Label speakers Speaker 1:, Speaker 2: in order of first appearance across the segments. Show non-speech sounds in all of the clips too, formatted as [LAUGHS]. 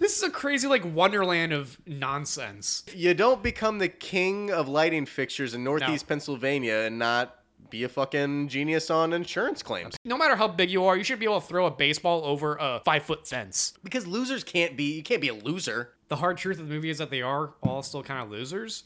Speaker 1: is a crazy like wonderland of nonsense.
Speaker 2: You don't become the king of lighting fixtures in Northeast
Speaker 1: No.
Speaker 2: Pennsylvania and not be a fucking genius on insurance claims.
Speaker 1: No matter how big you are, you should be able to throw a baseball over a five foot fence.
Speaker 2: Because losers can't be, you can't be a loser.
Speaker 1: The hard truth of the movie is that they are all still kind of losers.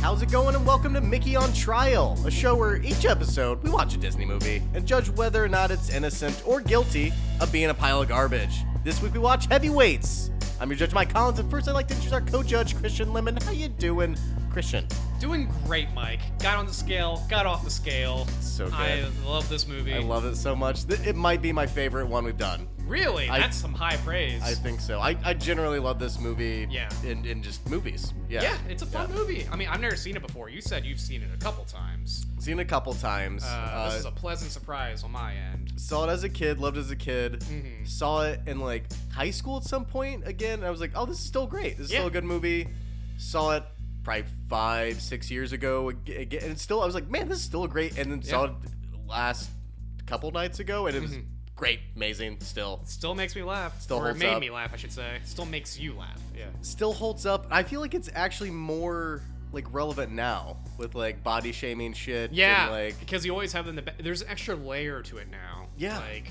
Speaker 2: How's it going and welcome to Mickey on Trial, a show where each episode we watch a Disney movie and judge whether or not it's innocent or guilty of being a pile of garbage. This week we watch Heavyweights. I'm your judge Mike Collins and first I'd like to introduce our co-judge Christian Lemon. How you doing, Christian?
Speaker 1: Doing great, Mike. Got on the scale, got off the scale.
Speaker 2: So good.
Speaker 1: I love this movie.
Speaker 2: I love it so much. Th- It might be my favorite one we've done.
Speaker 1: Really,
Speaker 2: I-
Speaker 1: that's some high praise.
Speaker 2: I think so. I, I generally love this movie.
Speaker 1: Yeah.
Speaker 2: In, in just movies. Yeah.
Speaker 1: yeah. it's a fun movie. I mean, I've never seen it before. You said you've seen it a couple times.
Speaker 2: Seen it a couple times.
Speaker 1: Uh, this is a pleasant surprise on my end.
Speaker 2: saw it as a kid, loved it as a kid.
Speaker 1: Mhm.
Speaker 2: Saw it in like high school at some point again. And I was like, oh, this is still great. This is
Speaker 1: Yeah.
Speaker 2: still a good movie. Saw it probably five, six years ago ag- again, and still I was like, man, this is still great. And then saw it last couple nights ago, and it was
Speaker 1: Mm-hmm.
Speaker 2: great, amazing, still.
Speaker 1: Still makes me laugh.
Speaker 2: Still
Speaker 1: or it
Speaker 2: holds
Speaker 1: made
Speaker 2: up.
Speaker 1: me laugh, I should say. Still makes you laugh. Yeah.
Speaker 2: still holds up. I feel like it's actually more like relevant now with like body shaming shit.
Speaker 1: Yeah, [LAUGHS]
Speaker 2: And, like
Speaker 1: because you always have in the ba- there's an extra layer to it now.
Speaker 2: Yeah.
Speaker 1: like,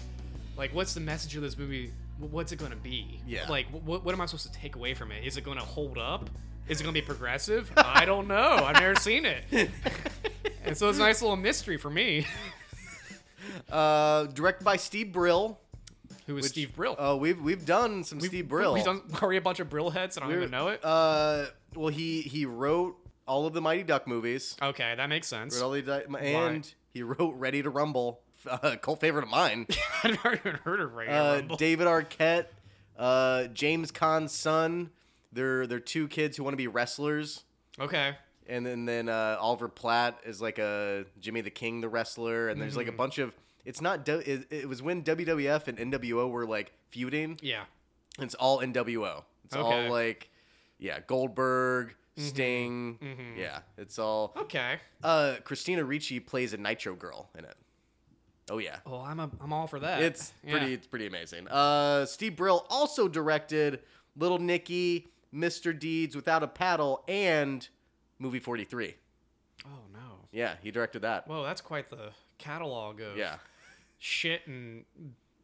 Speaker 1: like what's the message of this movie? Wh- What's it gonna be?
Speaker 2: Yeah.
Speaker 1: like what what am I supposed to take away from it? Is it gonna hold up? Is it gonna be
Speaker 2: [LAUGHS]
Speaker 1: progressive? I don't know. I've never seen it, and so it's a nice little mystery for me. [LAUGHS]
Speaker 2: uh, directed by Steve Brill.
Speaker 1: Who is
Speaker 2: which-
Speaker 1: Steve Brill?
Speaker 2: Oh, we've we've done some Steve Brill.
Speaker 1: We've done, [LAUGHS] are we a bunch of Brill heads and I don't
Speaker 2: We're-
Speaker 1: even know it?
Speaker 2: Uh, well, he he wrote all of the Mighty Duck movies.
Speaker 1: okay, that makes sense.
Speaker 2: Wrote all the Di- and he wrote Ready to Rumble, [LAUGHS] a cult favorite
Speaker 1: [LAUGHS]
Speaker 2: of mine.
Speaker 1: [LAUGHS] I've never even heard of Radio
Speaker 2: Uh,
Speaker 1: Rumble.
Speaker 2: David Arquette, uh, James Caan's son. They're they're two kids who want to be wrestlers.
Speaker 1: okay,
Speaker 2: and then then uh, Oliver Platt is like a Jimmy the King the wrestler, and there's like
Speaker 1: Mm-hmm.
Speaker 2: a bunch of it's not do- it, it was when WWF and NWO were like feuding.
Speaker 1: yeah,
Speaker 2: It's all NWO.
Speaker 1: Okay.
Speaker 2: It's
Speaker 1: Mm-hmm.
Speaker 2: all like yeah Goldberg, Sting, yeah. It's all
Speaker 1: okay.
Speaker 2: uh, Christina Ricci plays a Nitro Girl in it. Oh yeah,
Speaker 1: Well, I'm a, I'm all for that.
Speaker 2: it's
Speaker 1: Uh, Yeah.
Speaker 2: pretty it's pretty amazing. Uh, Steve Brill also directed Little Nicky, Mr. Deeds Without a Paddle, and Movie Forty Three.
Speaker 1: Oh no.
Speaker 2: Yeah, he directed that.
Speaker 1: Whoa, that's quite the catalog of
Speaker 2: Yeah,
Speaker 1: shit and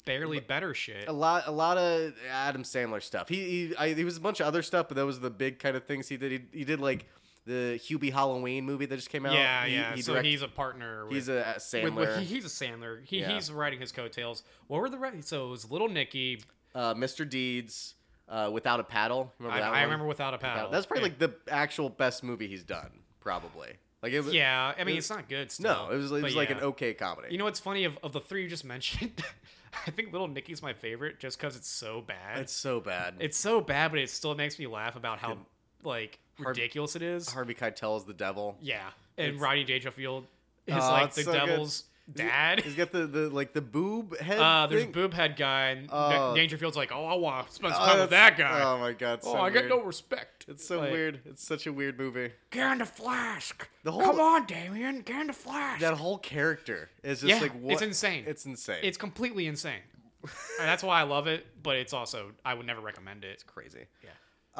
Speaker 1: barely better shit.
Speaker 2: a lot, a lot of Adam Sandler stuff. He, he, I, he was a bunch of other stuff, but that was the big kind of things he did. He, he did like the Hubie Halloween movie that just came out.
Speaker 1: Yeah,
Speaker 2: He-
Speaker 1: yeah.
Speaker 2: He
Speaker 1: so
Speaker 2: direct-
Speaker 1: he's a partner. With,
Speaker 2: he's a, a
Speaker 1: with-
Speaker 2: Sandler.
Speaker 1: with- he- he's a Sandler. He,
Speaker 2: Yeah.
Speaker 1: He's riding his coattails. What were the re- so it was Little Nicky.
Speaker 2: uh, Mr. Deeds, uh, without a paddle. Remember
Speaker 1: I,
Speaker 2: that
Speaker 1: I
Speaker 2: one?
Speaker 1: remember without a paddle.
Speaker 2: That's probably
Speaker 1: yeah.
Speaker 2: like the actual best movie he's done, probably. Like it was.
Speaker 1: yeah. I mean,
Speaker 2: it-
Speaker 1: it's not good. Still,
Speaker 2: No, it was. It
Speaker 1: but
Speaker 2: was like
Speaker 1: yeah.
Speaker 2: an okay comedy.
Speaker 1: You know what's funny of, of the three you just mentioned? [LAUGHS] I think Little Nicky's my favorite just because it's so bad.
Speaker 2: it's so bad.
Speaker 1: It's so bad, but it still makes me laugh about how like
Speaker 2: Harv-
Speaker 1: ridiculous it is.
Speaker 2: Harvey Keitel is
Speaker 1: [LAUGHS]
Speaker 2: the devil.
Speaker 1: Yeah, and
Speaker 2: It's-
Speaker 1: Rodney Dangerfield is
Speaker 2: Aw,
Speaker 1: like
Speaker 2: it's
Speaker 1: the
Speaker 2: so good.
Speaker 1: devil's dad.
Speaker 2: He's got the, the like the boob head.
Speaker 1: Uh, there's
Speaker 2: thing.
Speaker 1: boob head guy, and
Speaker 2: Oh.
Speaker 1: Da- Dangerfield's like, oh, I want to spend some
Speaker 2: Oh,
Speaker 1: time with that
Speaker 2: that's-
Speaker 1: guy.
Speaker 2: Oh my god!
Speaker 1: oh,
Speaker 2: so
Speaker 1: I got
Speaker 2: weird.
Speaker 1: no respect.
Speaker 2: It's so
Speaker 1: Like,
Speaker 2: weird. It's such a weird movie.
Speaker 1: Get in the flask.
Speaker 2: The whole-
Speaker 1: Come on, Damien. Get in the flask.
Speaker 2: That whole character is just
Speaker 1: Yeah,
Speaker 2: like
Speaker 1: it's
Speaker 2: what?
Speaker 1: insane.
Speaker 2: It's insane.
Speaker 1: It's completely insane. and that's why I love it, but it's also I would never recommend it.
Speaker 2: crazy.
Speaker 1: Yeah.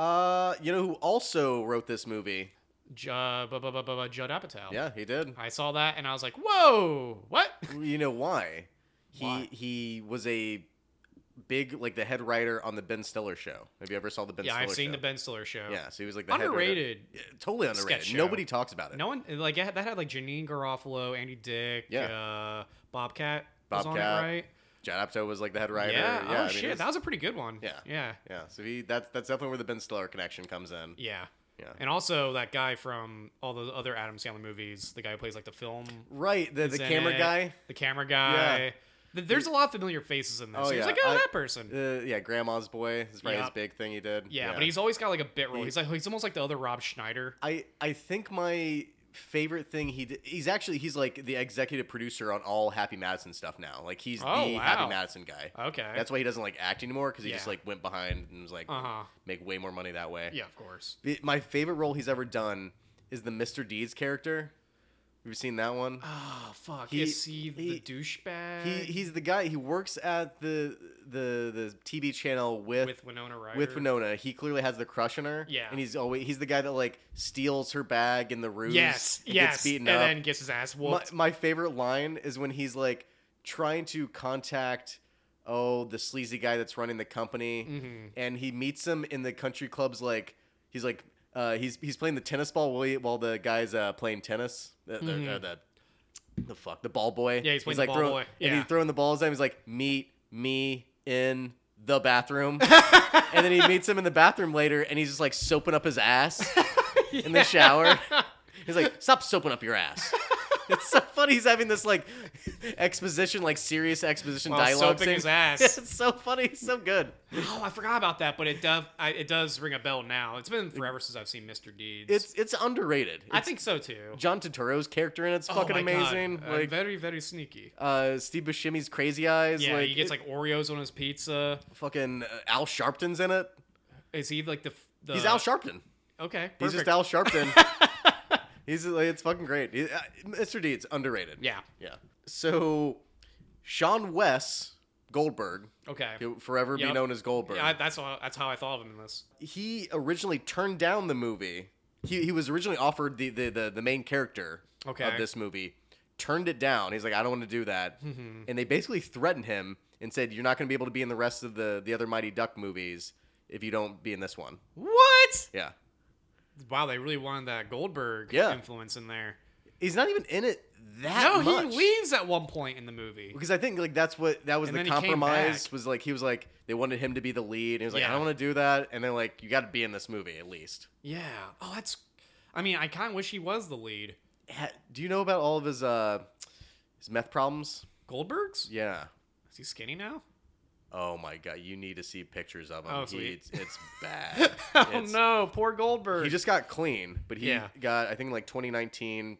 Speaker 2: Uh, you know who also wrote this movie?
Speaker 1: Ju- bu- bu- bu- bu- bu- Judd Apatow.
Speaker 2: Yeah, he did.
Speaker 1: I saw that and I was like, whoa, what?
Speaker 2: You know why? He
Speaker 1: Why?
Speaker 2: he was a big like the head writer on the Ben Stiller show. Have you ever saw the
Speaker 1: [LAUGHS]
Speaker 2: Ben
Speaker 1: yeah,
Speaker 2: Stiller
Speaker 1: I've seen
Speaker 2: show?
Speaker 1: the Ben Stiller show.
Speaker 2: Yeah, so he was like the head writer.
Speaker 1: Underrated.
Speaker 2: Yeah, totally underrated.
Speaker 1: sketch show.
Speaker 2: Nobody talks about it.
Speaker 1: No one like it had- that had like Janine Garofalo, Andy Dick, uh, Bobcat, was on it,
Speaker 2: Bobcat,
Speaker 1: right?
Speaker 2: Judd Apatow was like the head writer.
Speaker 1: yeah. oh
Speaker 2: I mean, it
Speaker 1: shit,
Speaker 2: was-
Speaker 1: that was a pretty good one.
Speaker 2: Yeah.
Speaker 1: yeah,
Speaker 2: yeah. So he that's that's definitely where the Ben Stiller connection comes in.
Speaker 1: yeah,
Speaker 2: Yeah.
Speaker 1: And also that guy from all the other Adam Sandler movies, the guy who plays like the film,
Speaker 2: Right. The the
Speaker 1: is in
Speaker 2: camera
Speaker 1: it,
Speaker 2: guy.
Speaker 1: the camera guy.
Speaker 2: Yeah.
Speaker 1: Th- There's a lot of familiar faces in this.
Speaker 2: Oh,
Speaker 1: he's
Speaker 2: yeah,
Speaker 1: like, oh,
Speaker 2: I-
Speaker 1: that person.
Speaker 2: Uh, yeah, Grandma's Boy is probably his
Speaker 1: Yup.
Speaker 2: big thing he did.
Speaker 1: yeah, but he's always got like a bit role.
Speaker 2: He-
Speaker 1: He's like he's almost like the other Rob Schneider.
Speaker 2: I I think my favorite thing he did. He's actually he's like the executive producer on all Happy Madison stuff now. Like he's
Speaker 1: Oh,
Speaker 2: the
Speaker 1: wow.
Speaker 2: Happy Madison guy.
Speaker 1: Okay.
Speaker 2: That's why he doesn't like act anymore because he just
Speaker 1: Yeah.
Speaker 2: like went behind and was like
Speaker 1: Uh-huh.
Speaker 2: make way more money that way.
Speaker 1: yeah, of course.
Speaker 2: The- My favorite role he's ever done is the Mr. Deeds character. Have you seen that one?
Speaker 1: Oh fuck.
Speaker 2: Ah, He-
Speaker 1: Is he the
Speaker 2: he-
Speaker 1: douchebag
Speaker 2: He he's the guy. He works at the the the TV channel with
Speaker 1: with Winona Ryder?
Speaker 2: with Winona. He clearly has the crush on her.
Speaker 1: Yeah.
Speaker 2: and he's always he's the guy that like steals her bag in the ruse.
Speaker 1: Yes,
Speaker 2: and
Speaker 1: yes.
Speaker 2: gets beaten
Speaker 1: and
Speaker 2: up.
Speaker 1: then gets his ass
Speaker 2: my,
Speaker 1: whooped.
Speaker 2: my favorite line is when he's like trying to contact oh the sleazy guy that's running the company
Speaker 1: Mm-hmm.
Speaker 2: and he meets him in the country clubs like he's like uh, he's he's playing the tennis ball while, he- while the guy's uh, playing tennis the, the, uh, the the fuck the ball boy
Speaker 1: Mm-hmm. Yeah, he's playing the
Speaker 2: like
Speaker 1: ball
Speaker 2: throwing,
Speaker 1: boy.
Speaker 2: and
Speaker 1: Yeah.
Speaker 2: he's throwing the balls at him he's like meet me in
Speaker 1: [LAUGHS]
Speaker 2: the bathroom and then he meets him in the bathroom later and he's just like soaping up
Speaker 1: [LAUGHS]
Speaker 2: his ass in the shower He's like, stop soaping up
Speaker 1: [LAUGHS]
Speaker 2: your ass. it's so funny. He's having this like exposition, like serious exposition
Speaker 1: While
Speaker 2: dialogue.
Speaker 1: soaping
Speaker 2: scene.
Speaker 1: his ass.
Speaker 2: [LAUGHS] it's so funny. It's so good.
Speaker 1: oh, I forgot about that, but it does I, it does ring a bell now. It's been forever since I've seen Mr. Deeds.
Speaker 2: It's it's underrated.
Speaker 1: I
Speaker 2: It's-
Speaker 1: think so too.
Speaker 2: John Turturro's character in it's
Speaker 1: Oh my
Speaker 2: fucking
Speaker 1: God.
Speaker 2: amazing.
Speaker 1: Uh,
Speaker 2: Like
Speaker 1: very very sneaky.
Speaker 2: uh, Steve Buscemi's crazy eyes.
Speaker 1: Yeah,
Speaker 2: like,
Speaker 1: he gets
Speaker 2: it-
Speaker 1: like Oreos on his pizza.
Speaker 2: fucking uh, Al Sharpton's in it.
Speaker 1: Is he like the f- the
Speaker 2: He's Al Sharpton.
Speaker 1: Okay, Uh, perfect.
Speaker 2: He's just Al Sharpton.
Speaker 1: [LAUGHS]
Speaker 2: He's like, it's fucking great. He- uh, Mr. D, it's underrated.
Speaker 1: Yeah.
Speaker 2: Yeah. So, Sean Wes Goldberg,
Speaker 1: Okay.
Speaker 2: He'll forever be
Speaker 1: Yep.
Speaker 2: known as Goldberg.
Speaker 1: Yeah, I, that's how, that's how I thought of him in this.
Speaker 2: he originally turned down the movie. He, he was originally offered the, the, the, the main character of
Speaker 1: Okay.
Speaker 2: this movie, turned it down. He's like, I don't want to do
Speaker 1: [LAUGHS]
Speaker 2: that.
Speaker 1: Mm-hmm.
Speaker 2: And they basically threatened him and said, You're not going to be able to be in the rest of the, the other Mighty Duck movies if you don't be in this one.
Speaker 1: What?
Speaker 2: Yeah.
Speaker 1: Wow, they really wanted that Goldberg
Speaker 2: Yeah.
Speaker 1: influence in there.
Speaker 2: He's not even in it that
Speaker 1: No,
Speaker 2: much.
Speaker 1: he leaves at one point in the movie.
Speaker 2: because I think like that's what that was
Speaker 1: And
Speaker 2: the
Speaker 1: then he came
Speaker 2: compromise
Speaker 1: back.
Speaker 2: was like he was like they wanted him to be the lead and he was like I
Speaker 1: Yeah.
Speaker 2: don't want to do that and they're like you got to be in this movie at least.
Speaker 1: Yeah. Oh, that's. I mean, I kind of wish he was the lead.
Speaker 2: Ha- Do you know about all of his uh his meth problems?
Speaker 1: Goldberg's?
Speaker 2: Yeah.
Speaker 1: Is he skinny now?
Speaker 2: Oh my god, you need to see pictures of him.
Speaker 1: Oh,
Speaker 2: He-
Speaker 1: sweet.
Speaker 2: It's,
Speaker 1: [LAUGHS]
Speaker 2: it's bad.
Speaker 1: Oh
Speaker 2: It's-
Speaker 1: no, poor Goldberg.
Speaker 2: He just got clean, but he
Speaker 1: Yeah.
Speaker 2: got I think like 2019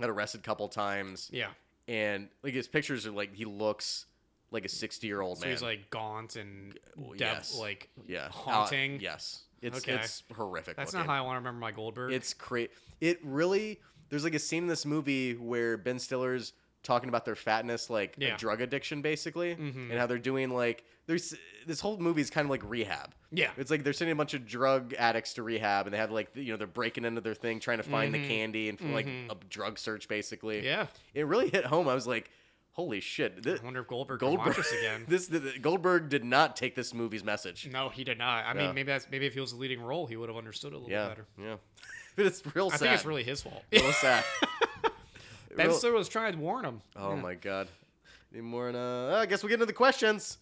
Speaker 2: got arrested a couple times
Speaker 1: yeah.
Speaker 2: and like his pictures are like he looks like a 60-year-old
Speaker 1: So
Speaker 2: Oh, man.
Speaker 1: he's like gaunt and
Speaker 2: Well,
Speaker 1: dev-
Speaker 2: yes.
Speaker 1: like
Speaker 2: yeah. Uh,
Speaker 1: haunting.
Speaker 2: yes. It's
Speaker 1: Okay.
Speaker 2: it's horrific.
Speaker 1: That's
Speaker 2: looking.
Speaker 1: not how I want to remember my Goldberg.
Speaker 2: It's cra It really. There's like a scene in this movie where Ben Stiller's talking about their fatness, like a
Speaker 1: Yeah. Mm-hmm.
Speaker 2: drug addiction, basically, and how they're doing like there's this whole movie is kind of like rehab.
Speaker 1: yeah.
Speaker 2: It's like they're sending a bunch of drug addicts to rehab, and they have like you know they're breaking into their thing, trying to find the candy and like a drug search, basically.
Speaker 1: Mm-hmm. Yeah.
Speaker 2: it really hit home. I was like, holy shit, thi-
Speaker 1: I wonder if Goldberg, Goldberg.
Speaker 2: Goldberg
Speaker 1: can watch us again.
Speaker 2: [LAUGHS] this the, Goldberg did not take this movie's message.
Speaker 1: No, he did not. I
Speaker 2: Yeah.
Speaker 1: mean, maybe that's maybe if he was the leading role, he would have understood it a little
Speaker 2: yeah,
Speaker 1: better.
Speaker 2: yeah, [LAUGHS] but it's real
Speaker 1: I
Speaker 2: sad.
Speaker 1: think it's really his fault. [LAUGHS]
Speaker 2: real sad.
Speaker 1: Ben
Speaker 2: Real-
Speaker 1: Stiller was trying to warn him.
Speaker 2: Oh my god. Any more? in, Uh, I guess we'll get into the questions.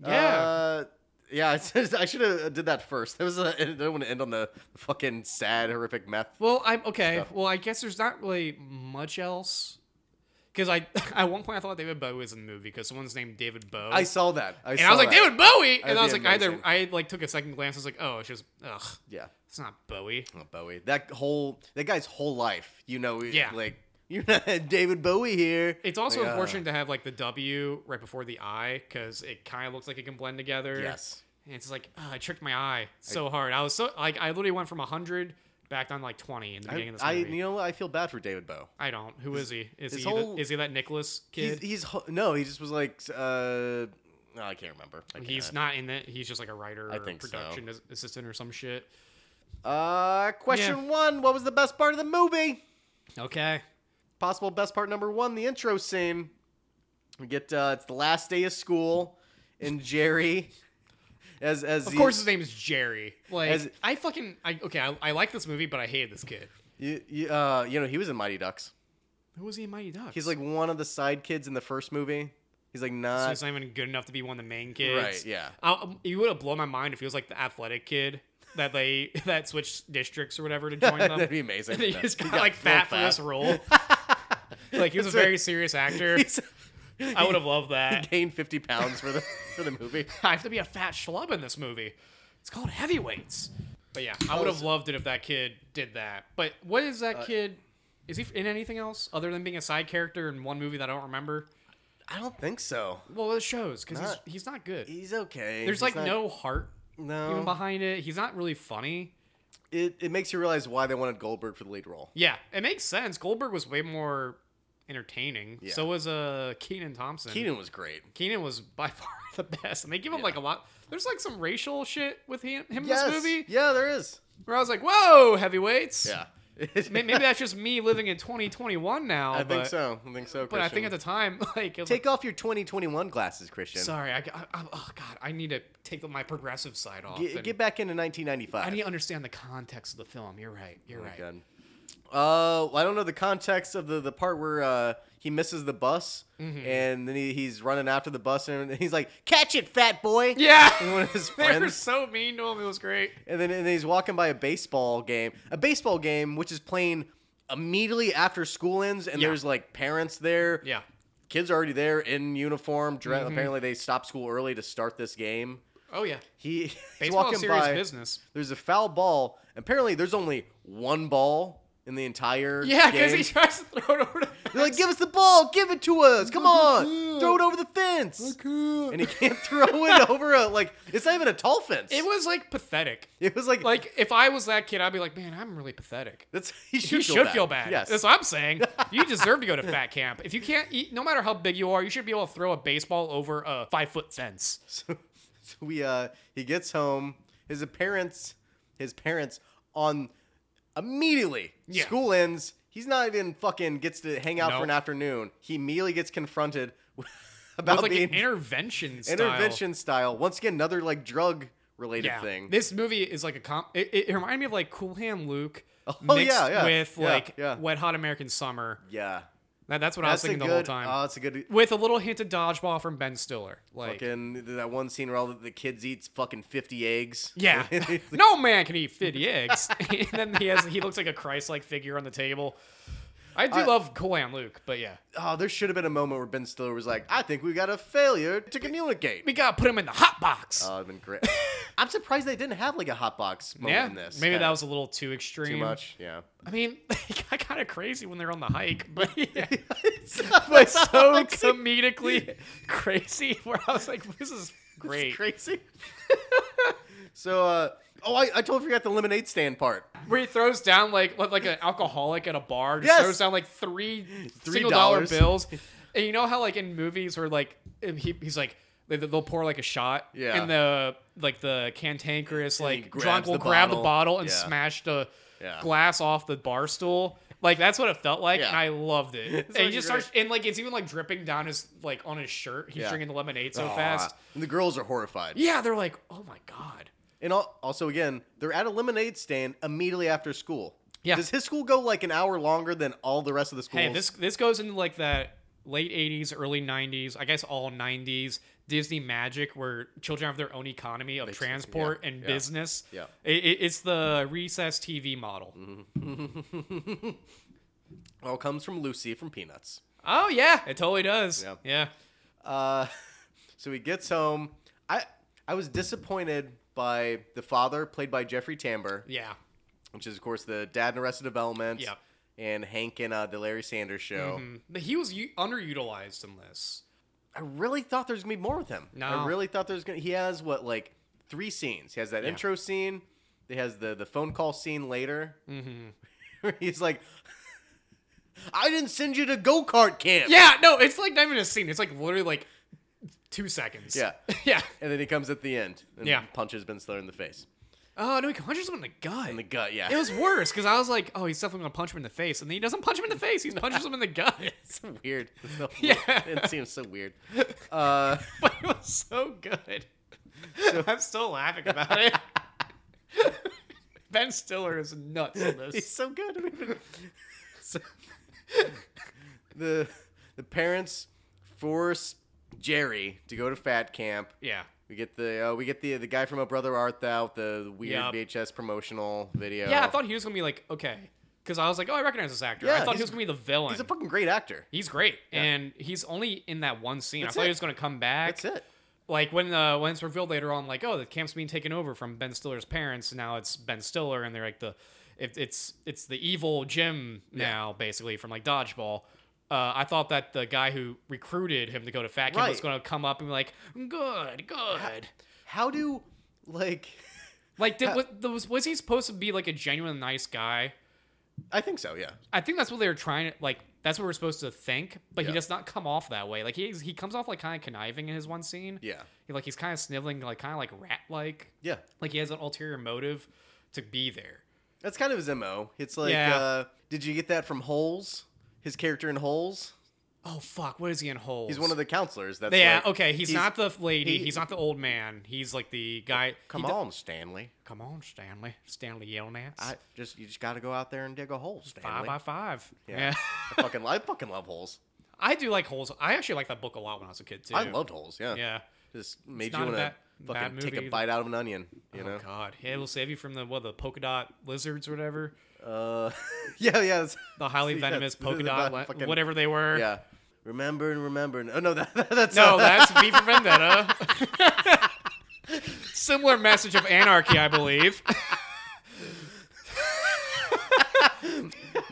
Speaker 1: Yeah.
Speaker 2: Uh, yeah, [LAUGHS] I, said- I should have did that first. That was uh, [LAUGHS] I don't want to end on the fucking sad, horrific meth.
Speaker 1: Well, I'm okay.
Speaker 2: Stuff.
Speaker 1: Well, I guess there's not really much else. Because I, [LAUGHS] at one point, I thought David Bowie was in the movie because someone's named David Bowie.
Speaker 2: I saw that. I
Speaker 1: and I was like, David Bowie, and
Speaker 2: That'd
Speaker 1: I was
Speaker 2: be
Speaker 1: like, either
Speaker 2: amazing.
Speaker 1: I like took a second glance, I was like, oh, it's just, ugh,
Speaker 2: Yeah,
Speaker 1: it's not Bowie.
Speaker 2: Oh, Bowie. That whole that guy's whole life, you know,
Speaker 1: Yeah.
Speaker 2: like [LAUGHS] you're not David Bowie here.
Speaker 1: It's also
Speaker 2: Like, uh,
Speaker 1: unfortunate to have like the W right before the I because it kind of looks like it can blend together.
Speaker 2: Yes.
Speaker 1: And it's like, ugh, I tricked my eye so hard. I was so like, I literally went from hundred back down to like twenty in the beginning
Speaker 2: I,
Speaker 1: of this
Speaker 2: I
Speaker 1: movie.
Speaker 2: you know what? I feel bad for David Bowie.
Speaker 1: I don't. Who is he? Is
Speaker 2: his
Speaker 1: he?
Speaker 2: whole-
Speaker 1: the, is he that Nicholas
Speaker 2: He's,
Speaker 1: kid?
Speaker 2: he's ho- no, he just was like uh no, I can't remember. I
Speaker 1: He's
Speaker 2: can't.
Speaker 1: not in it. He's just like a writer
Speaker 2: I
Speaker 1: or
Speaker 2: think so.
Speaker 1: production as- assistant or some shit.
Speaker 2: Uh question 1, what was the best part of the movie?
Speaker 1: Okay.
Speaker 2: possible best part number one the intro scene we get uh it's the last day of school and jerry [LAUGHS] as as
Speaker 1: Of course, his name is Jerry. Like,
Speaker 2: As-
Speaker 1: I fucking, I okay, I, I like this movie, but I hated this kid.
Speaker 2: you, you, uh you know he was in mighty ducks
Speaker 1: Who was he in Mighty Ducks?
Speaker 2: he's like uh, one of the side kids in the first movie he's like
Speaker 1: so
Speaker 2: not
Speaker 1: he's not even good enough to be one of the main kids.
Speaker 2: Right, yeah.
Speaker 1: I, um, you would have blown my mind if he was like the athletic kid that they [LAUGHS] that switched districts or whatever to join
Speaker 2: [LAUGHS]
Speaker 1: them.
Speaker 2: that'd
Speaker 1: [LAUGHS]
Speaker 2: be amazing
Speaker 1: he
Speaker 2: No,
Speaker 1: just
Speaker 2: he
Speaker 1: got, like
Speaker 2: real
Speaker 1: fat, for this
Speaker 2: [LAUGHS]
Speaker 1: role. like he was a very serious actor.
Speaker 2: He's-
Speaker 1: [LAUGHS] I would have loved
Speaker 2: [LAUGHS]
Speaker 1: that.
Speaker 2: gained 50 pounds for the [LAUGHS] for the movie
Speaker 1: I have to be a fat schlub in this movie. It's called
Speaker 2: Uh,
Speaker 1: heavyweights. But yeah, I would have loved it if that kid did that. But what is that kid? Is he in anything else other than being a side character in one movie that I don't remember?
Speaker 2: I don't think so.
Speaker 1: Well, it shows because he's,
Speaker 2: Not-
Speaker 1: he's not good.
Speaker 2: He's okay.
Speaker 1: There's
Speaker 2: He's
Speaker 1: like
Speaker 2: not-
Speaker 1: no heart
Speaker 2: no.
Speaker 1: even behind it. He's not really funny.
Speaker 2: it it makes you realize why they wanted Goldberg for the lead role.
Speaker 1: Yeah, it makes sense. Goldberg was way more entertaining.
Speaker 2: Yeah.
Speaker 1: So was uh Keenan Thompson.
Speaker 2: Keenan was great.
Speaker 1: Keenan was by [LAUGHS] far the best, and they give him
Speaker 2: Yeah.
Speaker 1: like a lot. There's like some racial shit with him, him
Speaker 2: Yes.
Speaker 1: in this movie
Speaker 2: Yeah, there is.
Speaker 1: where I was like, "Whoa, heavyweights!"
Speaker 2: Yeah.
Speaker 1: [LAUGHS] May- Maybe that's just me living in 2021 now.
Speaker 2: [LAUGHS] I
Speaker 1: but,
Speaker 2: think so. I think so.
Speaker 1: But I think
Speaker 2: Christian.
Speaker 1: at the time, [LAUGHS] like, it was
Speaker 2: Take off your 2021 glasses, Christian.
Speaker 1: like, sorry, I, I, I- oh god, I need to take my progressive side off.
Speaker 2: Get,
Speaker 1: and
Speaker 2: get back into 1995.
Speaker 1: I need to understand the context of the film. You're right. You're
Speaker 2: Oh my
Speaker 1: right.
Speaker 2: God. Uh, well, I don't know the context of the, the part where uh, he misses the bus
Speaker 1: Mm-hmm.
Speaker 2: and then he, he's running after the bus and he's like, "Catch it, fat boy!" And
Speaker 1: Yeah,
Speaker 2: [LAUGHS] one of his
Speaker 1: [LAUGHS] they were
Speaker 2: friends,
Speaker 1: so mean to him. It was great.
Speaker 2: and then and then he's walking by a baseball game, a baseball game which is playing immediately after school ends, and
Speaker 1: Yeah.
Speaker 2: there's like parents there.
Speaker 1: Yeah. Mm-hmm.
Speaker 2: kids are already there in uniform. Dre- Apparently, they stopped school early to start this game.
Speaker 1: Oh yeah.
Speaker 2: He [LAUGHS] he's
Speaker 1: Baseball
Speaker 2: walking
Speaker 1: series
Speaker 2: by.
Speaker 1: business.
Speaker 2: There's a foul ball. Apparently, there's only one ball in the entire
Speaker 1: [LAUGHS] Yeah, because
Speaker 2: game.
Speaker 1: he tries to throw it over. To
Speaker 2: They're like, give us the ball, give it to us, come on, throw it over the fence.
Speaker 1: [LAUGHS]
Speaker 2: And he can't throw it over a like. It's not even a tall fence.
Speaker 1: it was like pathetic.
Speaker 2: It was like
Speaker 1: Like if I was that kid, I'd be like, man, I'm really pathetic.
Speaker 2: that's he should,
Speaker 1: You
Speaker 2: feel,
Speaker 1: should
Speaker 2: bad.
Speaker 1: feel bad.
Speaker 2: Yes,
Speaker 1: That's what I'm saying. You deserve to go to fat camp. If you can't eat, no matter how big you are, you should be able to throw a baseball over a five foot fence.
Speaker 2: [LAUGHS] So, so we uh he gets home. His parents his parents on immediately
Speaker 1: Yeah.
Speaker 2: school ends. He's not even fucking gets to hang out for
Speaker 1: No.
Speaker 2: an afternoon. He immediately gets confronted [LAUGHS] with, about
Speaker 1: With like
Speaker 2: being
Speaker 1: an intervention style.
Speaker 2: intervention style. Once again, another like drug related
Speaker 1: yeah.
Speaker 2: thing.
Speaker 1: This movie is like a comp. It, it reminded me of like Cool Hand Luke
Speaker 2: Oh,
Speaker 1: mixed
Speaker 2: yeah, yeah,
Speaker 1: with
Speaker 2: yeah,
Speaker 1: like
Speaker 2: yeah.
Speaker 1: Wet Hot American Summer.
Speaker 2: yeah,
Speaker 1: That, that's what
Speaker 2: that's
Speaker 1: I was
Speaker 2: a
Speaker 1: thinking
Speaker 2: good.
Speaker 1: the whole time.
Speaker 2: Oh, it's a good.
Speaker 1: with a little hint of dodgeball from Ben Stiller. Like,
Speaker 2: Fucking that one scene where all the, the kids eats fucking fifty eggs. [LAUGHS]
Speaker 1: yeah, no man can eat fifty eggs. [LAUGHS] and then he has he looks like a Christ-like figure on the table. I do
Speaker 2: I-
Speaker 1: love Cool Hand Luke, but yeah,
Speaker 2: oh, there should have been a moment where Ben Stiller was like, "I think we got a failure to communicate."
Speaker 1: we gotta put him in the hot box.
Speaker 2: Oh, it'd been
Speaker 1: [LAUGHS]
Speaker 2: great. I'm surprised they didn't have like a hot box moment
Speaker 1: yeah,
Speaker 2: in this.
Speaker 1: maybe
Speaker 2: Kinda
Speaker 1: that was a little too extreme.
Speaker 2: too much. Yeah.
Speaker 1: I mean, it got kind of crazy when they're on the hike, [LAUGHS]
Speaker 2: [LAUGHS]
Speaker 1: but yeah.
Speaker 2: It's
Speaker 1: [LAUGHS] but so comedically [LAUGHS] crazy. Where I was like, this is great.
Speaker 2: crazy. [LAUGHS] so, uh, oh, I, I totally forgot the lemonade stand part.
Speaker 1: Where he throws down like like like an alcoholic at a bar, just
Speaker 2: Yes.
Speaker 1: throws down like three
Speaker 2: Three
Speaker 1: single dollar
Speaker 2: dollars. [LAUGHS]
Speaker 1: bills. And you know how like in movies where like he, he's like they- they'll pour like a shot,
Speaker 2: Yeah.
Speaker 1: and the like the cantankerous
Speaker 2: And he
Speaker 1: like
Speaker 2: grabs
Speaker 1: drunk will
Speaker 2: the
Speaker 1: grab the
Speaker 2: bottle.
Speaker 1: bottle and
Speaker 2: Yeah.
Speaker 1: smash the
Speaker 2: Yeah.
Speaker 1: glass off the bar stool. Like that's what it felt like,
Speaker 2: Yeah.
Speaker 1: and I loved it.
Speaker 2: [LAUGHS]
Speaker 1: and he
Speaker 2: like
Speaker 1: just
Speaker 2: great.
Speaker 1: starts and like it's even like dripping down his like on his shirt. He's
Speaker 2: Yeah.
Speaker 1: drinking the lemonade so
Speaker 2: Aw.
Speaker 1: fast.
Speaker 2: And the girls are horrified.
Speaker 1: Yeah, they're like, oh my god.
Speaker 2: And al- also, again, they're at a lemonade stand immediately after school.
Speaker 1: Yeah.
Speaker 2: Does his school go like an hour longer than all the rest of the schools?
Speaker 1: Hey, this this goes into like that late '80s, early '90s, I guess all '90s Disney magic, where children have their own economy of transport and
Speaker 2: yeah.
Speaker 1: business.
Speaker 2: Yeah. Mm-hmm.
Speaker 1: It, it- it's the recess TV model.
Speaker 2: all comes from Lucy from Peanuts.
Speaker 1: Oh yeah, it totally does.
Speaker 2: Yeah.
Speaker 1: Yeah,
Speaker 2: Uh, [LAUGHS] so he gets home. I I was disappointed by the father, played by Jeffrey Tambor,
Speaker 1: yeah.
Speaker 2: which is of course the dad in Arrested Development.
Speaker 1: Yeah. Mm-hmm.
Speaker 2: And Hank and uh, the Larry Sanders Show.
Speaker 1: But Mm. He was u- underutilized in this.
Speaker 2: I really thought there's gonna be more with him. I
Speaker 1: No.
Speaker 2: really thought there's gonna. He has what like three scenes. He has that intro scene. He has the the phone call scene later. Mm-hmm. [LAUGHS] He's like, I didn't send you to go kart camp.
Speaker 1: Yeah, no, it's like not even a scene. It's like literally like two seconds.
Speaker 2: Yeah.
Speaker 1: [LAUGHS] yeah.
Speaker 2: And then he comes at the end and
Speaker 1: Yeah. punches
Speaker 2: punches Ben Stiller in the face,
Speaker 1: Oh no, he punches him in the gut.
Speaker 2: in the gut. Yeah.
Speaker 1: it was worse because I was like, oh, he's definitely gonna punch him in the face, and then he doesn't punch him in the face. He
Speaker 2: [LAUGHS]
Speaker 1: punches him in the gut.
Speaker 2: so [LAUGHS] weird.
Speaker 1: [LAUGHS]
Speaker 2: [LAUGHS] So-
Speaker 1: Yeah.
Speaker 2: It seems so weird.
Speaker 1: [LAUGHS]
Speaker 2: Uh, [LAUGHS]
Speaker 1: but it was so good. I'm still laughing about [LAUGHS] it. ben Stiller is nuts in
Speaker 2: he's
Speaker 1: this.
Speaker 2: so good. [LAUGHS] I don't even- so, the the parents force Jerry to go to fat camp.
Speaker 1: Yeah.
Speaker 2: We get the uh, we get the the guy from A Brother Art Thou with the, the weird
Speaker 1: Yep.
Speaker 2: VHS promotional video.
Speaker 1: Yeah, I thought he was gonna be like okay, because I was like, oh, I recognize this actor.
Speaker 2: Yeah,
Speaker 1: I thought
Speaker 2: he's-
Speaker 1: he was gonna be the villain.
Speaker 2: he's
Speaker 1: He's,
Speaker 2: a fucking great actor.
Speaker 1: great, and he's only in that one scene.
Speaker 2: That's
Speaker 1: I thought
Speaker 2: it.
Speaker 1: he was gonna come back.
Speaker 2: That's it.
Speaker 1: Like when uh, when it's revealed later on, like oh, the camp's being taken over from Ben Stiller's parents. Now it's Ben Stiller, and they're like the it, it's it's the evil Jim now, basically from like Dodgeball. Uh, I thought that the guy who recruited him to go to Fat Kid was
Speaker 2: Right.
Speaker 1: going to come up and be like, "Good, good."
Speaker 2: How do like?
Speaker 1: Like, did, was, was was he supposed to be like a genuine nice guy?
Speaker 2: I think so. Yeah.
Speaker 1: I think that's what they were trying to like. That's what we're supposed to think, but
Speaker 2: Yeah.
Speaker 1: he does not come off that way. Like he's he comes off like kind of conniving in his one scene.
Speaker 2: Yeah.
Speaker 1: He, like he's kind of sniveling, like kind of like rat like.
Speaker 2: Yeah.
Speaker 1: Like he has an ulterior motive to be there.
Speaker 2: That's kind of his mo. It's like,
Speaker 1: Yeah.
Speaker 2: uh, did you get that from Holes? His character in Holes.
Speaker 1: Oh fuck! What is he in holes?
Speaker 2: He's one of the counselors. That's
Speaker 1: yeah.
Speaker 2: like,
Speaker 1: okay, he's,
Speaker 2: he's-
Speaker 1: not the lady.
Speaker 2: he-
Speaker 1: he's not the old man. He's like the guy.
Speaker 2: Come
Speaker 1: he d-
Speaker 2: on, Stanley.
Speaker 1: come on, Stanley. Stanley Yelnats.
Speaker 2: I just you just got to go out there and dig a hole,
Speaker 1: five
Speaker 2: Stanley.
Speaker 1: by five. Yeah. [LAUGHS]
Speaker 2: Yeah. I fucking I fucking love holes.
Speaker 1: I do like holes. I actually liked that book a lot when I was a kid too.
Speaker 2: I loved holes. Yeah.
Speaker 1: Yeah.
Speaker 2: Just made
Speaker 1: not
Speaker 2: you
Speaker 1: a
Speaker 2: want to
Speaker 1: bad-
Speaker 2: fucking
Speaker 1: bad
Speaker 2: take
Speaker 1: movie
Speaker 2: a
Speaker 1: either.
Speaker 2: bite out of an onion. You
Speaker 1: oh
Speaker 2: know.
Speaker 1: God! It will save you from the what the polka dot lizards or whatever. [LAUGHS]
Speaker 2: Uh, [LAUGHS] yeah, yeah, that's-
Speaker 1: the highly
Speaker 2: See,
Speaker 1: venomous
Speaker 2: that's-
Speaker 1: polka
Speaker 2: that's
Speaker 1: dot,
Speaker 2: about
Speaker 1: le-
Speaker 2: fucking-
Speaker 1: whatever they were.
Speaker 2: [LAUGHS] yeah. Remember and remember. And, oh no, [LAUGHS] that, that's
Speaker 1: No,
Speaker 2: uh,
Speaker 1: that's V for Vendetta. [LAUGHS] Similar message of anarchy, I believe.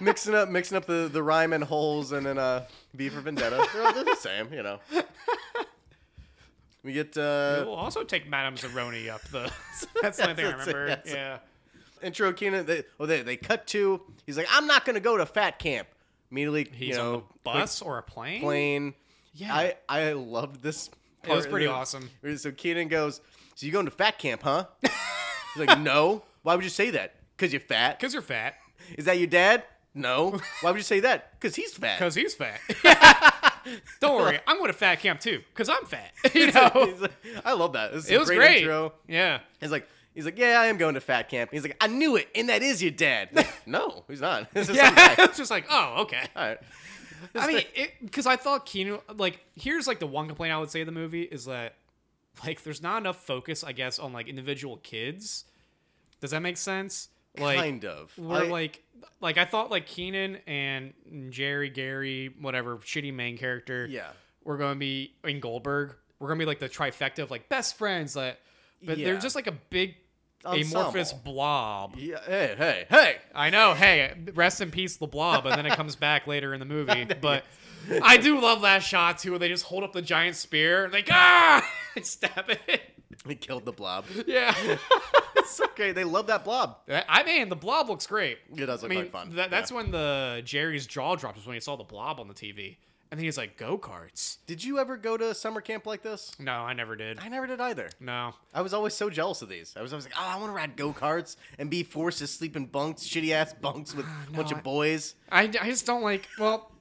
Speaker 2: mixing up mixing up the, the rhyme and holes and then uh, V
Speaker 1: [LAUGHS]
Speaker 2: for Vendetta. They're, all- they're the same, you know. We get uh, [LAUGHS]
Speaker 1: we'll also take Madame Zeroni up the. [LAUGHS] That's the only thing I
Speaker 2: That's it,
Speaker 1: remember.
Speaker 2: that's it.
Speaker 1: yeah.
Speaker 2: intro Keenan. They, oh, they they cut to. He's like, I'm not gonna go to fat camp. Immediately,
Speaker 1: He's
Speaker 2: you know,
Speaker 1: on the bus or a plane.
Speaker 2: plane.
Speaker 1: Yeah.
Speaker 2: I I loved this.
Speaker 1: It was
Speaker 2: part.
Speaker 1: pretty awesome.
Speaker 2: So Keenan goes, "So you going to fat camp,
Speaker 1: [LAUGHS]
Speaker 2: huh?" He's like, "No. Why would you say that? Cause you're fat.
Speaker 1: Because you're fat.
Speaker 2: Is that your dad? No.
Speaker 1: [LAUGHS]
Speaker 2: Why would you say that? Cause he's fat.
Speaker 1: Because he's fat. [LAUGHS] Don't worry. I'm going to fat camp too. Because I'm fat. [LAUGHS] You know?
Speaker 2: [LAUGHS] He's like- I love that. This is
Speaker 1: It
Speaker 2: a
Speaker 1: was
Speaker 2: great,
Speaker 1: great.
Speaker 2: intro. [LAUGHS]
Speaker 1: Yeah.
Speaker 2: He's like, he's like, yeah, I am going to fat camp. He's like, I knew it, and that is your dad.
Speaker 1: [LAUGHS]
Speaker 2: Like, no, he's not. [LAUGHS] This is some
Speaker 1: Yeah.
Speaker 2: guy.
Speaker 1: it's just like, oh,
Speaker 2: [LAUGHS]
Speaker 1: okay.
Speaker 2: All
Speaker 1: [LAUGHS]
Speaker 2: right.
Speaker 1: I mean, because I thought Keanu, like, here's like the one complaint I would say of the movie is that, like, there's not enough focus, I guess, on like individual kids. Does that make sense? Like,
Speaker 2: kind of.
Speaker 1: we're
Speaker 2: I-
Speaker 1: like, like I thought, like Keenan and Jerry, Gary, whatever shitty main character,
Speaker 2: Yeah.
Speaker 1: we're gonna be in Goldberg. We're gonna be like the trifecta of like best friends that, but
Speaker 2: Yeah.
Speaker 1: they're just like a big
Speaker 2: Ensemble.
Speaker 1: amorphous blob.
Speaker 2: Yeah, hey, hey, hey. [LAUGHS]
Speaker 1: I know. Hey, rest in peace, the blob, and then it comes back later in the
Speaker 2: [LAUGHS]
Speaker 1: movie. But I do love that shot too. Where they just hold up the giant spear, like ah, [LAUGHS] and stab it.
Speaker 2: He killed
Speaker 1: [LAUGHS]
Speaker 2: the blob.
Speaker 1: Yeah,
Speaker 2: It's okay. They love that blob.
Speaker 1: That- I mean, the blob looks great.
Speaker 2: It does
Speaker 1: I
Speaker 2: look
Speaker 1: mean,
Speaker 2: like fun.
Speaker 1: That, that's
Speaker 2: Yeah.
Speaker 1: when the Jerry's jaw dropped was when he saw the blob on the TV, and then he's like, "Go karts."
Speaker 2: Did you ever go to summer camp like this?
Speaker 1: No, I never did.
Speaker 2: I never did either.
Speaker 1: No,
Speaker 2: I was always so jealous of these. I was always like, oh, I want to ride go karts and be forced to sleep in bunks, shitty ass bunks with a bunch
Speaker 1: Ah, I-
Speaker 2: of boys.
Speaker 1: I, I just don't like. Well,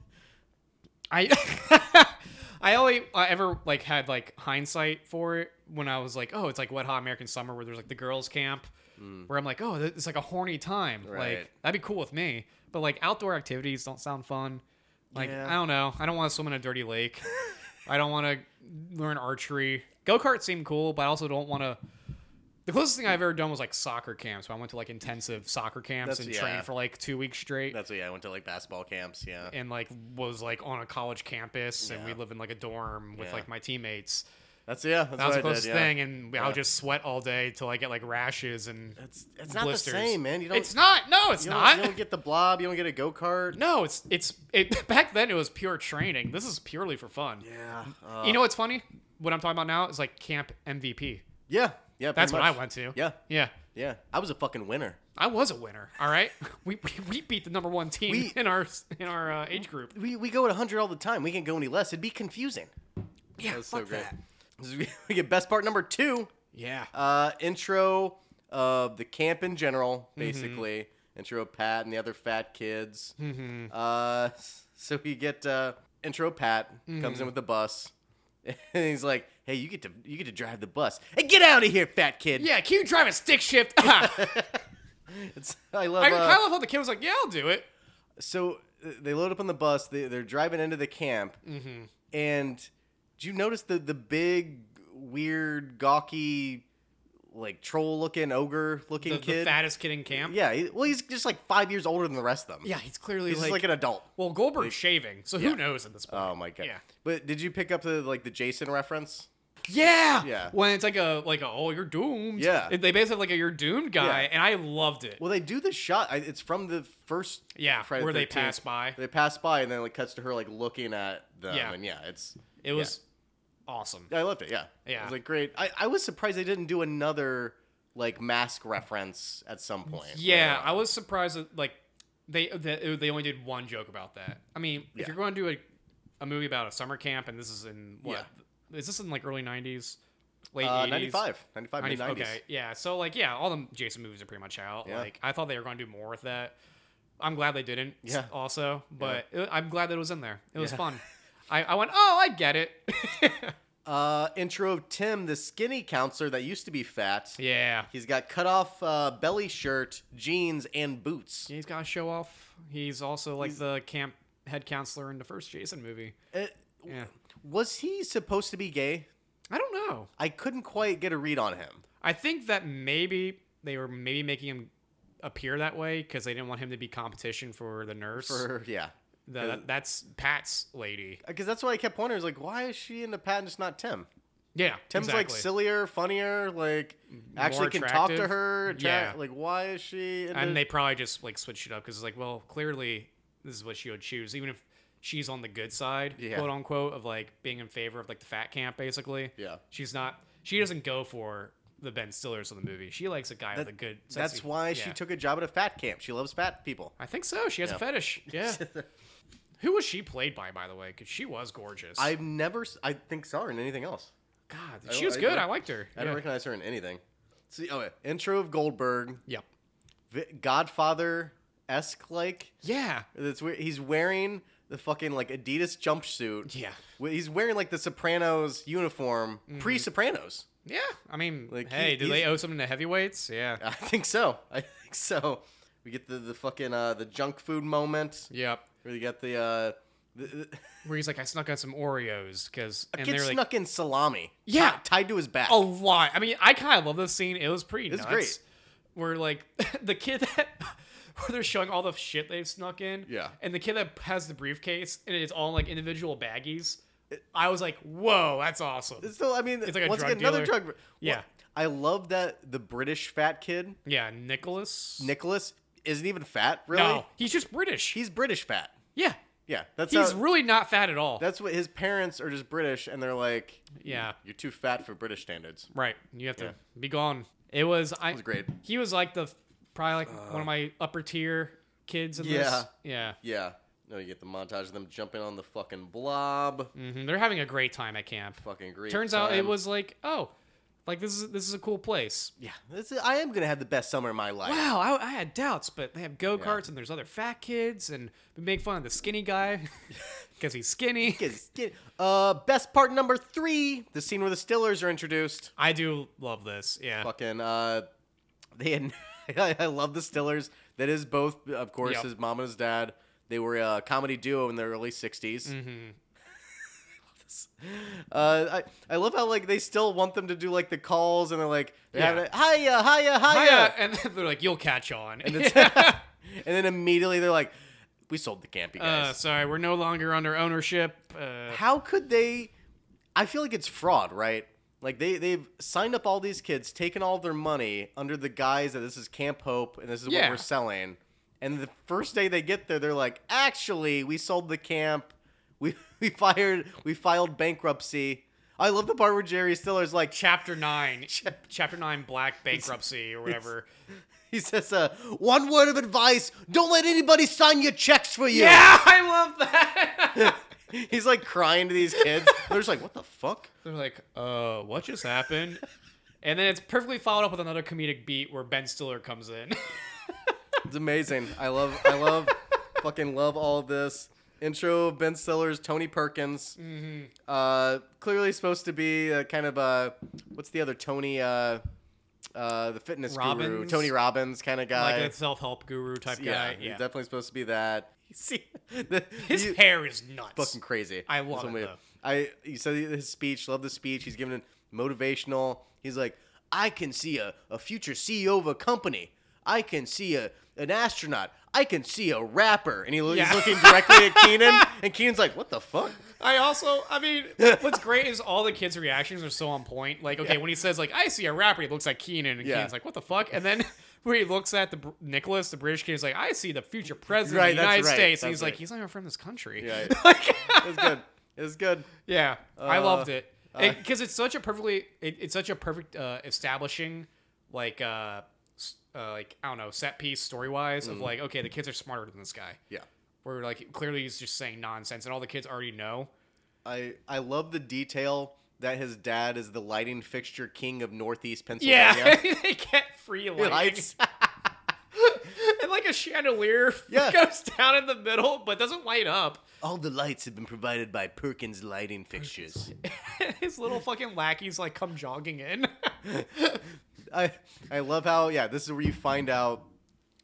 Speaker 1: I [LAUGHS] I only I ever like had like hindsight for it when I was like, oh, it's like Wet Hot American Summer where there's like the girls camp where I'm like, oh, th- it's like a horny time.
Speaker 2: Mm. Right.
Speaker 1: Like that'd be cool with me. But like outdoor activities don't sound fun. Like
Speaker 2: Yeah.
Speaker 1: I don't know. I don't want to swim in a dirty lake. I don't want to learn archery. Go kart seemed cool, but I also don't want to. The closest thing I've ever done was like soccer camps. So I went to like intensive soccer camps
Speaker 2: That's-
Speaker 1: and
Speaker 2: yeah.
Speaker 1: trained for like two weeks straight
Speaker 2: That's what, yeah, I went to like basketball camps. Yeah.
Speaker 1: and like was like on a college campus and we
Speaker 2: Yeah.
Speaker 1: live in like a dorm with
Speaker 2: Yeah.
Speaker 1: like my teammates.
Speaker 2: That's, yeah, that's
Speaker 1: That was the
Speaker 2: what I
Speaker 1: closest
Speaker 2: did. Yeah.
Speaker 1: thing, and I
Speaker 2: Yeah.
Speaker 1: would just sweat all day till I get like rashes and
Speaker 2: It's, it's not
Speaker 1: blisters.
Speaker 2: the same, man. You don't,
Speaker 1: it's not. No, it's
Speaker 2: you don't,
Speaker 1: not.
Speaker 2: you don't get the blob. You don't get a go
Speaker 1: [LAUGHS]
Speaker 2: kart.
Speaker 1: no, it's it's it. [LAUGHS] Back then, it was pure training. This is purely for fun.
Speaker 2: Yeah. Uh,
Speaker 1: you know what's funny? What I'm talking about now is like camp MVP.
Speaker 2: yeah. Yeah.
Speaker 1: That's
Speaker 2: pretty
Speaker 1: what I
Speaker 2: much.
Speaker 1: went to.
Speaker 2: Yeah.
Speaker 1: yeah.
Speaker 2: Yeah. I was a fucking winner.
Speaker 1: I was a winner. All right, [LAUGHS] we we, we beat the number one team
Speaker 2: We-
Speaker 1: [LAUGHS] in our in our uh, age group.
Speaker 2: We, we go at 100 all the time. We can't go any less. It'd be confusing.
Speaker 1: Yeah,
Speaker 2: That's
Speaker 1: fuck
Speaker 2: so great.
Speaker 1: that.
Speaker 2: This is- we get [LAUGHS] best part number two.
Speaker 1: Yeah.
Speaker 2: uh, intro of the camp in general,
Speaker 1: Mm-hmm.
Speaker 2: basically. Intro of Pat and the other
Speaker 1: [LAUGHS]
Speaker 2: fat kids. Mm-hmm. Uh, s- so we get uh, intro of Pat comes
Speaker 1: Mm-hmm.
Speaker 2: in with the bus, [LAUGHS] and he's like, "Hey, you get to you get to drive the bus. Hey, get out of here, fat kid."
Speaker 1: yeah. Can you drive a stick shift? [LAUGHS] Ah.
Speaker 2: [LAUGHS] It's, I love.
Speaker 1: I
Speaker 2: uh,
Speaker 1: kind of love how the kid was like, "Yeah, I'll do it."
Speaker 2: so uh, they load up on the bus. They, they're driving into the camp,
Speaker 1: Mm-hmm.
Speaker 2: and do you notice the the big weird gawky, like troll looking ogre looking
Speaker 1: The, the
Speaker 2: kid?
Speaker 1: fattest kid in camp.
Speaker 2: Yeah, he, well, he's just like five years older than the rest of them.
Speaker 1: yeah, he's clearly
Speaker 2: he's just
Speaker 1: like,
Speaker 2: like an adult.
Speaker 1: well, Goldberg's shaving, so
Speaker 2: Yeah. Uh,
Speaker 1: who knows at this point?
Speaker 2: Oh my god!
Speaker 1: Yeah.
Speaker 2: But did you pick up the like the Jason reference?
Speaker 1: Yeah.
Speaker 2: Yeah.
Speaker 1: When it's like a like a oh you're doomed.
Speaker 2: Yeah.
Speaker 1: It- They basically have like a you're doomed guy,
Speaker 2: Yeah.
Speaker 1: and I loved it.
Speaker 2: Well, they do the shot. I, it's from the first.
Speaker 1: Yeah,
Speaker 2: Friday
Speaker 1: where
Speaker 2: the
Speaker 1: they
Speaker 2: 13th.
Speaker 1: pass by.
Speaker 2: They pass by, and then it like, cuts to her like looking at them.
Speaker 1: Yeah.
Speaker 2: and yeah, it's.
Speaker 1: It was awesome.
Speaker 2: I loved it. Yeah,
Speaker 1: Yeah.
Speaker 2: It was like great. I, I was surprised they didn't do another like mask reference at some point.
Speaker 1: Yeah,
Speaker 2: Later on.
Speaker 1: I was surprised that like they that they only did one joke about that. I mean,
Speaker 2: Yeah.
Speaker 1: if you're going to do a, a movie about a summer camp, and this is in what is this in like early '90s, late
Speaker 2: Uh,
Speaker 1: '80s,
Speaker 2: 95, 95,
Speaker 1: 90s?
Speaker 2: mid-nineties.
Speaker 1: Okay, yeah. So like, yeah, all the Jason movies are pretty much out.
Speaker 2: Yeah.
Speaker 1: Like, I thought they were going to do more with that. I'm glad they didn't. s-
Speaker 2: Yeah.
Speaker 1: Also, but it- I'm glad that it was in there. It was
Speaker 2: Yeah. [LAUGHS]
Speaker 1: fun. I, I went, oh, I get it. [LAUGHS]
Speaker 2: Uh, intro of Tim, the skinny counselor that used to be fat.
Speaker 1: yeah.
Speaker 2: He's got cut off uh, belly shirt, jeans, and boots.
Speaker 1: He's got to show off. He's also like the camp head counselor in the first Jason movie.
Speaker 2: Uh,
Speaker 1: Yeah.
Speaker 2: was he supposed to be gay?
Speaker 1: I don't know.
Speaker 2: I couldn't quite get a read on him.
Speaker 1: I think that maybe they were maybe making him appear that way because they didn't want him to be competition for the nurse.
Speaker 2: For yeah,
Speaker 1: The- that- that's Pat's lady.
Speaker 2: because that's why I kept wondering. I was like, why is she into Pat and just not Tim?
Speaker 1: Yeah,
Speaker 2: Tim's like
Speaker 1: exactly.
Speaker 2: sillier, funnier, like actually
Speaker 1: More
Speaker 2: can talk to
Speaker 1: attractive.
Speaker 2: her. attract-
Speaker 1: Yeah.
Speaker 2: Like, why is she? Into-
Speaker 1: and they probably just like switched it up because it's like, well, clearly this is what she would choose, even if she's on the good side,
Speaker 2: Yeah.
Speaker 1: quote unquote, of like being in favor of like the fat camp, basically.
Speaker 2: Yeah.
Speaker 1: she's not. She doesn't go for the Ben Stillers of the movie. She likes a guy with a good.
Speaker 2: that's
Speaker 1: sexy-
Speaker 2: why she
Speaker 1: yeah.
Speaker 2: took a job at a fat camp. She loves fat people.
Speaker 1: I think so. She has
Speaker 2: Yeah.
Speaker 1: a
Speaker 2: [LAUGHS]
Speaker 1: fetish. Yeah. Who was she played by, by the way? Because she was gorgeous.
Speaker 2: I've never, s- I think, saw her in anything else.
Speaker 1: God,
Speaker 2: I
Speaker 1: she
Speaker 2: don't-
Speaker 1: was
Speaker 2: I
Speaker 1: good.
Speaker 2: don't-
Speaker 1: I liked her.
Speaker 2: I don't
Speaker 1: Yeah.
Speaker 2: recognize her in anything. See, oh, wait. intro of Goldberg,
Speaker 1: Yep.
Speaker 2: vi- Godfather esque like.
Speaker 1: Yeah.
Speaker 2: That's where he's wearing the fucking like Adidas jumpsuit.
Speaker 1: Yeah.
Speaker 2: Wh- He's wearing like the Sopranos uniform,
Speaker 1: Mm-hmm.
Speaker 2: pre Sopranos.
Speaker 1: Yeah. I mean,
Speaker 2: Like,
Speaker 1: hey,
Speaker 2: he-
Speaker 1: do they
Speaker 2: he's-
Speaker 1: owe something to heavyweights? Yeah.
Speaker 2: [LAUGHS] I think so. I think so. We get the, the fucking uh, the junk food moment.
Speaker 1: Yep.
Speaker 2: Where you got the uh, the, the,
Speaker 1: Where he's like, I snuck out some Oreos because, and
Speaker 2: kid
Speaker 1: they're like,
Speaker 2: snuck in salami.
Speaker 1: Yeah. Oh.
Speaker 2: ti- tied to his back.
Speaker 1: a lot. I mean, I kind of love this scene. It was pretty
Speaker 2: It's
Speaker 1: nuts.
Speaker 2: great.
Speaker 1: Where like [LAUGHS] the kid that [LAUGHS] where they're showing all the shit they've snuck in.
Speaker 2: Yeah.
Speaker 1: And the kid that has the briefcase and it's all like individual baggies. I was like, whoa, that's awesome.
Speaker 2: So I mean,
Speaker 1: It's like a
Speaker 2: once
Speaker 1: drug
Speaker 2: again, another
Speaker 1: dealer.
Speaker 2: drug. well,
Speaker 1: Yeah.
Speaker 2: I love that the British fat kid
Speaker 1: Yeah, Nicholas.
Speaker 2: Nicholas isn't even fat. Really,
Speaker 1: No, he's just British.
Speaker 2: he's British fat.
Speaker 1: yeah.
Speaker 2: Yeah, that's
Speaker 1: He's
Speaker 2: how,
Speaker 1: really not fat at all.
Speaker 2: that's what his parents are just British, and they're like,
Speaker 1: Yeah.
Speaker 2: you're too fat for British standards."
Speaker 1: Right. You have to
Speaker 2: Yeah.
Speaker 1: be gone. It was I
Speaker 2: was great. Uh.
Speaker 1: He was like the probably like one of my upper tier kids in
Speaker 2: Yeah.
Speaker 1: this. Yeah.
Speaker 2: Yeah. No, you get the montage of them jumping on the fucking blob.
Speaker 1: hmm They're having a great time at camp.
Speaker 2: Fucking great.
Speaker 1: Turns out it
Speaker 2: time.
Speaker 1: was like, oh, like this is this is a cool place.
Speaker 2: Yeah, this is, I am gonna have the best summer of my life.
Speaker 1: Wow, I, I had doubts, but they have go karts and there's other fat kids and we make fun of the skinny
Speaker 2: [LAUGHS]
Speaker 1: guy [LAUGHS] because he's skinny.
Speaker 2: Is- get- Uh, best part number three: the scene where the Stillers are introduced.
Speaker 1: I do love this. Yeah,
Speaker 2: Fucking, uh, they had. [LAUGHS] I I love the Stillers. That is both, of course,
Speaker 1: Yep.
Speaker 2: his mom and his dad. They were a uh, comedy duo in the early '60s.
Speaker 1: Mm-hmm.
Speaker 2: [LAUGHS] Uh, I I love how like they still want them to do like the calls and they're like they're
Speaker 1: Yeah.
Speaker 2: having a, hiya hiya hiya,
Speaker 1: Hiya, uh, and they're like, you'll catch on. Uh, [LAUGHS]
Speaker 2: And, it's- [LAUGHS] and then immediately they're like, we sold the campy guys.
Speaker 1: uh, sorry, we're no longer under ownership. Uh,
Speaker 2: how could they i feel like it's fraud right like they they've signed up all these kids taken all their money under the guise that this is camp hope and this is what
Speaker 1: Yeah.
Speaker 2: we're selling and the first day they get there they're like actually we sold the camp we [LAUGHS] we fired we filed bankruptcy i love the part where jerry stiller's like [LAUGHS]
Speaker 1: chapter nine, chapter nine, black bankruptcy
Speaker 2: [LAUGHS]
Speaker 1: or whatever.
Speaker 2: he says uh, one word of advice don't let anybody sign your checks for you
Speaker 1: Yeah, I love [LAUGHS] that.
Speaker 2: he's like crying to these kids they're just like what the fuck
Speaker 1: They're like, uh, what just happened?
Speaker 2: [LAUGHS]
Speaker 1: And then it's perfectly followed up with another comedic beat where Ben Stiller comes in. [LAUGHS]
Speaker 2: It's amazing. I love, I love, fucking love all this. Intro of Ben Stillers, Tony Perkins. Mm-hmm. Uh, clearly supposed to be uh kind of a, what's the other Tony, uh, uh, the fitness guru,
Speaker 1: Robbins?
Speaker 2: Tony Robbins kind of guy.
Speaker 1: like a self-help guru type
Speaker 2: yeah,
Speaker 1: guy.
Speaker 2: he's
Speaker 1: Yeah. [LAUGHS]
Speaker 2: definitely supposed to be that. See, [LAUGHS] the,
Speaker 1: His
Speaker 2: you-
Speaker 1: hair is nuts.
Speaker 2: fucking crazy.
Speaker 1: I love
Speaker 2: That's
Speaker 1: it,
Speaker 2: what we-
Speaker 1: though.
Speaker 2: I you said his speech. Love the speech. He's giving it E motivational. He's like, I can see a, a future CEO of a company. I can see a, an astronaut. I can see a rapper. And he, lo-
Speaker 1: Yeah.
Speaker 2: he's looking
Speaker 1: [LAUGHS]
Speaker 2: directly at Keenan. And Keenan's like, what the fuck?
Speaker 1: I also, I
Speaker 2: [LAUGHS]
Speaker 1: mean, what's great is all the kids' reactions are so on point. Like, okay,
Speaker 2: Yeah.
Speaker 1: when he says like, "I see a rapper," he looks like Keenan, and
Speaker 2: Yeah.
Speaker 1: Keenan's like, "What the fuck?" And then [LAUGHS] where he looks at the Br- Nicholas, the British kid, he's like, "I see the future president
Speaker 2: Right,
Speaker 1: of the
Speaker 2: that's
Speaker 1: United
Speaker 2: right,
Speaker 1: States," and
Speaker 2: that's
Speaker 1: he's
Speaker 2: right.
Speaker 1: like, "He's not even from this country."
Speaker 2: Yeah.
Speaker 1: [LAUGHS] Like-
Speaker 2: It's good. It's good.
Speaker 1: yeah, I
Speaker 2: Uh,
Speaker 1: loved it
Speaker 2: uh,
Speaker 1: because it's such a perfectly, it, it's such a perfect uh, establishing, like, uh, s- uh, like I don't know, set piece story wise
Speaker 2: Mm.
Speaker 1: of like, okay, the kids are smarter than this guy.
Speaker 2: Yeah.
Speaker 1: Where like clearly he's just saying nonsense, and all the kids already know.
Speaker 2: I, I love the detail that his dad is the lighting fixture king of Northeast Pennsylvania.
Speaker 1: Yeah, [LAUGHS] they get free
Speaker 2: He
Speaker 1: lighting.
Speaker 2: [LAUGHS] lights.
Speaker 1: and like a chandelier
Speaker 2: [LAUGHS] Yeah.
Speaker 1: goes down in the middle, but doesn't light up. [LAUGHS]
Speaker 2: All the lights have been provided by Perkins Lighting Fixtures.
Speaker 1: His little fucking lackeys like come jogging in. [LAUGHS]
Speaker 2: I I love how yeah, this is where you find out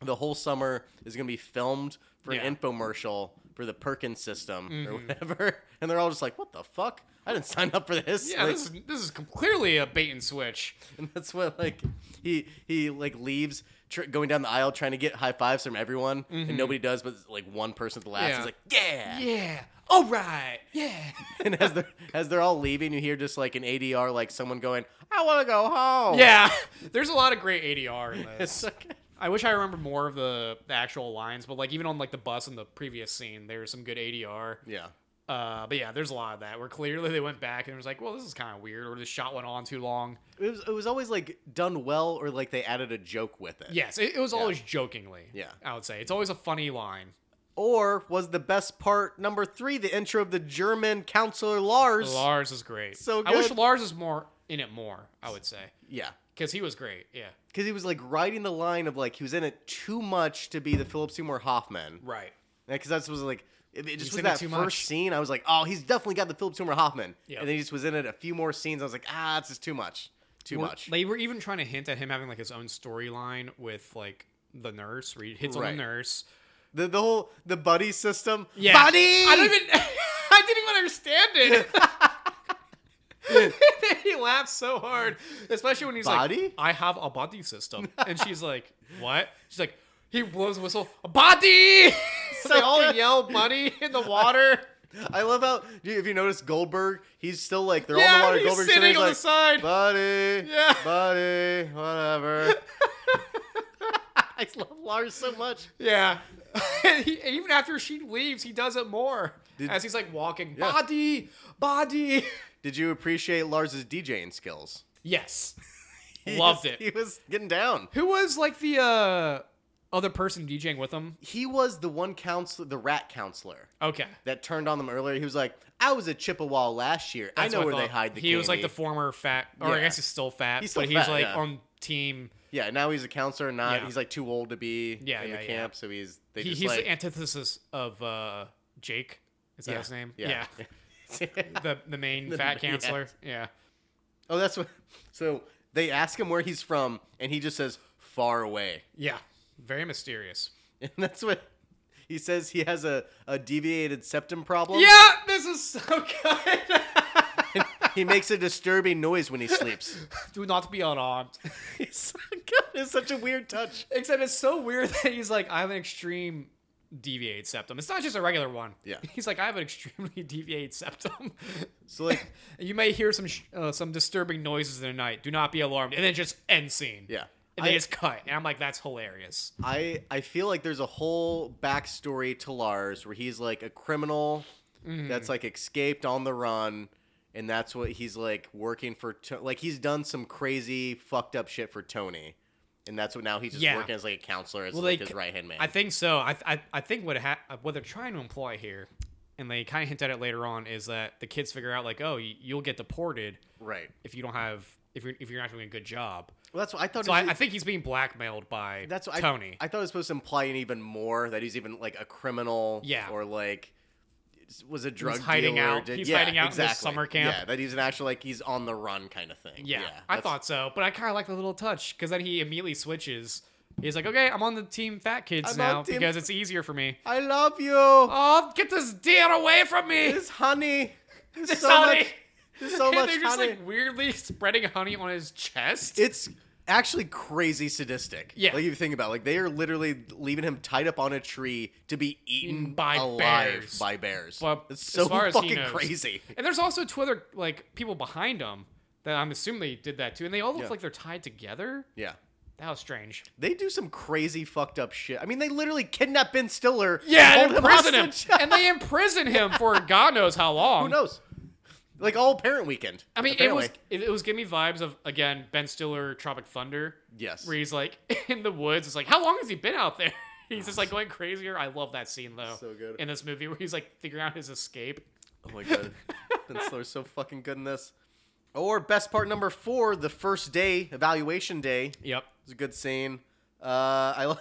Speaker 2: the whole summer is gonna be filmed for
Speaker 1: Yeah. Mm-hmm.
Speaker 2: an infomercial for the Perkins system or whatever, [LAUGHS] and they're all just like, "What the fuck? I didn't sign up for this."
Speaker 1: yeah,
Speaker 2: Like,
Speaker 1: this is this is com- clearly a bait and switch.
Speaker 2: and [LAUGHS] that's what like he he like leaves tr- going down the aisle trying to get high fives from everyone, and nobody does, but like one person at the last
Speaker 1: Mm-hmm. Yeah.
Speaker 2: is like, "Yeah."
Speaker 1: Yeah. All right. Yeah.
Speaker 2: [LAUGHS] And as they're as they're all leaving, you hear just like an ADR, like someone going, "I want to go
Speaker 1: [LAUGHS]
Speaker 2: home."
Speaker 1: Yeah. There's a lot of great ADR in
Speaker 2: [LAUGHS] It's
Speaker 1: this.
Speaker 2: like-
Speaker 1: I wish I remembered more of the, the actual lines, but like even on like the bus in the previous scene, there's some good ADR.
Speaker 2: yeah.
Speaker 1: Uh, but yeah, there's a lot of that where clearly they went back and it was like, well, this is kind of weird, or the shot went on too long.
Speaker 2: It was, it was always like done well or like they added a joke with it.
Speaker 1: Yes, it, it was always jokingly.
Speaker 2: Yeah.
Speaker 1: I would say it's always a funny line.
Speaker 2: Or was the best part number three, the intro of the German counselor Lars?
Speaker 1: Lars is great.
Speaker 2: So
Speaker 1: I wish
Speaker 2: good.
Speaker 1: Lars is more in it more. I would say
Speaker 2: yeah.
Speaker 1: because he was great. Yeah.
Speaker 2: Because he was like riding the line of like he was in it too much to be the Philip Seymour Hoffman.
Speaker 1: Right.
Speaker 2: Because that's was like, it, it
Speaker 1: He's
Speaker 2: just was
Speaker 1: in it
Speaker 2: that
Speaker 1: too
Speaker 2: first
Speaker 1: much.
Speaker 2: scene. I was like, oh, he's definitely got the Philip Seymour Hoffman.
Speaker 1: Yeah.
Speaker 2: And then he just was in it a few more scenes. I was like, ah, it's just too much. Too much.
Speaker 1: They were even trying to hint at him having like his own storyline with like the nurse, where he hits
Speaker 2: Right.
Speaker 1: on the nurse.
Speaker 2: The, the whole, the buddy system.
Speaker 1: Yeah.
Speaker 2: Buddy!
Speaker 1: I don't even. [LAUGHS] I didn't even understand it. [LAUGHS] he laughs so hard, especially when he's
Speaker 2: Body?
Speaker 1: like, "I have a body system," and she's like, "What?" She's like, "He blows a whistle, a [LAUGHS] body." so they all
Speaker 2: good.
Speaker 1: yell "buddy" in the water.
Speaker 2: I love how if you notice Goldberg, he's still like they're
Speaker 1: Yeah,
Speaker 2: all in the water.
Speaker 1: he's
Speaker 2: Goldberg's
Speaker 1: sitting on
Speaker 2: there,
Speaker 1: the
Speaker 2: he's like,
Speaker 1: side.
Speaker 2: buddy,
Speaker 1: Yeah. [LAUGHS]
Speaker 2: buddy, whatever. I love Lars so much.
Speaker 1: Yeah. [LAUGHS] He- even after she leaves, he does it more
Speaker 2: Did-
Speaker 1: as he's like walking.
Speaker 2: Yeah.
Speaker 1: Body, body.
Speaker 2: Did you appreciate Lars's DJing skills?
Speaker 1: [LAUGHS]
Speaker 2: [LAUGHS]
Speaker 1: Yes,
Speaker 2: He
Speaker 1: loved
Speaker 2: was-
Speaker 1: it.
Speaker 2: He was getting down.
Speaker 1: Who was like the uh, other person DJing with him?
Speaker 2: He was the one counselor, the rat counselor
Speaker 1: Okay,
Speaker 2: that turned on them earlier. He was like, "I was a Chippewa last year.
Speaker 1: That's
Speaker 2: I know
Speaker 1: what
Speaker 2: where they
Speaker 1: thought.
Speaker 2: hide the
Speaker 1: He was like the
Speaker 2: candy."
Speaker 1: former fat, or
Speaker 2: Yeah.
Speaker 1: I guess he's still fat,
Speaker 2: He's still
Speaker 1: but he's
Speaker 2: fat,
Speaker 1: like
Speaker 2: yeah.
Speaker 1: on team.
Speaker 2: yeah, now he's a counselor. Not
Speaker 1: Yeah.
Speaker 2: he's like too old to be
Speaker 1: Yeah,
Speaker 2: in
Speaker 1: yeah,
Speaker 2: the
Speaker 1: yeah.
Speaker 2: camp. So he's they
Speaker 1: He,
Speaker 2: just
Speaker 1: he's
Speaker 2: like
Speaker 1: the antithesis of uh, Jake. Is that his name?
Speaker 2: [LAUGHS] yeah.
Speaker 1: the the main
Speaker 2: [LAUGHS] The-
Speaker 1: fat
Speaker 2: yeah.
Speaker 1: counselor. Yeah.
Speaker 2: Oh, that's what. [LAUGHS] So they ask him where he's from, and he just says far away,
Speaker 1: yeah, very mysterious.
Speaker 2: [LAUGHS] and that's what he says. He has a, a deviated septum problem. [LAUGHS]
Speaker 1: Yeah, this is so good.
Speaker 2: he makes a disturbing noise when he sleeps.
Speaker 1: [LAUGHS] Do not be alarmed.
Speaker 2: He's [LAUGHS] so good. It's such a weird touch.
Speaker 1: Except it's so weird [LAUGHS] that he's like, I have an extreme deviated septum. It's not just a regular one.
Speaker 2: Yeah.
Speaker 1: [LAUGHS] He's like, I have an extremely [LAUGHS] deviated septum. [LAUGHS]
Speaker 2: So like,
Speaker 1: you may hear some sh- uh, some disturbing noises in the night. Do not be alarmed. And then just end scene.
Speaker 2: yeah,
Speaker 1: And they
Speaker 2: I-
Speaker 1: just cut. And I'm like, that's hilarious.
Speaker 2: I I feel like there's a whole backstory to Lars where he's like a criminal
Speaker 1: Mm-hmm.
Speaker 2: that's like escaped on the run, and that's what he's like working for. To- like he's done some crazy fucked up shit for Tony, and that's what now he's just
Speaker 1: Yeah.
Speaker 2: working as like a counselor as
Speaker 1: Well,
Speaker 2: like
Speaker 1: they
Speaker 2: his
Speaker 1: c-
Speaker 2: right hand man.
Speaker 1: I think so. I I, I think what ha- what they're trying to imply here, and they kind of hint at it later on, is that the kids figure out like, oh, y- you'll get deported
Speaker 2: right.
Speaker 1: if you don't have if you're if you're not doing a good job.
Speaker 2: Well, that's what I thought.
Speaker 1: So
Speaker 2: it
Speaker 1: I,
Speaker 2: was,
Speaker 1: I think he's being blackmailed by
Speaker 2: that's what I-
Speaker 1: Tony.
Speaker 2: I, thought it was supposed to imply an even more that he's even like a criminal.
Speaker 1: Yeah.
Speaker 2: Or like. Was a drug
Speaker 1: hiding
Speaker 2: dealer,
Speaker 1: out-
Speaker 2: did-
Speaker 1: he's
Speaker 2: yeah,
Speaker 1: hiding out in this
Speaker 2: exactly.
Speaker 1: summer camp.
Speaker 2: Yeah, that he's an actual like he's on the run kind of thing.
Speaker 1: Yeah, I
Speaker 2: that's-
Speaker 1: thought so, but I kind of like the little touch because then he immediately switches. He's like, "Okay, I'm on the team fat kids
Speaker 2: I'm on
Speaker 1: now
Speaker 2: team-
Speaker 1: because it's easier for me."
Speaker 2: I love you.
Speaker 1: Oh, get this deer away from me!
Speaker 2: This honey. There's
Speaker 1: This
Speaker 2: so
Speaker 1: honey.
Speaker 2: much. There's
Speaker 1: [LAUGHS]
Speaker 2: so
Speaker 1: And
Speaker 2: much
Speaker 1: they're just [LAUGHS]
Speaker 2: honey.
Speaker 1: like weirdly spreading honey on his chest.
Speaker 2: it's actually crazy sadistic.
Speaker 1: Yeah.
Speaker 2: Like if you think about it, like they are literally leaving him tied up on a tree to be eaten
Speaker 1: Eaten by
Speaker 2: alive
Speaker 1: bears.
Speaker 2: by bears.
Speaker 1: Well,
Speaker 2: it's
Speaker 1: as
Speaker 2: so
Speaker 1: far as he
Speaker 2: fucking
Speaker 1: knows.
Speaker 2: crazy.
Speaker 1: And there's also two other like people behind him that I'm assuming they did that too, and they all look
Speaker 2: Yeah.
Speaker 1: like they're tied together.
Speaker 2: Yeah.
Speaker 1: That was strange.
Speaker 2: They do some crazy fucked up shit. I mean, they literally kidnap Ben Stiller.
Speaker 1: Yeah,
Speaker 2: hold
Speaker 1: and imprison him,
Speaker 2: hostage. [LAUGHS]
Speaker 1: and they imprison him for God knows how long.
Speaker 2: Who knows? Like all parent weekend.
Speaker 1: I mean,
Speaker 2: apparently.
Speaker 1: it was it, it was giving me vibes of again Ben Stiller, Tropic Thunder.
Speaker 2: Yes.
Speaker 1: where he's like [LAUGHS] in the woods. It's like, how long has he been out there? [LAUGHS] He's just like going crazier. I love that scene though.
Speaker 2: So good.
Speaker 1: in this movie where he's like figuring out his escape.
Speaker 2: Oh my god, Ben Stiller's so fucking good in this. Or best part number four, the first day evaluation day.
Speaker 1: Yep.
Speaker 2: It's a good scene. Uh, I [LAUGHS] lo-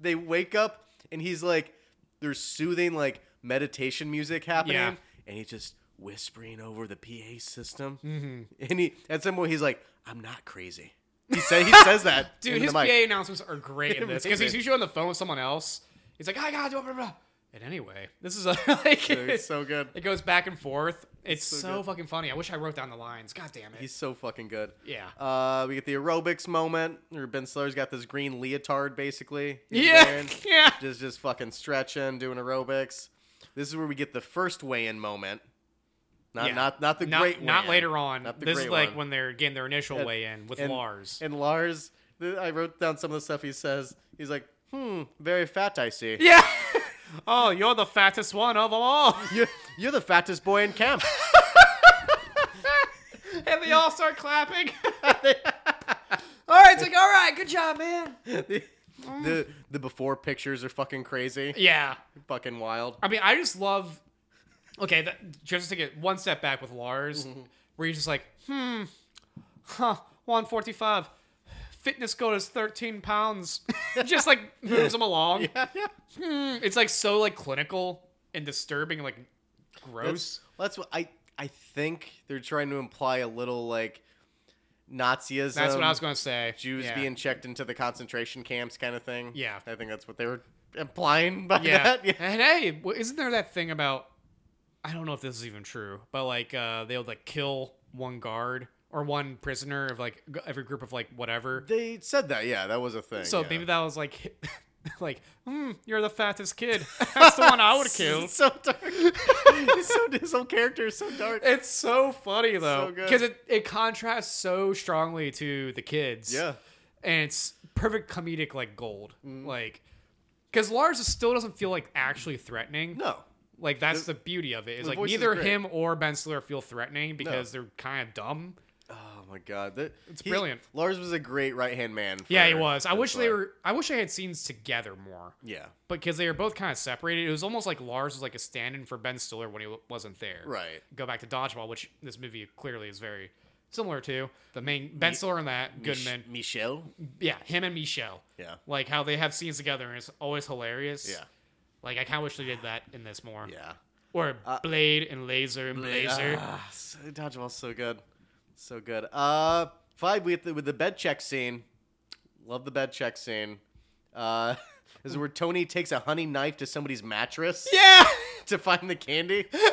Speaker 2: they wake up and he's like, there's soothing like meditation music happening,
Speaker 1: Yeah.
Speaker 2: and he's just whispering over the PA system. Mm-hmm. And he at some point he's like, "I'm not crazy." He said he says that.
Speaker 1: [LAUGHS] Dude,
Speaker 2: into
Speaker 1: his
Speaker 2: the mic.
Speaker 1: PA announcements are great in this because he's
Speaker 2: Amazing.
Speaker 1: usually on the phone with someone else. He's like, I gotta do it, blah, blah, blah. And anyway, this is a, [LAUGHS] like
Speaker 2: Dude, it's so good.
Speaker 1: [LAUGHS] it goes back and forth. It's
Speaker 2: So
Speaker 1: so,
Speaker 2: good.
Speaker 1: fucking funny. I wish I wrote down the lines. God damn it.
Speaker 2: He's so fucking good.
Speaker 1: Yeah.
Speaker 2: Uh, we get the aerobics moment. Or Ben Stiller's got this green leotard, basically. he's
Speaker 1: yeah,
Speaker 2: wearing.
Speaker 1: [LAUGHS] yeah.
Speaker 2: Just just fucking stretching, doing aerobics. This is where we get the first weigh-in moment. Not
Speaker 1: Yeah.
Speaker 2: not not the
Speaker 1: Not,
Speaker 2: great.
Speaker 1: not
Speaker 2: weigh-in.
Speaker 1: later on.
Speaker 2: Not the
Speaker 1: this
Speaker 2: great
Speaker 1: is like
Speaker 2: one.
Speaker 1: when they're getting their initial
Speaker 2: And-
Speaker 1: weigh in with
Speaker 2: and-
Speaker 1: Lars.
Speaker 2: And Lars, th- I wrote down some of the stuff he says. He's like, "Hmm, very fat, I see.
Speaker 1: [LAUGHS] yeah. oh, you're the fattest one of them all.
Speaker 2: [LAUGHS] You're, you're the fattest boy
Speaker 1: [LAUGHS]
Speaker 2: in camp."
Speaker 1: and they all start [LAUGHS] clapping. all right, it's like, all right, good job, man.
Speaker 2: the, the the before pictures are fucking crazy,
Speaker 1: Yeah.
Speaker 2: fucking wild.
Speaker 1: I mean, I just love. Okay, that, just to get one step back with Lars, where he's just like, hmm, huh, 145. Fitness goal is 13 pounds. [LAUGHS] just like moves him along. [LAUGHS]
Speaker 2: yeah.
Speaker 1: Hmm, It's like so like clinical and disturbing, and, like
Speaker 2: That's,
Speaker 1: gross.
Speaker 2: that's what I I think they're trying to imply a little like Nazism.
Speaker 1: That's um, what I was going to say.
Speaker 2: Jews
Speaker 1: Yeah.
Speaker 2: being checked into the concentration camps kind of thing.
Speaker 1: Yeah.
Speaker 2: I think that's what they were implying [LAUGHS] by
Speaker 1: Yeah.
Speaker 2: that. Yeah.
Speaker 1: And hey, w- isn't there that thing about I don't know if this is even true, but like uh they'll like kill one guard or one prisoner of like g- every group of like whatever.
Speaker 2: They said that. Yeah, that was a thing.
Speaker 1: So
Speaker 2: yeah.
Speaker 1: maybe that was like [LAUGHS] like hmm, you're the fattest kid. [LAUGHS] That's the one I
Speaker 2: [LAUGHS]
Speaker 1: would kill.
Speaker 2: It's so dark. It's so his whole character is so dark.
Speaker 1: It's so funny though
Speaker 2: good.
Speaker 1: because it it contrasts so strongly to the kids.
Speaker 2: Yeah. Mm-hmm.
Speaker 1: and it's perfect comedic like gold. Like because Lars is- still doesn't feel like actually threatening.
Speaker 2: No.
Speaker 1: Like that's the, beauty of it. Is
Speaker 2: the
Speaker 1: like
Speaker 2: voice is
Speaker 1: neither
Speaker 2: great.
Speaker 1: him or Ben Stiller feel threatening because they're kind of dumb.
Speaker 2: Oh my god. That, it's
Speaker 1: brilliant.
Speaker 2: Lars was a great right hand man. for
Speaker 1: Yeah, he was. I
Speaker 2: Ben
Speaker 1: wish they
Speaker 2: Stiller.
Speaker 1: were. I wish they had scenes together more,
Speaker 2: Yeah.
Speaker 1: but because they were both kind of separated, it was almost like Lars was like a stand-in for Ben Stiller when he w- wasn't there.
Speaker 2: Right.
Speaker 1: Go back to Dodgeball, which this movie clearly is very similar to the main Ben Stiller and that Goodman.
Speaker 2: Mich- Michelle.
Speaker 1: yeah, him and Michelle.
Speaker 2: Yeah.
Speaker 1: Like how they have scenes together and it's always hilarious.
Speaker 2: Yeah.
Speaker 1: Like I kind of wish they did that in this more.
Speaker 2: Yeah. Uh,
Speaker 1: Or Blade and Laser and Blazer.
Speaker 2: Ah, so, dodgeball's so good, so good. Uh, five with the, with the bed check scene. Love the bed check scene. Uh, [LAUGHS] this is where Tony takes a honey knife to somebody's mattress
Speaker 1: [LAUGHS] yeah.
Speaker 2: [LAUGHS] to find
Speaker 1: [LAUGHS]
Speaker 2: the candy, and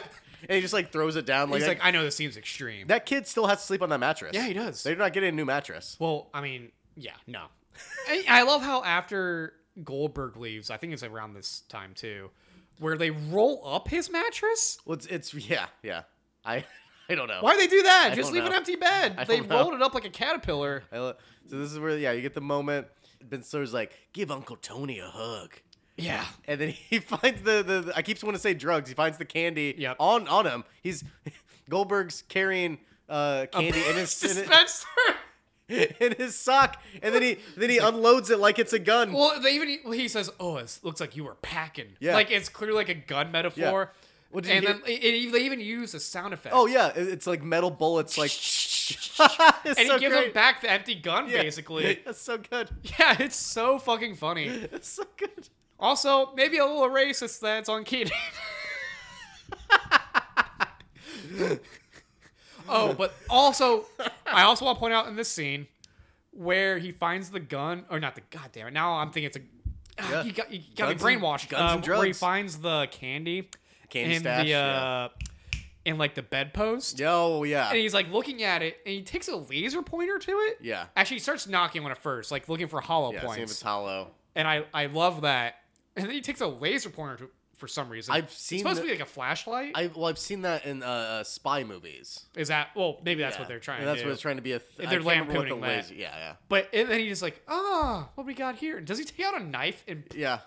Speaker 2: he just like throws it down. Like,
Speaker 1: He's
Speaker 2: that,
Speaker 1: like, I know this seems extreme.
Speaker 2: that kid still has to sleep on that mattress.
Speaker 1: Yeah, he does.
Speaker 2: They're not getting a new mattress.
Speaker 1: well, I mean, yeah,
Speaker 2: [LAUGHS]
Speaker 1: no. I, I love how after Goldberg leaves, I think it's around this time too, where they roll up his mattress.
Speaker 2: Well, it's, it's yeah, yeah. I [LAUGHS] I don't know.
Speaker 1: Why do they do that?
Speaker 2: I
Speaker 1: Just
Speaker 2: don't
Speaker 1: leave an
Speaker 2: know.
Speaker 1: empty bed.
Speaker 2: I
Speaker 1: they
Speaker 2: don't know.
Speaker 1: rolled it up like a caterpillar.
Speaker 2: I lo- so this is where yeah you get the moment. Ben Stiller's like, give Uncle Tony a hug.
Speaker 1: Yeah.
Speaker 2: and then [LAUGHS] he finds the, the, the- I keep wanting to say drugs. He finds the candy
Speaker 1: Yep.
Speaker 2: on on him. He's [LAUGHS] Goldberg's carrying uh, candy in his in,
Speaker 1: Dispenser. [LAUGHS]
Speaker 2: his- [LAUGHS] in his sock, and then he then he unloads it like it's a gun.
Speaker 1: well, they even well, he says, "Oh, it looks like you were packing."
Speaker 2: Yeah.
Speaker 1: Like it's clearly like a gun metaphor.
Speaker 2: Well, did you
Speaker 1: and
Speaker 2: hear-
Speaker 1: then it, it- they even use a sound effect.
Speaker 2: oh yeah, it- it's like metal bullets. Like [LAUGHS] it's
Speaker 1: and
Speaker 2: so
Speaker 1: he gives him
Speaker 2: great.
Speaker 1: back the empty gun,
Speaker 2: Yeah. [LAUGHS]
Speaker 1: basically.
Speaker 2: That's so good.
Speaker 1: [LAUGHS] Yeah, it's so fucking funny.
Speaker 2: That's so good.
Speaker 1: Also, maybe a little racist that's on Keaton. [LAUGHS] oh, but also, I also want to point out in this scene where he finds the gun, or not the goddamn it. Now I'm thinking it's a. ah,
Speaker 2: Yeah.
Speaker 1: You got, you got me
Speaker 2: Guns and-
Speaker 1: brainwashed.
Speaker 2: guns
Speaker 1: Uh,
Speaker 2: and
Speaker 1: Where he
Speaker 2: drugs.
Speaker 1: finds the candy.
Speaker 2: Candy
Speaker 1: in
Speaker 2: stash,
Speaker 1: the, uh, in like the bedpost.
Speaker 2: Yo, yeah.
Speaker 1: And he's like looking at it and he takes a laser pointer to it.
Speaker 2: yeah.
Speaker 1: Actually, he starts knocking on it first, like looking for hollow
Speaker 2: Yeah, see if it's
Speaker 1: points.
Speaker 2: hollow.
Speaker 1: and I, I love that. And then he takes a laser pointer to, for some reason.
Speaker 2: I've
Speaker 1: It's
Speaker 2: seen
Speaker 1: supposed to be
Speaker 2: the-
Speaker 1: like a flashlight.
Speaker 2: I well, I've seen that in uh, uh, spy movies.
Speaker 1: Is that well? Maybe that's
Speaker 2: Yeah.
Speaker 1: what they're trying.
Speaker 2: And that's
Speaker 1: to
Speaker 2: what
Speaker 1: do.
Speaker 2: it's trying to be a. Th-
Speaker 1: They're
Speaker 2: I can't remember what the
Speaker 1: lampooning that.
Speaker 2: laser- Yeah,
Speaker 1: But and then he just like, ah, what we got here? And does he take out a knife? And [LAUGHS]
Speaker 2: yeah,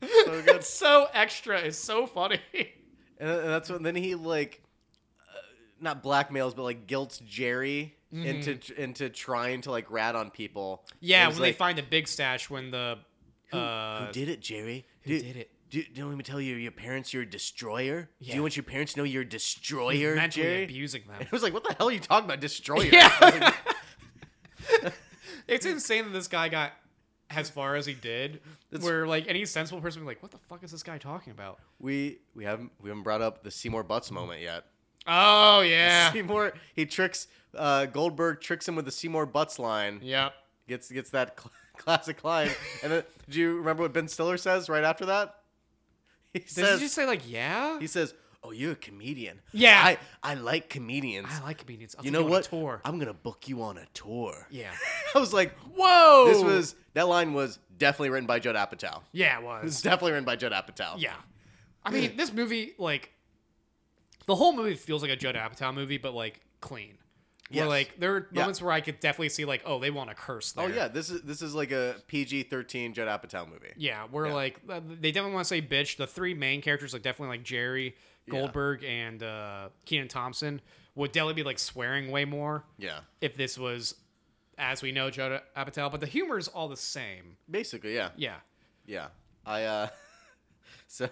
Speaker 2: yeah. So good.
Speaker 1: it's so extra. It's so funny.
Speaker 2: [LAUGHS] And, and that's when then he like, uh, not blackmails, but like guilts Jerry into into trying to like rat on people.
Speaker 1: Mm-hmm. yeah,
Speaker 2: And
Speaker 1: when
Speaker 2: he's
Speaker 1: they
Speaker 2: like,
Speaker 1: find the big stash, when the uh,
Speaker 2: who did it, Jerry?
Speaker 1: who did it?
Speaker 2: Do, don't let me tell you, your parents, you're a destroyer. Do
Speaker 1: Yeah.
Speaker 2: you want your parents to know you're a destroyer,
Speaker 1: mentally
Speaker 2: Jerry? [LAUGHS]
Speaker 1: abusing them.
Speaker 2: I was like, what the hell are you talking about, destroyer? [LAUGHS]
Speaker 1: Yeah. it's insane that this guy got as far as he did. where like any sensible person would be like, what the fuck is this guy talking
Speaker 2: [LAUGHS]
Speaker 1: about?
Speaker 2: we we haven't we haven't brought up the Seymour Butts moment yet.
Speaker 1: Oh yeah,
Speaker 2: Seymour he tricks uh, Goldberg tricks him with the Seymour Butts line.
Speaker 1: yep.
Speaker 2: Gets gets that cl- [LAUGHS] classic line. and then do you remember what Ben Stiller says right after that? He
Speaker 1: Does
Speaker 2: says
Speaker 1: he just say like yeah?
Speaker 2: he says, "Oh, you're a comedian.
Speaker 1: Yeah.
Speaker 2: I I like comedians.
Speaker 1: I like comedians. I'll
Speaker 2: you
Speaker 1: take
Speaker 2: know
Speaker 1: on a
Speaker 2: what?
Speaker 1: Tour.
Speaker 2: I'm gonna book you on a tour."
Speaker 1: yeah.
Speaker 2: [LAUGHS] I was like,
Speaker 1: Whoa.
Speaker 2: This was that line was definitely written by Judd Apatow.
Speaker 1: yeah. It was
Speaker 2: It's definitely written by Judd Apatow.
Speaker 1: Yeah. I mean, this movie, like, the whole movie feels like a Judd Apatow movie, but, like, clean. Where,
Speaker 2: Yes.
Speaker 1: like, there are
Speaker 2: Yeah.
Speaker 1: moments where I could definitely see, like, oh, they want to curse there.
Speaker 2: Oh yeah, this is this is like a PG-13 Judd Apatow movie.
Speaker 1: Yeah, where,
Speaker 2: Yeah.
Speaker 1: like, uh, they definitely want to say bitch. The three main characters, like, definitely, like, Jerry, Goldberg, and uh, Keenan Thompson, would definitely be, like, swearing way more
Speaker 2: Yeah.
Speaker 1: if this was, as we know, Judd Apatow. But the humor is all the same.
Speaker 2: Basically, yeah.
Speaker 1: Yeah.
Speaker 2: Yeah. I uh [LAUGHS] so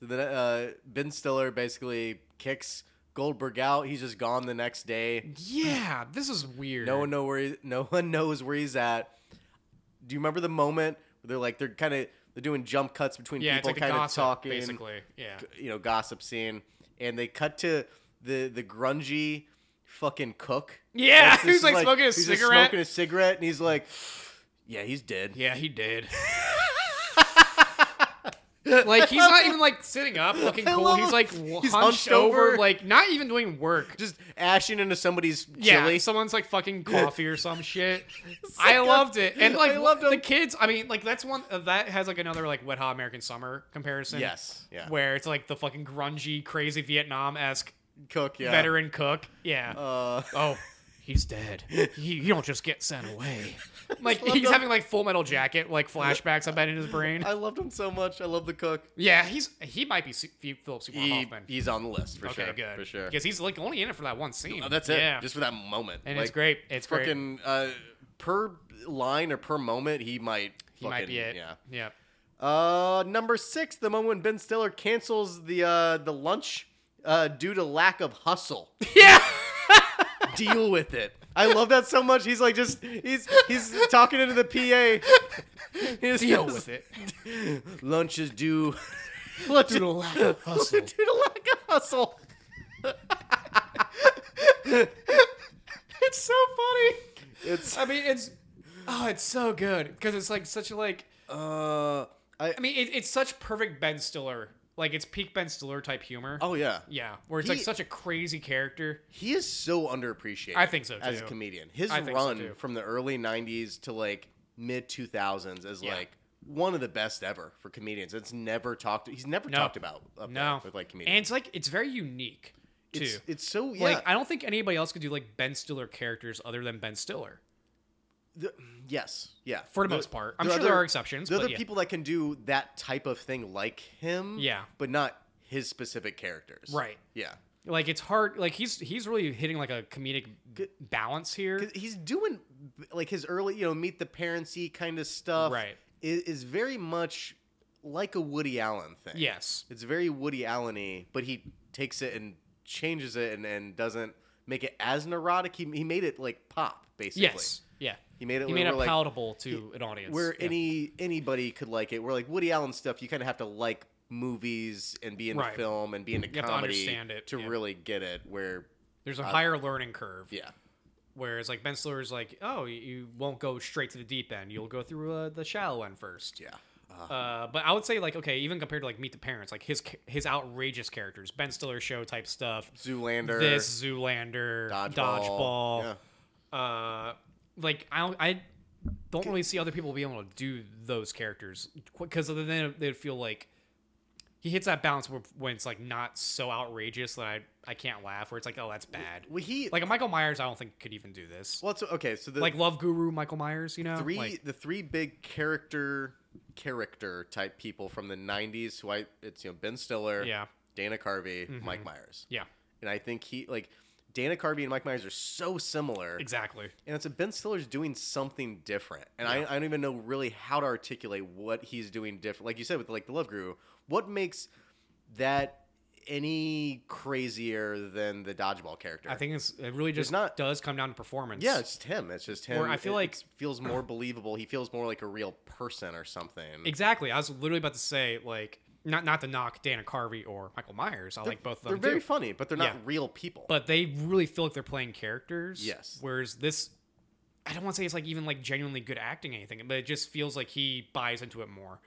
Speaker 2: then uh Ben Stiller basically kicks Goldberg out. He's just gone the next day.
Speaker 1: Yeah, this is weird.
Speaker 2: No one know where he, no [LAUGHS] one knows where he's at. Do you remember the moment where they're like they're kind of they're doing jump cuts between
Speaker 1: Yeah, it's
Speaker 2: people
Speaker 1: like the
Speaker 2: kind of
Speaker 1: gossip,
Speaker 2: talking
Speaker 1: basically. Yeah.
Speaker 2: you know, gossip scene and they cut to the the grungy fucking cook.
Speaker 1: [LAUGHS] Yeah,
Speaker 2: That's just
Speaker 1: who's, like, smoking a
Speaker 2: he's just
Speaker 1: cigarette.
Speaker 2: smoking a cigarette and he's like yeah, he's dead.
Speaker 1: Yeah, he did.
Speaker 2: [LAUGHS]
Speaker 1: like he's not even like sitting up looking
Speaker 2: I
Speaker 1: cool.
Speaker 2: love
Speaker 1: He's
Speaker 2: him.
Speaker 1: like
Speaker 2: He's
Speaker 1: hunched
Speaker 2: hunched
Speaker 1: over,
Speaker 2: over.
Speaker 1: like not even doing work.
Speaker 2: Just ashing into somebody's
Speaker 1: yeah,
Speaker 2: chili.
Speaker 1: someone's like
Speaker 2: [LAUGHS]
Speaker 1: fucking coffee or some shit. I loved it, and like
Speaker 2: I loved
Speaker 1: the
Speaker 2: him.
Speaker 1: kids. I mean, like that's one uh, that has like another like wet hot American summer comparison.
Speaker 2: Yes, yeah.
Speaker 1: where it's like the fucking grungy, crazy Vietnam esque
Speaker 2: cook, yeah.
Speaker 1: veteran cook. Yeah.
Speaker 2: Uh, [LAUGHS]
Speaker 1: oh, he's dead. He, you don't just get sent [LAUGHS] away. Like
Speaker 2: love
Speaker 1: he's
Speaker 2: the-
Speaker 1: having like Full Metal Jacket like flashbacks. I bet in his brain.
Speaker 2: I loved him so much. I love the cook.
Speaker 1: Yeah, he's he might be Su- F- Philip Seymour
Speaker 2: He,
Speaker 1: Hoffman.
Speaker 2: he's on the list for
Speaker 1: okay,
Speaker 2: sure.
Speaker 1: good
Speaker 2: For sure.
Speaker 1: because he's like only in it for that one scene.
Speaker 2: No, that's it.
Speaker 1: Yeah,
Speaker 2: Just for that moment.
Speaker 1: and
Speaker 2: like,
Speaker 1: it's great. It's great.
Speaker 2: Fucking uh, per line or per moment, he might.
Speaker 1: He might
Speaker 2: fucking-
Speaker 1: be it.
Speaker 2: Yeah.
Speaker 1: yeah.
Speaker 2: Uh, number six, the moment when Ben Stiller cancels the uh, the lunch uh, due to lack of hustle.
Speaker 1: [LAUGHS]
Speaker 2: [LAUGHS]
Speaker 1: Yeah.
Speaker 2: Deal with it. I love that so much. He's like just he's he's talking into the [LAUGHS] PA. He just
Speaker 1: Deal
Speaker 2: goes,
Speaker 1: with it.
Speaker 2: Lunch is due. [LAUGHS] Lunch
Speaker 1: Due to lack of hustle.
Speaker 2: due to lack of hustle.
Speaker 1: [LAUGHS] It's so funny.
Speaker 2: It's
Speaker 1: I mean, it's oh, it's so good because it's like such a like.
Speaker 2: uh, I
Speaker 1: I mean, it, it's such perfect Ben Stiller. Like it's peak Ben Stiller type humor.
Speaker 2: oh yeah,
Speaker 1: Yeah, where it's like
Speaker 2: He-
Speaker 1: such a crazy character.
Speaker 2: he is so underappreciated.
Speaker 1: I think so,
Speaker 2: As a
Speaker 1: too.
Speaker 2: comedian, his
Speaker 1: I think so,
Speaker 2: run
Speaker 1: too.
Speaker 2: from the early '90s to like mid 2000s is
Speaker 1: Yeah.
Speaker 2: like one of the best ever for comedians. It's never talked. He's never
Speaker 1: No.
Speaker 2: talked about up
Speaker 1: No,
Speaker 2: there with like
Speaker 1: and
Speaker 2: comedians.
Speaker 1: it's like it's very unique too.
Speaker 2: it's, it's so yeah.
Speaker 1: like I don't think anybody else could do like Ben Stiller characters other than Ben Stiller.
Speaker 2: The- yes, yeah.
Speaker 1: For the most part. I'm sure there are exceptions,
Speaker 2: There
Speaker 1: but
Speaker 2: are other
Speaker 1: yeah.
Speaker 2: people that can do that type of thing like him.
Speaker 1: Yeah.
Speaker 2: but not his specific characters.
Speaker 1: Right.
Speaker 2: Yeah.
Speaker 1: Like it's hard. Like he's he's really hitting like a comedic balance here.
Speaker 2: 'Cause he's doing like his early, you know, meet the parentsy kind of stuff.
Speaker 1: Right.
Speaker 2: Is, is very much like a Woody Allen thing.
Speaker 1: Yes.
Speaker 2: It's very Woody Allen-y, but he takes it and changes it and, and doesn't make it as neurotic. He, he made it like pop, basically.
Speaker 1: Yes. Yeah.
Speaker 2: He made
Speaker 1: He
Speaker 2: it where
Speaker 1: made
Speaker 2: we're
Speaker 1: it
Speaker 2: like
Speaker 1: palatable to an audience.
Speaker 2: where
Speaker 1: Yeah.
Speaker 2: any anybody could like it. Where like Woody Allen stuff, you kind of have to like movies and be in
Speaker 1: Right.
Speaker 2: the film and be into
Speaker 1: You have to
Speaker 2: comedy
Speaker 1: understand it,
Speaker 2: to
Speaker 1: yeah.
Speaker 2: really get it. Where
Speaker 1: there's a higher learning curve.
Speaker 2: uh, yeah,
Speaker 1: Whereas like Ben Stiller's like, oh, you- you won't go straight to the deep end. You'll go through uh, the shallow end first.
Speaker 2: yeah.
Speaker 1: Uh, but I would say like okay, even compared to like Meet the Parents, like his ca- his outrageous characters, Ben Stiller show type stuff,
Speaker 2: Zoolander.
Speaker 1: this Zoolander,
Speaker 2: Dodgeball.
Speaker 1: Dodgeball, uh, like I don't, I don't really see other people being able to do those characters because then they'd feel like he hits that balance where- when it's like not so outrageous that I I can't laugh, where it's like oh that's bad.
Speaker 2: Well, he
Speaker 1: Like Michael Myers, I don't think could even do this.
Speaker 2: Well, it's, okay. So the
Speaker 1: Like Love Guru, Michael Myers, you know,
Speaker 2: three
Speaker 1: Like,
Speaker 2: the three big character character type people from the '90s who I it's you know Ben Stiller,
Speaker 1: Yeah. Mm-hmm.
Speaker 2: Dana Carvey, Mike Myers,
Speaker 1: yeah,
Speaker 2: and I think he like Dana Carvey and Mike Myers are so similar,
Speaker 1: exactly.
Speaker 2: and it's a Ben Stiller's doing something different, and I, I don't even know really how to articulate what he's doing different. Like you said with like the Love Guru, what makes that any crazier than the dodgeball character?
Speaker 1: I think it's it really just
Speaker 2: not-
Speaker 1: does come down to performance.
Speaker 2: Yeah, it's just him. It's just him.
Speaker 1: Or I feel
Speaker 2: It-
Speaker 1: like-
Speaker 2: it feels more believable. He feels more like a real person or something.
Speaker 1: exactly. I was literally about to say like not not to knock Dana Carvey or Michael Myers. I like both of them.
Speaker 2: They're very
Speaker 1: too.
Speaker 2: funny, but they're not
Speaker 1: Yeah.
Speaker 2: real people.
Speaker 1: but they really feel like they're playing characters.
Speaker 2: Yes.
Speaker 1: Whereas this, I don't want to say it's like even like genuinely good acting or anything, but it just feels like he buys into it more.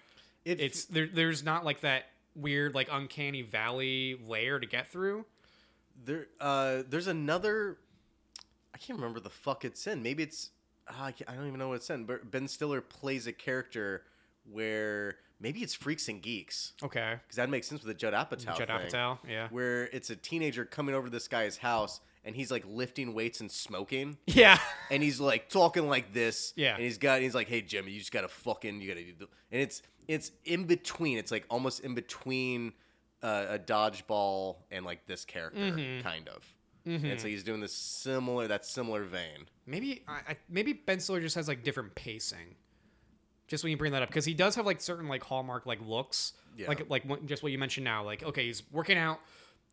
Speaker 2: It-
Speaker 1: It's there. There's not like that weird like uncanny valley layer to get through.
Speaker 2: there, uh, there's another. I can't remember the fuck it's in. Maybe it's ah, I, can't, I don't even know what it's in. But Ben Stiller plays a character where maybe it's Freaks and Geeks
Speaker 1: Okay.
Speaker 2: because that makes sense with the Judd Apatow.
Speaker 1: Judd
Speaker 2: thing,
Speaker 1: Apatow. Yeah.
Speaker 2: Where it's a teenager coming over to this guy's house and he's like lifting weights and smoking.
Speaker 1: Yeah. [LAUGHS]
Speaker 2: and he's like talking like this.
Speaker 1: Yeah.
Speaker 2: And he's got he's like, hey Jimmy, you just gotta fucking you gotta do the-" and it's it's in between. It's like almost in between uh, a dodgeball and like this character
Speaker 1: Mm-hmm.
Speaker 2: kind of. And so he's doing this similar that similar vein.
Speaker 1: Maybe I, I maybe Ben Stiller just has like different pacing. Just when you bring that up, because he does have like certain like hallmark like looks,
Speaker 2: Yeah.
Speaker 1: like like what- just what you mentioned now. Like okay, he's working out,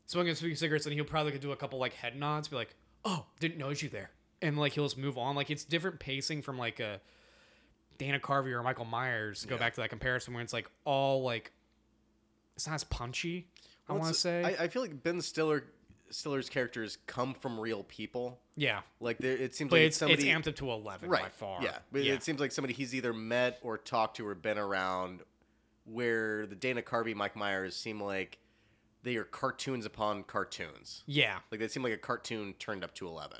Speaker 1: smoking a few cigarettes, and he'll probably could do a couple like head nods, be like, "Oh, didn't notice you there," and like he'll just move on. Like it's different pacing from like a Dana Carvey or Michael Myers. Go back to that comparison where it's like all like it's not as punchy. I
Speaker 2: Well,
Speaker 1: want to
Speaker 2: it's-
Speaker 1: say,
Speaker 2: I, I feel like Ben Stiller Stiller's characters come from real people.
Speaker 1: yeah,
Speaker 2: Like there it seems
Speaker 1: but
Speaker 2: like
Speaker 1: it's
Speaker 2: somebody
Speaker 1: it's amped up to eleven by far.
Speaker 2: Yeah, but it seems like somebody he's either met or talked to or been around. Where the Dana Carvey, Mike Myers seem like they are cartoons upon cartoons.
Speaker 1: yeah.
Speaker 2: Like they seem like a cartoon turned up to 11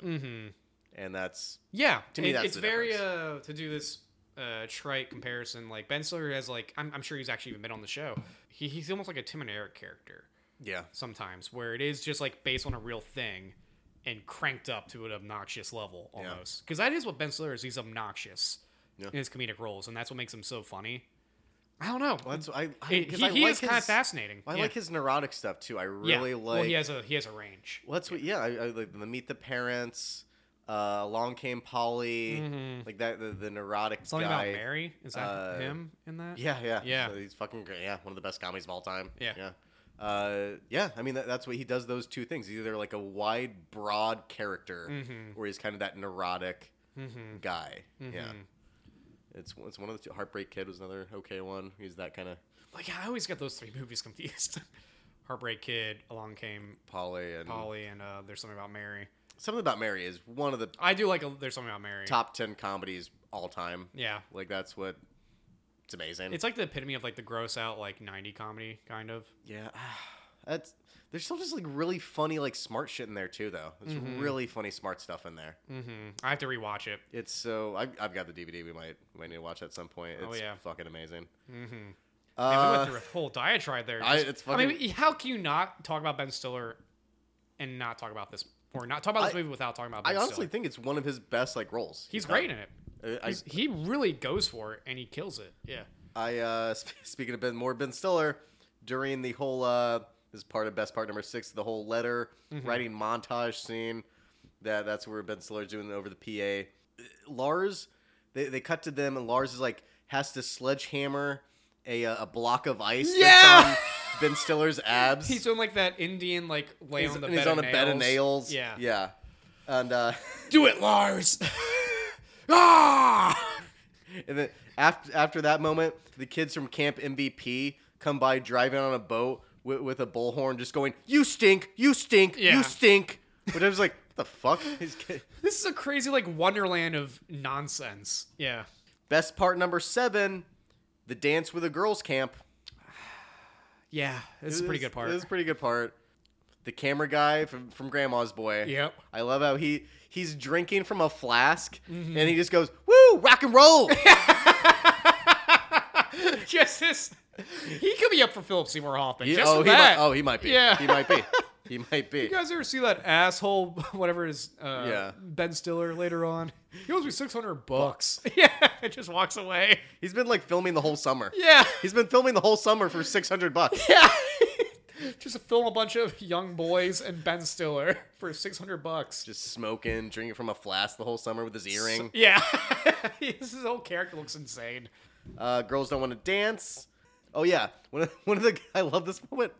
Speaker 1: Mm-hmm.
Speaker 2: and that's
Speaker 1: Yeah,
Speaker 2: To me,
Speaker 1: it-
Speaker 2: that's
Speaker 1: it's
Speaker 2: the
Speaker 1: very uh, to do this uh, trite comparison. Like Ben Stiller has like I'm, I'm sure he's actually even been on the show. He, he's almost like a Tim and Eric character
Speaker 2: yeah.
Speaker 1: sometimes, where it is just like based on a real thing and cranked up to an obnoxious level
Speaker 2: Yeah.
Speaker 1: almost. Because that is what Ben Stiller is. He's obnoxious
Speaker 2: Yeah.
Speaker 1: in his comedic roles, and that's what makes him so funny. I don't know.
Speaker 2: Well, that's I, I,
Speaker 1: It-
Speaker 2: 'cause
Speaker 1: he
Speaker 2: I
Speaker 1: he
Speaker 2: like
Speaker 1: is kind of
Speaker 2: his-
Speaker 1: fascinating.
Speaker 2: I
Speaker 1: yeah.
Speaker 2: like his neurotic stuff too. I
Speaker 1: Yeah.
Speaker 2: really like.
Speaker 1: Well, he has a he has a range.
Speaker 2: Well, that's what. Yeah, I, I like the Meet the Parents. Uh, Along Came Polly, like that. The, the neurotic
Speaker 1: Mm-hmm. Something
Speaker 2: guy.
Speaker 1: about Mary is that
Speaker 2: uh,
Speaker 1: him in that?
Speaker 2: Yeah, yeah,
Speaker 1: Yeah.
Speaker 2: So he's fucking great. Yeah, one of the best comedies of all time.
Speaker 1: Yeah.
Speaker 2: yeah, uh, yeah. I mean, that, that's what he does. Those two things. He's either like a wide, broad character,
Speaker 1: Mm-hmm.
Speaker 2: or he's kind of that neurotic guy. Yeah, it's it's one of the two. Heartbreak Kid was another okay one. He's that kind of
Speaker 1: Like I always get those three movies [LAUGHS] confused. Heartbreak Kid, Along Came
Speaker 2: Polly and
Speaker 1: Polly, and uh, There's Something About Mary.
Speaker 2: something about Mary is one of the
Speaker 1: I do like a, There's Something About Mary.
Speaker 2: top ten comedies all time.
Speaker 1: Yeah,
Speaker 2: Like that's what it's amazing.
Speaker 1: it's like the epitome of like the gross out like '90 comedy kind of.
Speaker 2: Yeah, [SIGHS] that's there's still just like really funny like smart shit in there too though. There's
Speaker 1: Mm-hmm.
Speaker 2: really funny smart stuff in there.
Speaker 1: hmm I have to rewatch it.
Speaker 2: It's so I, I've got the DVD. We might we might need to watch at some point. It's
Speaker 1: Oh, yeah.
Speaker 2: fucking amazing.
Speaker 1: Mm-hmm. we
Speaker 2: Uh,
Speaker 1: went through a whole diatribe there.
Speaker 2: I-
Speaker 1: Just-
Speaker 2: it's
Speaker 1: I mean,
Speaker 2: fucking-
Speaker 1: we- how can you not talk about Ben Stiller and not talk about this or not talk about this
Speaker 2: I-
Speaker 1: movie without talking about? Ben
Speaker 2: I honestly
Speaker 1: Stiller?
Speaker 2: think it's one of his best like roles.
Speaker 1: he's great in it.
Speaker 2: great. I
Speaker 1: He's- he really goes for it and he kills it. Yeah.
Speaker 2: I uh, [LAUGHS] sp- speaking of Ben more Ben Stiller during the whole uh, this is part of best part number six the whole letter
Speaker 1: Mm-hmm.
Speaker 2: writing montage scene that that's where Ben Stiller's doing over the PA. Uh, Lars they, they cut to them and Lars is like has to sledgehammer a uh, a block of ice
Speaker 1: Yeah!
Speaker 2: that's on Ben Stiller's
Speaker 1: [LAUGHS]
Speaker 2: abs.
Speaker 1: He's doing like that Indian like lay
Speaker 2: He's-
Speaker 1: on the
Speaker 2: and
Speaker 1: bed
Speaker 2: he's on a bed of nails.
Speaker 1: Yeah.
Speaker 2: yeah, and uh,
Speaker 1: Do it, Lars. ah!
Speaker 2: [LAUGHS] And then after after that moment, the kids from Camp MVP come by driving on a boat with, with a bullhorn, just going, "You stink! You stink!
Speaker 1: Yeah.
Speaker 2: You stink!" But I was like, "What the fuck?" [LAUGHS] These kid-
Speaker 1: [LAUGHS] This is a crazy like wonderland of nonsense. Yeah.
Speaker 2: Best part number seven: the dance with a girls camp.
Speaker 1: Yeah, this is a pretty good part.
Speaker 2: This is a pretty good part. The camera guy from, from Grandma's Boy.
Speaker 1: [LAUGHS] Yep.
Speaker 2: I love how he he's drinking from a flask
Speaker 1: Mm-hmm.
Speaker 2: and he just goes, "Woo, rock
Speaker 1: [LAUGHS]
Speaker 2: and roll."
Speaker 1: just this. He could be up for Philip Seymour Hoffman.
Speaker 2: He-
Speaker 1: just
Speaker 2: oh,
Speaker 1: for
Speaker 2: he
Speaker 1: that.
Speaker 2: might, oh, he might be.
Speaker 1: Yeah.
Speaker 2: He
Speaker 1: [LAUGHS]
Speaker 2: might be. He might be.
Speaker 1: You guys ever see that asshole, [LAUGHS] whatever it is, uh,
Speaker 2: Yeah.
Speaker 1: Ben Stiller later on? He owes me 600 bucks. [LAUGHS] yeah, it just walks away.
Speaker 2: He's been like filming the whole summer.
Speaker 1: Yeah. [LAUGHS]
Speaker 2: He's been filming the whole summer for 600 bucks.
Speaker 1: Yeah. [LAUGHS] just to film a bunch of young boys and Ben Stiller [LAUGHS] for 600 bucks.
Speaker 2: Just smoking, drinking from a flask the whole summer with his earring.
Speaker 1: Yeah. [LAUGHS] His whole character looks insane.
Speaker 2: Uh, girls don't want to dance. Oh yeah, one of, [LAUGHS] one of the I love this moment.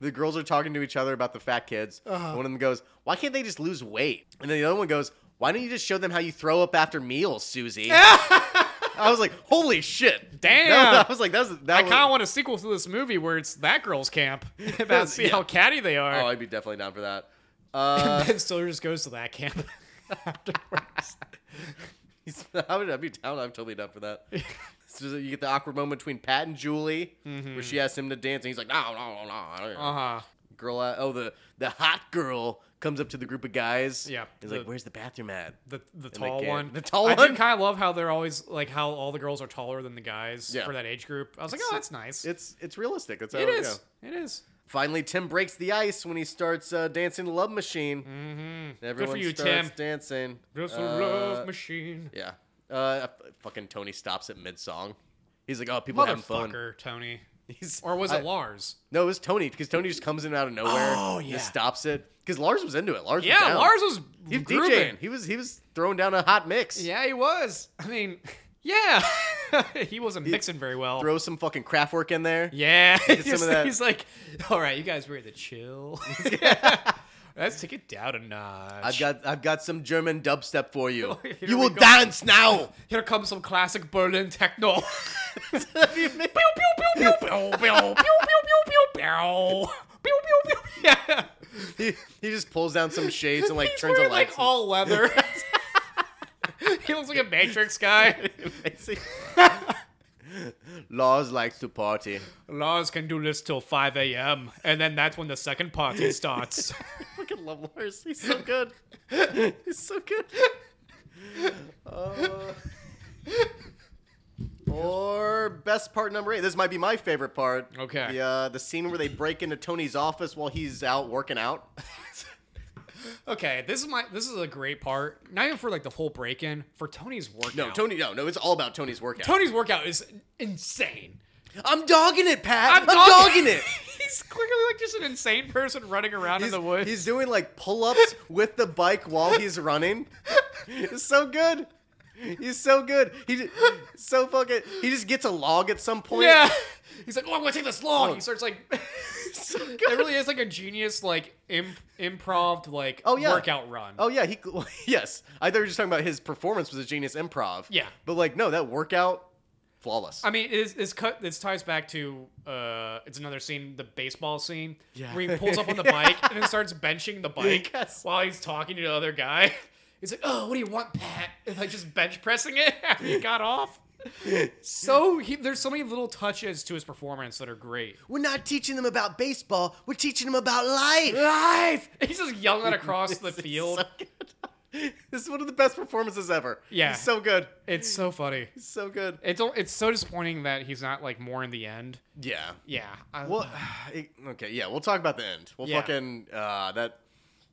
Speaker 2: The girls are talking to each other about the fat kids. One of them goes, "Why can't they just lose weight?" And then the other one goes, "Why don't you just show them how you throw up after meals, Susie?" I was like, "Holy shit, [LAUGHS]
Speaker 1: Damn.
Speaker 2: That- I was like, "That's that."
Speaker 1: I
Speaker 2: was-
Speaker 1: kind of want a sequel to this movie where it's that girl's [LAUGHS] camp. About see how
Speaker 2: Yeah.
Speaker 1: catty they are.
Speaker 2: Oh, I'd be definitely down for that. Uh, [LAUGHS]
Speaker 1: Oh, ben Stiller just goes to that camp [LAUGHS] afterwards.
Speaker 2: he's- I would, I'd be down. I'm totally down for that. So you get the awkward moment between Pat and Julie, where she asks him to dance, and he's like, "No, no, no, no." I don't-
Speaker 1: Uh huh.
Speaker 2: girl uh, oh the the hot girl comes up to the group of guys
Speaker 1: Yeah,
Speaker 2: he's
Speaker 1: the-
Speaker 2: like where's the bathroom at
Speaker 1: The the
Speaker 2: they
Speaker 1: tall
Speaker 2: can't-
Speaker 1: one.
Speaker 2: the tall
Speaker 1: I
Speaker 2: one?
Speaker 1: do kind of love how they're always like how all the girls are taller than the guys
Speaker 2: Yeah.
Speaker 1: for that age group. I was like,
Speaker 2: It's-
Speaker 1: oh, that's nice.
Speaker 2: it's it's realistic that's how
Speaker 1: it is.
Speaker 2: yeah.
Speaker 1: It is.
Speaker 2: finally tim breaks the ice when he starts uh, dancing to love machine mm-hmm. everyone
Speaker 1: you,
Speaker 2: starts
Speaker 1: Tim.
Speaker 2: dancing
Speaker 1: Just a
Speaker 2: Uh,
Speaker 1: love machine.
Speaker 2: yeah uh fucking tony stops at mid-song he's like oh people are having fun
Speaker 1: Motherfucker, Tony.
Speaker 2: he's,
Speaker 1: Or was it
Speaker 2: I-
Speaker 1: Lars?
Speaker 2: no it was tony because tony just comes in out of nowhere
Speaker 1: Oh,
Speaker 2: and
Speaker 1: yeah.
Speaker 2: just stops it because lars was into it lars was
Speaker 1: Yeah,
Speaker 2: down.
Speaker 1: Lars was
Speaker 2: he was
Speaker 1: grooving.
Speaker 2: DJing. he was he was throwing down a hot mix
Speaker 1: Yeah, he was. I mean, [LAUGHS] yeah, he wasn't mixing very well.
Speaker 2: throw some fucking craft work in there
Speaker 1: yeah, [LAUGHS]
Speaker 2: some of
Speaker 1: he's-
Speaker 2: that-
Speaker 1: he's like, all right, you guys were the
Speaker 2: [LAUGHS]
Speaker 1: chill. [LAUGHS] Let's take it down a notch.
Speaker 2: I've got I've got some German dubstep for [LAUGHS] you.
Speaker 1: Here
Speaker 2: you
Speaker 1: we
Speaker 2: will
Speaker 1: go.
Speaker 2: dance now. [LAUGHS]
Speaker 1: Here comes some classic Berlin techno. [LAUGHS]
Speaker 2: That'd
Speaker 1: pew pew pew pew pew pew pew pew pew pew pew pew pew pew. [LAUGHS] Yeah,
Speaker 2: be- he, he just pulls down some shades and like
Speaker 1: he's
Speaker 2: turns the
Speaker 1: wearing like
Speaker 2: lights.
Speaker 1: all leather. [LAUGHS] he looks like a Matrix guy.
Speaker 2: [LAUGHS] Laws likes to party.
Speaker 1: Lars can do this till 5 a.m. and then that's when the second party
Speaker 2: [LAUGHS]
Speaker 1: starts.
Speaker 2: I fucking love Lars. He's so [LAUGHS] good. He's so good. Uh, or best part number eight. This might be my favorite part.
Speaker 1: Okay.
Speaker 2: The uh, the scene where they break into Tony's office while he's out working out.
Speaker 1: okay, this is my this is a great part. Not even for like the whole break in for Tony's workout.
Speaker 2: No, [LAUGHS] Tony. No, no. It's all about Tony's workout.
Speaker 1: Tony's workout is insane.
Speaker 2: I'm dogging it, Pat. I'm,
Speaker 1: dog-
Speaker 2: dogging it.
Speaker 1: [LAUGHS] he's clearly like just an insane person running around in
Speaker 2: He's,
Speaker 1: the woods.
Speaker 2: he's doing like pull-ups with the bike while
Speaker 1: [LAUGHS]
Speaker 2: he's running. It's so good. He's so good. He j- so fucking. He just gets a log at some point.
Speaker 1: yeah. [LAUGHS] He's like, oh, I'm gonna take this long.
Speaker 2: Oh.
Speaker 1: He starts like, [LAUGHS]
Speaker 2: [LAUGHS] So good.
Speaker 1: it really is like a genius like imp- improv like
Speaker 2: Oh, yeah.
Speaker 1: workout run.
Speaker 2: Oh yeah. He [LAUGHS] yes. I thought you were just talking about his performance was a genius improv.
Speaker 1: Yeah.
Speaker 2: But like no, that workout flawless.
Speaker 1: I mean, it's, it's cut. This ties back to uh, it's another scene, the baseball scene,
Speaker 2: [LAUGHS] Yeah.
Speaker 1: where he pulls up on the bike and then starts benching the bike
Speaker 2: Yes.
Speaker 1: while he's talking to the other guy. [LAUGHS] He's like, "Oh, what do you want, Pat?" [LAUGHS] And like just bench pressing it [LAUGHS] after he got off. So he, there's so many little touches to his performance that are great.
Speaker 2: we're not teaching them about baseball. We're teaching them about [LAUGHS] life.
Speaker 1: Life. [LAUGHS] He's just yelling across
Speaker 2: [LAUGHS]
Speaker 1: the field.
Speaker 2: So good. [LAUGHS] this is one of the best performances ever.
Speaker 1: Yeah.
Speaker 2: He's so good.
Speaker 1: It's so funny.
Speaker 2: He's so good.
Speaker 1: It's al- it's so disappointing that he's not like more in the end.
Speaker 2: Yeah.
Speaker 1: Yeah. I,
Speaker 2: Well, [SIGHS] it, okay, yeah, we'll talk about the end. We'll
Speaker 1: Yeah.
Speaker 2: fucking uh, that,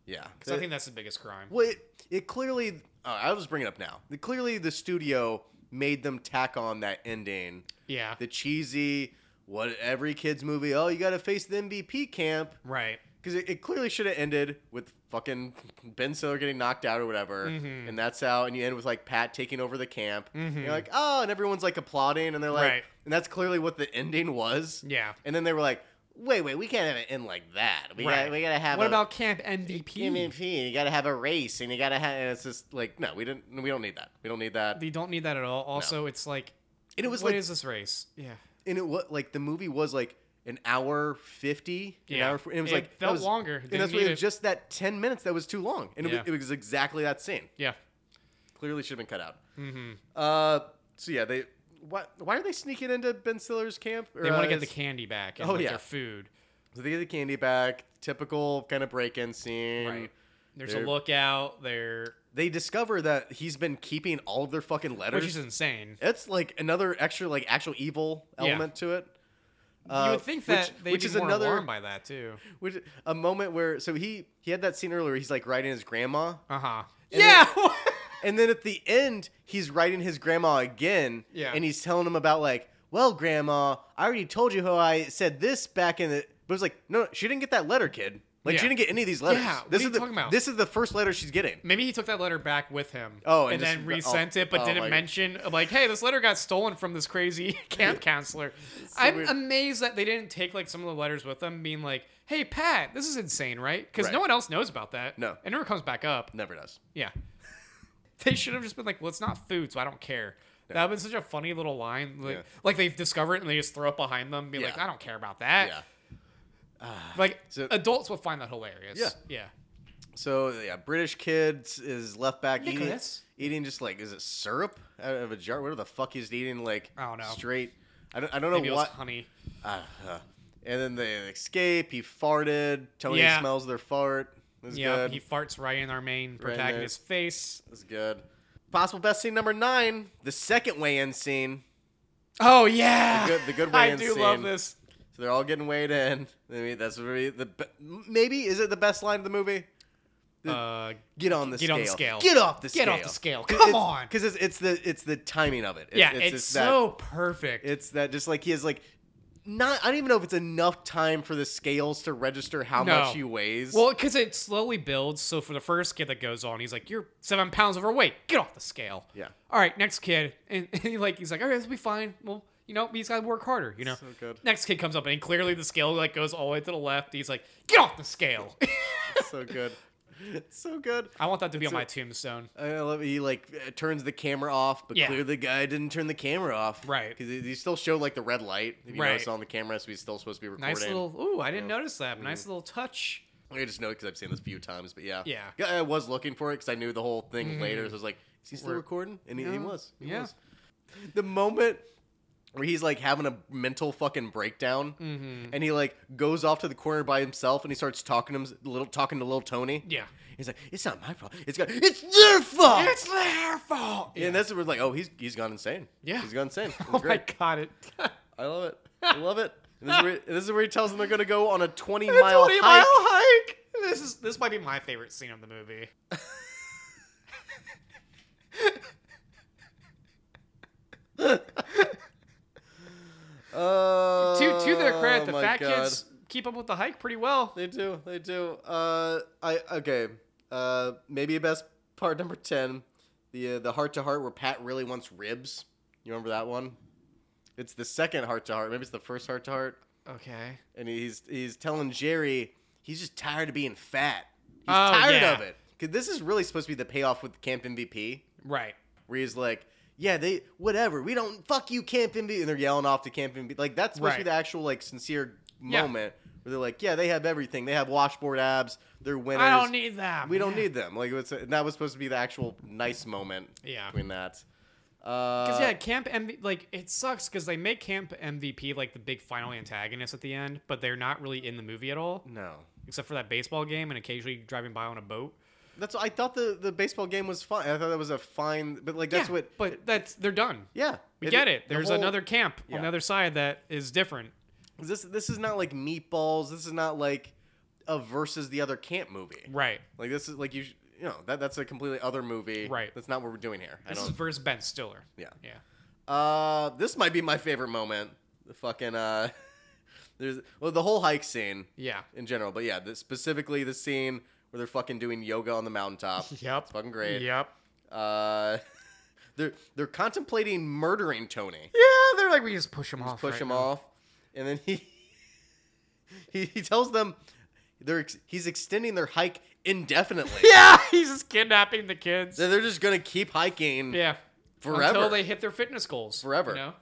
Speaker 2: yeah.
Speaker 1: 'cause I think that's the biggest crime.
Speaker 2: well, it, it clearly. Uh, I was bringing it up now. The, clearly, the studio made them tack on that ending,
Speaker 1: Yeah.
Speaker 2: the cheesy, what every kids movie. Oh, you got to face the MVP camp
Speaker 1: Right.
Speaker 2: because it, it clearly should have ended with fucking Ben Stiller getting knocked out or whatever,
Speaker 1: Mm-hmm.
Speaker 2: and that's how. And you end with like Pat taking over the camp. And you're like, oh, and everyone's like applauding, and they're like,
Speaker 1: Right.
Speaker 2: and that's clearly what the ending was.
Speaker 1: Yeah.
Speaker 2: And then they were like, wait, wait, we can't have it end like that. We gotta,
Speaker 1: Right.
Speaker 2: we gotta have
Speaker 1: What
Speaker 2: a
Speaker 1: about Camp MVP?
Speaker 2: MVP. And you gotta have a race, and you gotta have. And it's just like, no, we didn't. We don't need that. We don't need that.
Speaker 1: They don't need that at all. Also, it's like,
Speaker 2: and it was
Speaker 1: what
Speaker 2: like,
Speaker 1: is this race? Yeah,
Speaker 2: and it was like the movie was like an hour fifty. An
Speaker 1: Yeah.
Speaker 2: hour, and it was
Speaker 1: It
Speaker 2: like that
Speaker 1: felt
Speaker 2: was-
Speaker 1: longer.
Speaker 2: And
Speaker 1: Didn't
Speaker 2: that's what it
Speaker 1: need
Speaker 2: was
Speaker 1: it.
Speaker 2: just that ten minutes that was too long, and it,
Speaker 1: Yeah.
Speaker 2: was, it was exactly that scene.
Speaker 1: yeah,
Speaker 2: Clearly should have been cut out. Mm-hmm. Uh, so yeah, they what? Why are they sneaking into Ben Stiller's camp? Or,
Speaker 1: They want
Speaker 2: uh,
Speaker 1: to get the
Speaker 2: his-
Speaker 1: candy back and
Speaker 2: Oh,
Speaker 1: like,
Speaker 2: yeah.
Speaker 1: their food.
Speaker 2: So they get the candy back. Typical kind of break-in scene.
Speaker 1: Right. There's
Speaker 2: They're-
Speaker 1: a lookout. They're
Speaker 2: They discover that he's been keeping all of their fucking letters.
Speaker 1: which is insane.
Speaker 2: it's like another extra, like actual evil
Speaker 1: Yeah.
Speaker 2: element to it.
Speaker 1: you
Speaker 2: Uh,
Speaker 1: would think that
Speaker 2: which,
Speaker 1: they'd
Speaker 2: which
Speaker 1: be
Speaker 2: is
Speaker 1: more
Speaker 2: another
Speaker 1: alarmed by that too.
Speaker 2: which a moment where so he he had that scene earlier. He's like writing his grandma,
Speaker 1: Uh huh.
Speaker 2: And
Speaker 1: Yeah.
Speaker 2: [LAUGHS] and then at the end he's writing his grandma again.
Speaker 1: Yeah.
Speaker 2: and he's telling him about like, well, grandma, I already told you how I said this back in the. But it was like, no, she didn't get that letter, kid. Like she
Speaker 1: Yeah.
Speaker 2: didn't get any of these letters.
Speaker 1: Yeah, what
Speaker 2: this
Speaker 1: are
Speaker 2: is
Speaker 1: you
Speaker 2: the
Speaker 1: talking about?
Speaker 2: this is the first letter she's getting.
Speaker 1: Maybe he took that letter back with him.
Speaker 2: Oh, and
Speaker 1: and,
Speaker 2: just-
Speaker 1: then resent
Speaker 2: oh,
Speaker 1: it, but
Speaker 2: oh my-
Speaker 1: didn't mention like, hey, this letter got stolen from this crazy [LAUGHS]
Speaker 2: [LAUGHS]
Speaker 1: camp counselor. I'm
Speaker 2: weird.
Speaker 1: amazed that they didn't take like some of the letters with them, being like, hey, Pat, this is insane, right? Because
Speaker 2: Right.
Speaker 1: no one else knows about that.
Speaker 2: No.
Speaker 1: it never comes back up.
Speaker 2: Never does. [LAUGHS]
Speaker 1: Yeah, [LAUGHS] they should have just been like, well, it's not food, so I don't care. That would have been such a funny little line. Like,
Speaker 2: Yeah.
Speaker 1: like they discover it and they just throw it behind them, be like,
Speaker 2: Yeah.
Speaker 1: I don't care about that.
Speaker 2: Yeah.
Speaker 1: Like
Speaker 2: So-
Speaker 1: adults will find that hilarious.
Speaker 2: Yeah.
Speaker 1: Yeah.
Speaker 2: So yeah, British kid is left back eating,
Speaker 1: Nicholas.
Speaker 2: eating just like is it syrup out of a jar? Whatever the fuck he's eating, like
Speaker 1: I don't know.
Speaker 2: straight. I don't, I don't know
Speaker 1: Maybe it was
Speaker 2: what.
Speaker 1: honey.
Speaker 2: Uh, uh. and then they escape. He farted. Tony
Speaker 1: Yeah.
Speaker 2: smells their fart. This is
Speaker 1: Yeah,
Speaker 2: good.
Speaker 1: he farts right in our main
Speaker 2: there.
Speaker 1: protagonist's face.
Speaker 2: This is good. Possible best scene number nine. The second weigh-in scene.
Speaker 1: Oh yeah,
Speaker 2: The good-
Speaker 1: [LAUGHS]
Speaker 2: the good
Speaker 1: I
Speaker 2: Wayans
Speaker 1: do love
Speaker 2: scene.
Speaker 1: this.
Speaker 2: So they're all getting weighed in. I mean, that's really the be- maybe is it the best line of the movie?
Speaker 1: Uh,
Speaker 2: Get on the
Speaker 1: Get
Speaker 2: scale.
Speaker 1: on the scale.
Speaker 2: Get off the scale.
Speaker 1: Get off the scale. Come on.
Speaker 2: Because it's, it's the it's the timing of it. It's,
Speaker 1: yeah, it's,
Speaker 2: that-
Speaker 1: so perfect.
Speaker 2: It's that just like he has like not I don't even know if it's enough time for the scales to register how
Speaker 1: No.
Speaker 2: much he weighs.
Speaker 1: well, because it slowly builds. So for the first kid that goes on, he's like, "You're seven pounds overweight. Get off the scale."
Speaker 2: Yeah.
Speaker 1: All right, next kid, and, [LAUGHS] and he like he's like, "All right, this will be fine." Well, you know, he's got to work harder. You know.
Speaker 2: So good.
Speaker 1: Next kid comes up, and clearly the scale like goes all the way to the left. He's like, "Get off the scale." [LAUGHS]
Speaker 2: so good. [LAUGHS] It's so good.
Speaker 1: I want that to be on my tombstone.
Speaker 2: I love he like uh, turns the camera off, but
Speaker 1: Yeah.
Speaker 2: clearly the guy didn't turn the camera off.
Speaker 1: Right.
Speaker 2: Because he he still showed like the red light. If you
Speaker 1: Right.
Speaker 2: notice on the camera, so he's still supposed to be recording.
Speaker 1: Nice little. Ooh, I didn't notice that. but Nice little touch.
Speaker 2: I just know because I've seen this a few times, but yeah.
Speaker 1: Yeah. Mm-hmm.
Speaker 2: I I was looking for it because I knew the whole thing later. So I was like, is he still
Speaker 1: We're-
Speaker 2: recording? And he, he
Speaker 1: No.
Speaker 2: was. He
Speaker 1: Yeah.
Speaker 2: was. The moment where he's like having a mental fucking breakdown
Speaker 1: Mm-hmm.
Speaker 2: and he like goes off to the corner by himself and he starts talking to him, little talking to little Tony.
Speaker 1: Yeah.
Speaker 2: He's like, it's not my fault. It's got, it's their
Speaker 1: Oh.
Speaker 2: fault.
Speaker 1: their fault.
Speaker 2: And that's where it's like, oh, he's he's gone insane.
Speaker 1: Yeah.
Speaker 2: He's gone insane. It's
Speaker 1: [LAUGHS] oh
Speaker 2: great.
Speaker 1: my god! It.
Speaker 2: I love it. I love it. And this, is where, and this is where he tells them they're gonna go on
Speaker 1: [LAUGHS]
Speaker 2: a twenty mile hike.
Speaker 1: hike. This is this might be my favorite scene of the movie.
Speaker 2: Uh,
Speaker 1: to to their credit, the
Speaker 2: my
Speaker 1: fat
Speaker 2: God.
Speaker 1: kids keep up with the hike pretty well.
Speaker 2: They do. They do. Uh, I okay. Uh, maybe best part number ten, the uh, the heart to heart where Pat really wants ribs. You remember that one? It's the second heart to heart. Maybe it's the first heart to heart.
Speaker 1: Okay.
Speaker 2: and he's he's telling Jerry he's just tired of being fat. He's
Speaker 1: Oh,
Speaker 2: tired
Speaker 1: yeah.
Speaker 2: of it. Cause this is really supposed to be the payoff with Camp MVP,
Speaker 1: Right.
Speaker 2: where he's like, "Yeah, they whatever. We don't fuck you, Camp MVP," and they're yelling off to Camp MVP. Like that's supposed
Speaker 1: Right.
Speaker 2: to be the actual like sincere
Speaker 1: Yeah.
Speaker 2: moment where they're like, "Yeah, they have everything. They have washboard abs. They're winners.
Speaker 1: I don't need that.
Speaker 2: we don't need them." Like it's, and that was supposed to be the actual nice moment
Speaker 1: Yeah.
Speaker 2: between that. Uh,
Speaker 1: Because
Speaker 2: Because
Speaker 1: yeah, Camp MV like it sucks because they make Camp MVP like the big final antagonist at the end, but they're not really in the movie at all,
Speaker 2: no.
Speaker 1: except for that baseball game and occasionally driving by on a boat.
Speaker 2: That's I thought the, the baseball game was fine. I thought that was a fine, but like that's
Speaker 1: Yeah,
Speaker 2: what
Speaker 1: But that's they're done.
Speaker 2: Yeah,
Speaker 1: We get it.
Speaker 2: the
Speaker 1: There's
Speaker 2: whole-
Speaker 1: another camp
Speaker 2: Yeah.
Speaker 1: on the other side that is different.
Speaker 2: This this is not like meatballs. This is not like a versus the other camp movie.
Speaker 1: Right.
Speaker 2: Like this is like you sh- you know that that's a completely other movie.
Speaker 1: Right.
Speaker 2: That's not what we're doing here. I
Speaker 1: This is
Speaker 2: don't.
Speaker 1: versus Ben Stiller.
Speaker 2: Yeah.
Speaker 1: Yeah.
Speaker 2: Uh, this might be my favorite moment. The fucking uh, [LAUGHS] there's well the whole hike scene
Speaker 1: Yeah.
Speaker 2: in general, but yeah, the, specifically the scene where they're fucking doing yoga on
Speaker 1: [LAUGHS]
Speaker 2: the mountaintop.
Speaker 1: Yep.
Speaker 2: It's fucking great.
Speaker 1: Yep.
Speaker 2: Uh, [LAUGHS] they're they're contemplating murdering Tony.
Speaker 1: Yeah, they're like we just push him off.
Speaker 2: push
Speaker 1: right
Speaker 2: him
Speaker 1: now.
Speaker 2: off, and then he, [LAUGHS] he he tells them they're ex- he's extending their hike
Speaker 1: [LAUGHS]
Speaker 2: indefinitely.
Speaker 1: [LAUGHS] Yeah, he's just kidnapping the kids.
Speaker 2: So they're just gonna keep hiking,
Speaker 1: yeah.
Speaker 2: Forever.
Speaker 1: Until they hit their fitness goals.
Speaker 2: Forever.
Speaker 1: You know?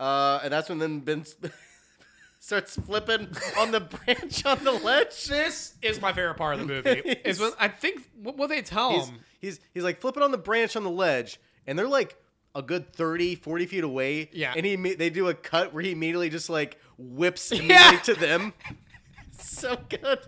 Speaker 2: uh, and that's when then Ben sp- [LAUGHS] starts flipping on the branch on the ledge.
Speaker 1: [LAUGHS] This is my favorite part of the
Speaker 2: [LAUGHS]
Speaker 1: movie. is when I think what will they tell
Speaker 2: He's,
Speaker 1: him?
Speaker 2: he's he's like flipping on the branch on the ledge, and they're like a good 30, 40 feet away.
Speaker 1: Yeah.
Speaker 2: And he imme- they do a cut where he immediately just like whips immediately
Speaker 1: [LAUGHS] Yeah.
Speaker 2: to them. so good.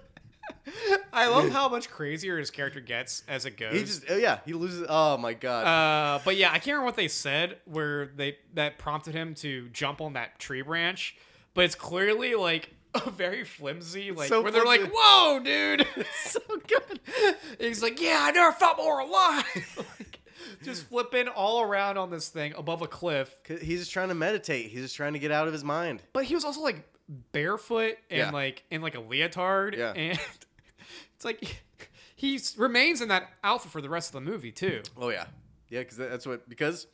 Speaker 1: [LAUGHS] I
Speaker 2: [LAUGHS]
Speaker 1: love how much crazier his character gets as it goes.
Speaker 2: He just oh, yeah, he loses oh my god.
Speaker 1: Uh, but yeah, I can't remember what they said where they that prompted him to jump on that tree branch, but it's clearly like [LAUGHS] a very flimsy, like
Speaker 2: so
Speaker 1: where they're like,
Speaker 2: flimsy.
Speaker 1: "Whoa,
Speaker 2: [LAUGHS]
Speaker 1: dude!"
Speaker 2: so good.
Speaker 1: He's like, "Yeah, I never felt more alive." [LAUGHS] like,
Speaker 2: [LAUGHS]
Speaker 1: just flipping all around on this thing above a cliff.
Speaker 2: 'Cause He's just trying to meditate. He's just trying to get out of his mind.
Speaker 1: But he was also like barefoot and
Speaker 2: Yeah.
Speaker 1: like in like a leotard,
Speaker 2: Yeah.
Speaker 1: and [LAUGHS] it's like he s- remains in that outfit for the rest of the movie too.
Speaker 2: Oh yeah, yeah, because that's what because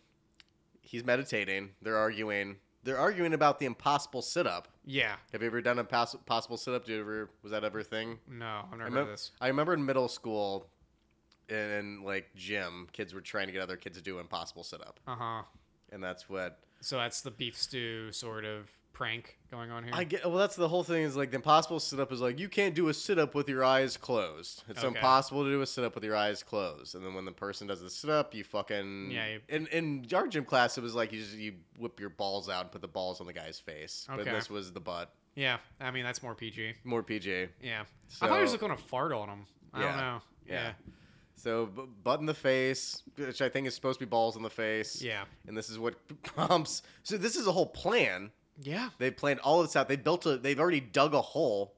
Speaker 2: he's meditating. They're arguing. They're arguing about the impossible sit up.
Speaker 1: Yeah,
Speaker 2: Have you ever done a pass- possible sit up? Did you ever was that ever a thing?
Speaker 1: no, I've never
Speaker 2: I
Speaker 1: heard of
Speaker 2: remem-
Speaker 1: this.
Speaker 2: I remember in middle school, in, in like gym, kids were trying to get other kids to do impossible sit up,
Speaker 1: Uh huh.
Speaker 2: and that's what
Speaker 1: So that's the beef stew sort of prank going on here.
Speaker 2: I get. Well, that's the whole thing. Is like the impossible sit up is like you can't do a sit up with your eyes closed. It's
Speaker 1: Okay.
Speaker 2: impossible to do a sit up with your eyes closed. And then when the person does the sit up, you fucking
Speaker 1: Yeah, you-
Speaker 2: In in our gym class, it was like you just you whip your balls out and put the balls on the guy's face. But
Speaker 1: Okay.
Speaker 2: this was the butt.
Speaker 1: yeah, I mean that's more PG.
Speaker 2: More PJ.
Speaker 1: Yeah, I thought he was
Speaker 2: So-
Speaker 1: just gonna fart on him. I
Speaker 2: Yeah,
Speaker 1: don't know. Yeah,
Speaker 2: yeah. So b- butt in the face, which I think is supposed to be balls in the face.
Speaker 1: yeah,
Speaker 2: And this is what [LAUGHS] prompts. So this is a whole plan.
Speaker 1: yeah.
Speaker 2: They planned all of this out. They built a. They've already dug a hole.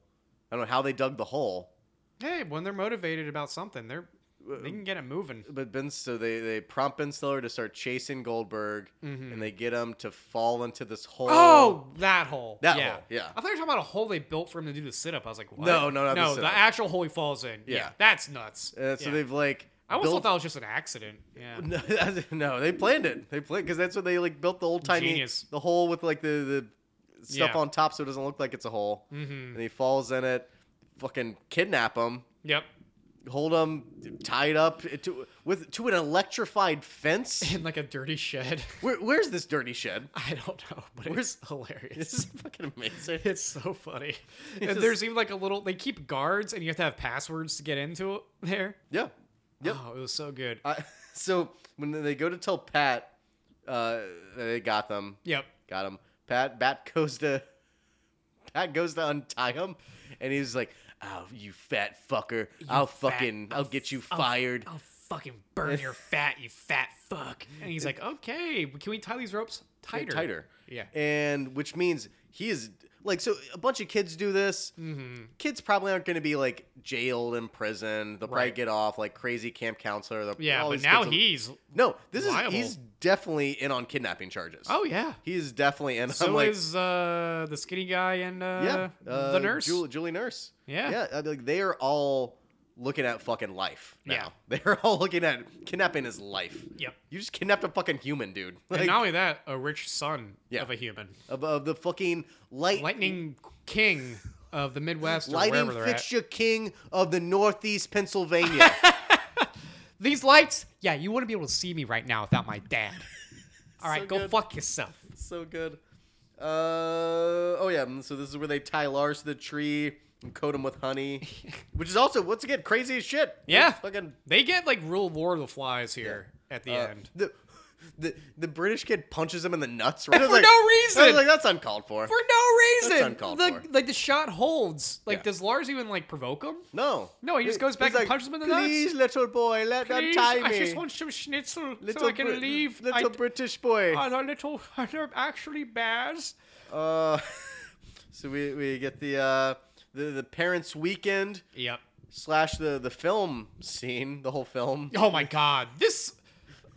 Speaker 2: I don't know how they dug the hole.
Speaker 1: Hey, when they're motivated about something, they're they can get it moving.
Speaker 2: But Ben, so they they prompt Ben Stiller to start chasing Goldberg,
Speaker 1: Mhm.
Speaker 2: and they get him to fall into this hole.
Speaker 1: Oh, that hole.
Speaker 2: That
Speaker 1: yeah.
Speaker 2: hole, yeah.
Speaker 1: I thought you were talking about a hole they built for him to do the sit up. I was like, what?
Speaker 2: No, no, not the
Speaker 1: no. The,
Speaker 2: sit-up.
Speaker 1: actual hole he falls in. Yeah,
Speaker 2: Yeah.
Speaker 1: that's nuts.
Speaker 2: And so
Speaker 1: Yeah.
Speaker 2: they've like
Speaker 1: I almost
Speaker 2: built-
Speaker 1: thought that was just an accident. Yeah.
Speaker 2: [LAUGHS] no, no, they planned it. They planned because that's what they like built the old tiny
Speaker 1: Genius.
Speaker 2: the hole with like the the stuff
Speaker 1: Yeah.
Speaker 2: on top so it doesn't look like it's a hole.
Speaker 1: Mm-hmm.
Speaker 2: And he falls in it, fucking kidnap him, [LAUGHS]
Speaker 1: Yep.
Speaker 2: hold him tied up to with to an electrified
Speaker 1: [LAUGHS]
Speaker 2: fence.
Speaker 1: In like a dirty shed. [LAUGHS]
Speaker 2: Where, where's this dirty shed?
Speaker 1: I don't know, but it's hilarious.
Speaker 2: This [LAUGHS] is fucking amazing.
Speaker 1: [LAUGHS] It's so funny. And
Speaker 2: just-
Speaker 1: there's even like a little. They keep guards, and you have to have passwords to get into it there.
Speaker 2: Yeah. Yep.
Speaker 1: Oh, it was so good.
Speaker 2: I, [LAUGHS] so when they go to tell Pat, uh, they got them,
Speaker 1: yep.
Speaker 2: got him. Pat, Pat goes to, [LAUGHS] Pat goes to untie him, and he's like, "Oh, you fat fucker! I'll
Speaker 1: fat-
Speaker 2: fucking, I'll, get you
Speaker 1: I'll-
Speaker 2: fired."
Speaker 1: I'll fucking burn [LAUGHS] your fat, you fat fuck. And he's like, okay, but can we tie these ropes tighter?
Speaker 2: tighter.
Speaker 1: Yeah.
Speaker 2: And which means he is like, so a bunch of kids do this.
Speaker 1: Mm-hmm.
Speaker 2: Kids probably aren't going to be like jailed, imprisoned. They'll probably
Speaker 1: Right.
Speaker 2: get off like crazy camp counselor. They'll-
Speaker 1: Yeah,
Speaker 2: all
Speaker 1: but
Speaker 2: these
Speaker 1: now
Speaker 2: kids will-
Speaker 1: he's.
Speaker 2: no, this
Speaker 1: liable.
Speaker 2: is he's definitely in on kidnapping charges.
Speaker 1: Oh yeah.
Speaker 2: He is definitely in.
Speaker 1: So
Speaker 2: I'm like,
Speaker 1: is uh, the skinny guy and uh,
Speaker 2: yeah, uh,
Speaker 1: the nurse.
Speaker 2: Jul- Julie Nurse.
Speaker 1: Yeah.
Speaker 2: yeah. I mean, like they are all looking at fucking life. Now. [LAUGHS] they're all looking at kidnapping his life.
Speaker 1: Yep.
Speaker 2: You just kidnapped a fucking human, dude. Like
Speaker 1: and not only that, a rich son
Speaker 2: Yeah.
Speaker 1: of a human,
Speaker 2: of, of the fucking light,
Speaker 1: lightning king of the Midwest or
Speaker 2: lighting
Speaker 1: wherever they're at.
Speaker 2: fixture king of the
Speaker 1: [LAUGHS]
Speaker 2: Northeast Pennsylvania.
Speaker 1: These lights, yeah, you wouldn't be able to see me right now without my
Speaker 2: [LAUGHS]
Speaker 1: dad. All right,
Speaker 2: So
Speaker 1: go
Speaker 2: good.
Speaker 1: fuck yourself.
Speaker 2: so good. Uh oh yeah. and So this is where they tie Lars to the tree and coat him
Speaker 1: [LAUGHS]
Speaker 2: with honey, which is also once again crazy as shit.
Speaker 1: Yeah.
Speaker 2: Like, fucking
Speaker 1: They get like real War of the Flies here at the
Speaker 2: Uh,
Speaker 1: end
Speaker 2: The, the the British kid punches him in the nuts right I was
Speaker 1: For
Speaker 2: like-
Speaker 1: no
Speaker 2: I
Speaker 1: reason!
Speaker 2: was like that's uncalled for.
Speaker 1: for no
Speaker 2: That's
Speaker 1: reason.
Speaker 2: uncalled
Speaker 1: the,
Speaker 2: for.
Speaker 1: Like the shot holds. Like
Speaker 2: Yeah.
Speaker 1: does Lars even like provoke him?
Speaker 2: no,
Speaker 1: No, he just goes back
Speaker 2: he's
Speaker 1: and punches him in the nuts.
Speaker 2: Please, little boy, let
Speaker 1: Please,
Speaker 2: untie me.
Speaker 1: I just want some schnitzel so I can
Speaker 2: Brit-
Speaker 1: leave.
Speaker 2: Little
Speaker 1: I,
Speaker 2: British boy.
Speaker 1: are there little are there actually bears?
Speaker 2: Uh, [LAUGHS] so we, we get the uh the, the parents weekend
Speaker 1: Yep.
Speaker 2: slash the the film scene, the whole film.
Speaker 1: Oh my god. This.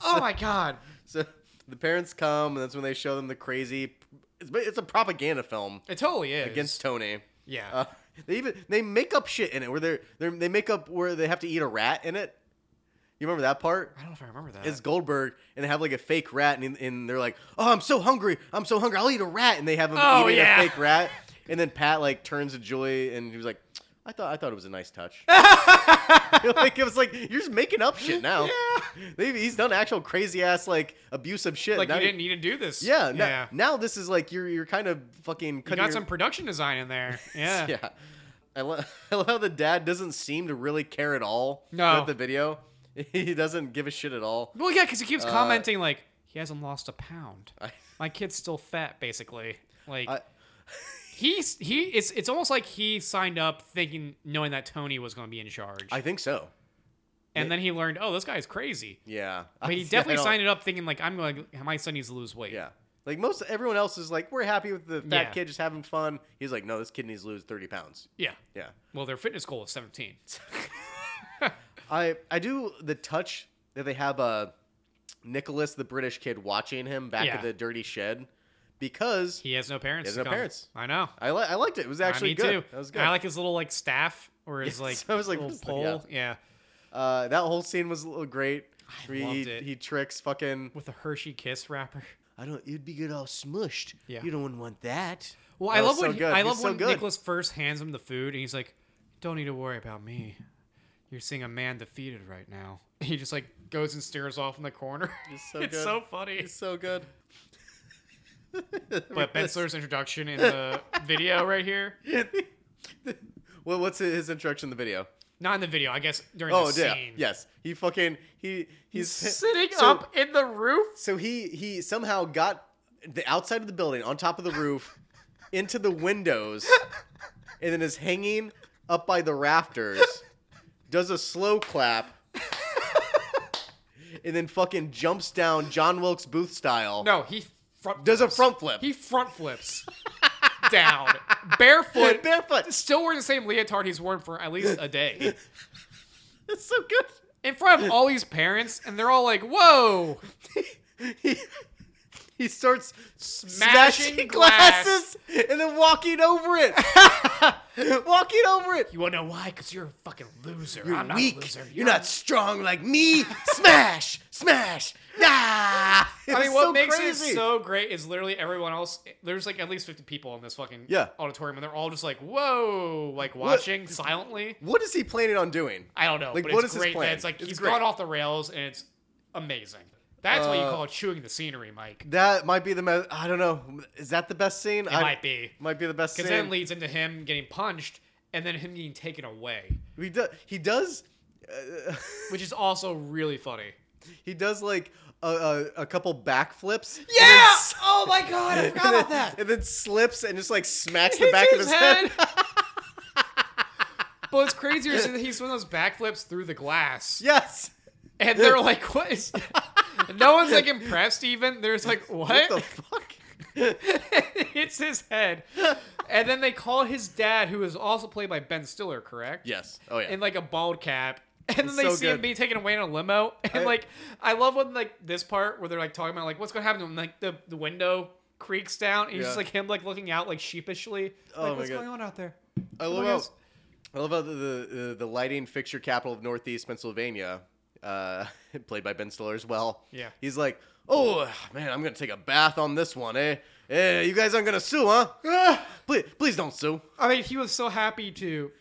Speaker 1: Oh my god.
Speaker 2: So the parents come, and that's when they show them the crazy. It's, it's a propaganda film
Speaker 1: It totally is.
Speaker 2: against Tony.
Speaker 1: Yeah.
Speaker 2: Uh, they even they make up shit in it where they're, they're they make up where they have to eat a rat in it. You remember that part?
Speaker 1: I don't know if I remember that.
Speaker 2: It's Goldberg and they have like a fake rat and, and they're like, "Oh, I'm so hungry! I'm so hungry! I'll eat a rat!" And they have him
Speaker 1: Oh,
Speaker 2: eating
Speaker 1: yeah.
Speaker 2: a fake rat. And then Pat like turns to Julie and he was like, "I thought I thought it was a
Speaker 1: [LAUGHS]
Speaker 2: nice touch." like it was like you're just making up shit now.
Speaker 1: Yeah.
Speaker 2: They- he's done actual crazy ass like abusive shit.
Speaker 1: like
Speaker 2: Now
Speaker 1: you
Speaker 2: he-
Speaker 1: didn't need to do this.
Speaker 2: yeah, no-
Speaker 1: Yeah.
Speaker 2: Now this is like you're you're kind of fucking.
Speaker 1: You
Speaker 2: cutting
Speaker 1: got
Speaker 2: your-
Speaker 1: some production design in
Speaker 2: [LAUGHS]
Speaker 1: there. Yeah.
Speaker 2: yeah. I, lo- [LAUGHS] I love how the dad doesn't seem to really care at all
Speaker 1: No.
Speaker 2: about the video. [LAUGHS] He doesn't give a shit at all.
Speaker 1: Well, yeah, because he keeps commenting like, he hasn't lost a pound.
Speaker 2: Uh, I-
Speaker 1: [LAUGHS] My kid's still fat, basically. Like
Speaker 2: I-
Speaker 1: [LAUGHS] he's he it's it's almost like he signed up thinking knowing that Tony was going to be in charge,
Speaker 2: I think so.
Speaker 1: and then he learned, oh, this guy's crazy.
Speaker 2: [LAUGHS] Yeah.
Speaker 1: But he definitely signed it up thinking like I'm going. to My son needs to lose weight.
Speaker 2: Yeah. Like most everyone else is like, we're happy with the fat
Speaker 1: Yeah.
Speaker 2: kid just having fun. He's like, no, this kid needs to lose thirty pounds.
Speaker 1: Yeah.
Speaker 2: Yeah.
Speaker 1: Well, their fitness goal is
Speaker 2: [LAUGHS]
Speaker 1: 17.
Speaker 2: I I do the touch that they have uh, Nicholas the British kid watching him back
Speaker 1: Yeah.
Speaker 2: at the dirty shed
Speaker 1: [LAUGHS]
Speaker 2: because
Speaker 1: He has no parents.
Speaker 2: He has no
Speaker 1: Come-
Speaker 2: parents.
Speaker 1: I know.
Speaker 2: I li- I liked it. It was
Speaker 1: I,
Speaker 2: actually
Speaker 1: me
Speaker 2: good.
Speaker 1: too.
Speaker 2: That was good.
Speaker 1: And I like his little like staff or
Speaker 2: [LAUGHS]
Speaker 1: his
Speaker 2: Yeah,
Speaker 1: like
Speaker 2: so I was like,
Speaker 1: little
Speaker 2: this-
Speaker 1: pole.
Speaker 2: yeah.
Speaker 1: Yeah.
Speaker 2: uh, that whole scene was a little great.
Speaker 1: I
Speaker 2: he,
Speaker 1: loved it.
Speaker 2: he tricks fucking.
Speaker 1: with a Hershey Kiss wrapper.
Speaker 2: I don't. You'd be good all smushed.
Speaker 1: Yeah.
Speaker 2: You don't want that.
Speaker 1: Well,
Speaker 2: That
Speaker 1: I
Speaker 2: was
Speaker 1: love
Speaker 2: so
Speaker 1: when he-
Speaker 2: good.
Speaker 1: I
Speaker 2: He's
Speaker 1: love
Speaker 2: so
Speaker 1: when
Speaker 2: good.
Speaker 1: Nicholas first hands him the food and he's like, "Don't need to worry about me. You're seeing a man defeated right now." [LAUGHS] He just like goes and stares off in the corner.
Speaker 2: It's so
Speaker 1: [LAUGHS] it's
Speaker 2: good.
Speaker 1: so funny.
Speaker 2: He's so good.
Speaker 1: But Ben Stiller's introduction in
Speaker 2: [LAUGHS]
Speaker 1: the video right here,
Speaker 2: well, what's his instruction in the video?
Speaker 1: not in the video, I guess during
Speaker 2: Oh,
Speaker 1: the
Speaker 2: yeah.
Speaker 1: scene.
Speaker 2: Yes. He fucking he
Speaker 1: he's
Speaker 2: he's,
Speaker 1: sitting
Speaker 2: so-
Speaker 1: up in the roof.
Speaker 2: So he he somehow got the outside of the building on top of the roof [LAUGHS] into the windows and then is hanging up by the rafters. Does a slow clap [LAUGHS] and then fucking jumps down John Wilkes Booth style.
Speaker 1: No, he front
Speaker 2: Does a
Speaker 1: flips.
Speaker 2: front flip.
Speaker 1: He front
Speaker 2: [LAUGHS]
Speaker 1: flips down, barefoot,
Speaker 2: barefoot.
Speaker 1: still wearing the same leotard he's worn for at least a
Speaker 2: [LAUGHS]
Speaker 1: day,
Speaker 2: It's so good.
Speaker 1: in front of all these parents, and they're all like, "Whoa!"
Speaker 2: [LAUGHS] he, he starts smashing,
Speaker 1: Smashing
Speaker 2: glasses and then walking over it.
Speaker 1: [LAUGHS]
Speaker 2: walking over it.
Speaker 1: You wanna know why? Cause you're a fucking loser.
Speaker 2: You're
Speaker 1: I'm not
Speaker 2: weak.
Speaker 1: a loser.
Speaker 2: You're [LAUGHS] not strong like me. smash, smash. Ah!
Speaker 1: [LAUGHS] I mean,
Speaker 2: It's
Speaker 1: what
Speaker 2: so
Speaker 1: makes
Speaker 2: crazy.
Speaker 1: it so great is literally everyone else. There's like at least 50 people in this fucking
Speaker 2: Yeah.
Speaker 1: auditorium, and they're all just like, "Whoa!" Like watching silently.
Speaker 2: What is he planning on doing?
Speaker 1: I don't know.
Speaker 2: Like,
Speaker 1: but
Speaker 2: what
Speaker 1: it's
Speaker 2: is his
Speaker 1: great that
Speaker 2: plan?
Speaker 1: It's like
Speaker 2: It's
Speaker 1: he's
Speaker 2: great.
Speaker 1: gone off the rails, and it's amazing. That's what you
Speaker 2: Uh,
Speaker 1: call chewing the scenery, Mike.
Speaker 2: That might be the me- I don't know. Is that the best scene?
Speaker 1: It might be.
Speaker 2: Might be the best scene.
Speaker 1: Because then leads into him getting punched and then him getting taken away,
Speaker 2: he, do- he does. Uh, [LAUGHS]
Speaker 1: which is also really funny.
Speaker 2: he does like a, a, a couple backflips. and then
Speaker 1: Oh my god, I
Speaker 2: and then- And then slips and just
Speaker 1: [LAUGHS]
Speaker 2: like smacks the
Speaker 1: Hits
Speaker 2: back of his head.
Speaker 1: but what's crazier is that he's one of those backflips through the glass.
Speaker 2: [LAUGHS] Yes.
Speaker 1: And they're like, what
Speaker 2: [LAUGHS]
Speaker 1: is. no one's like impressed even. There's like, what?
Speaker 2: What the fuck?
Speaker 1: [LAUGHS] Hits his head. And then they call his dad, who is also played by Ben Stiller, correct?
Speaker 2: [LAUGHS] Yes. Oh yeah.
Speaker 1: in like a bald cap. And then
Speaker 2: It's
Speaker 1: they
Speaker 2: so
Speaker 1: see him
Speaker 2: good.
Speaker 1: being taken away in a limo. And
Speaker 2: I-
Speaker 1: like I love when like this part where they're like talking about like what's gonna happen to him, like the, the window creaks down and he's
Speaker 2: Yeah.
Speaker 1: just like him like looking out like sheepishly.
Speaker 2: Oh
Speaker 1: like
Speaker 2: my
Speaker 1: what's
Speaker 2: God.
Speaker 1: going on out there?
Speaker 2: I
Speaker 1: Oh
Speaker 2: love
Speaker 1: my
Speaker 2: how,
Speaker 1: gosh.
Speaker 2: I love how the, the the lighting fixture capital of Northeast Pennsylvania, uh, [LAUGHS] played by Ben Stiller as well.
Speaker 1: Yeah.
Speaker 2: He's like, oh man, I'm gonna take a bath on this one, eh? Eh, you guys aren't gonna sue, huh?
Speaker 1: [SIGHS]
Speaker 2: Ah, please, please don't sue.
Speaker 1: I mean he was so happy to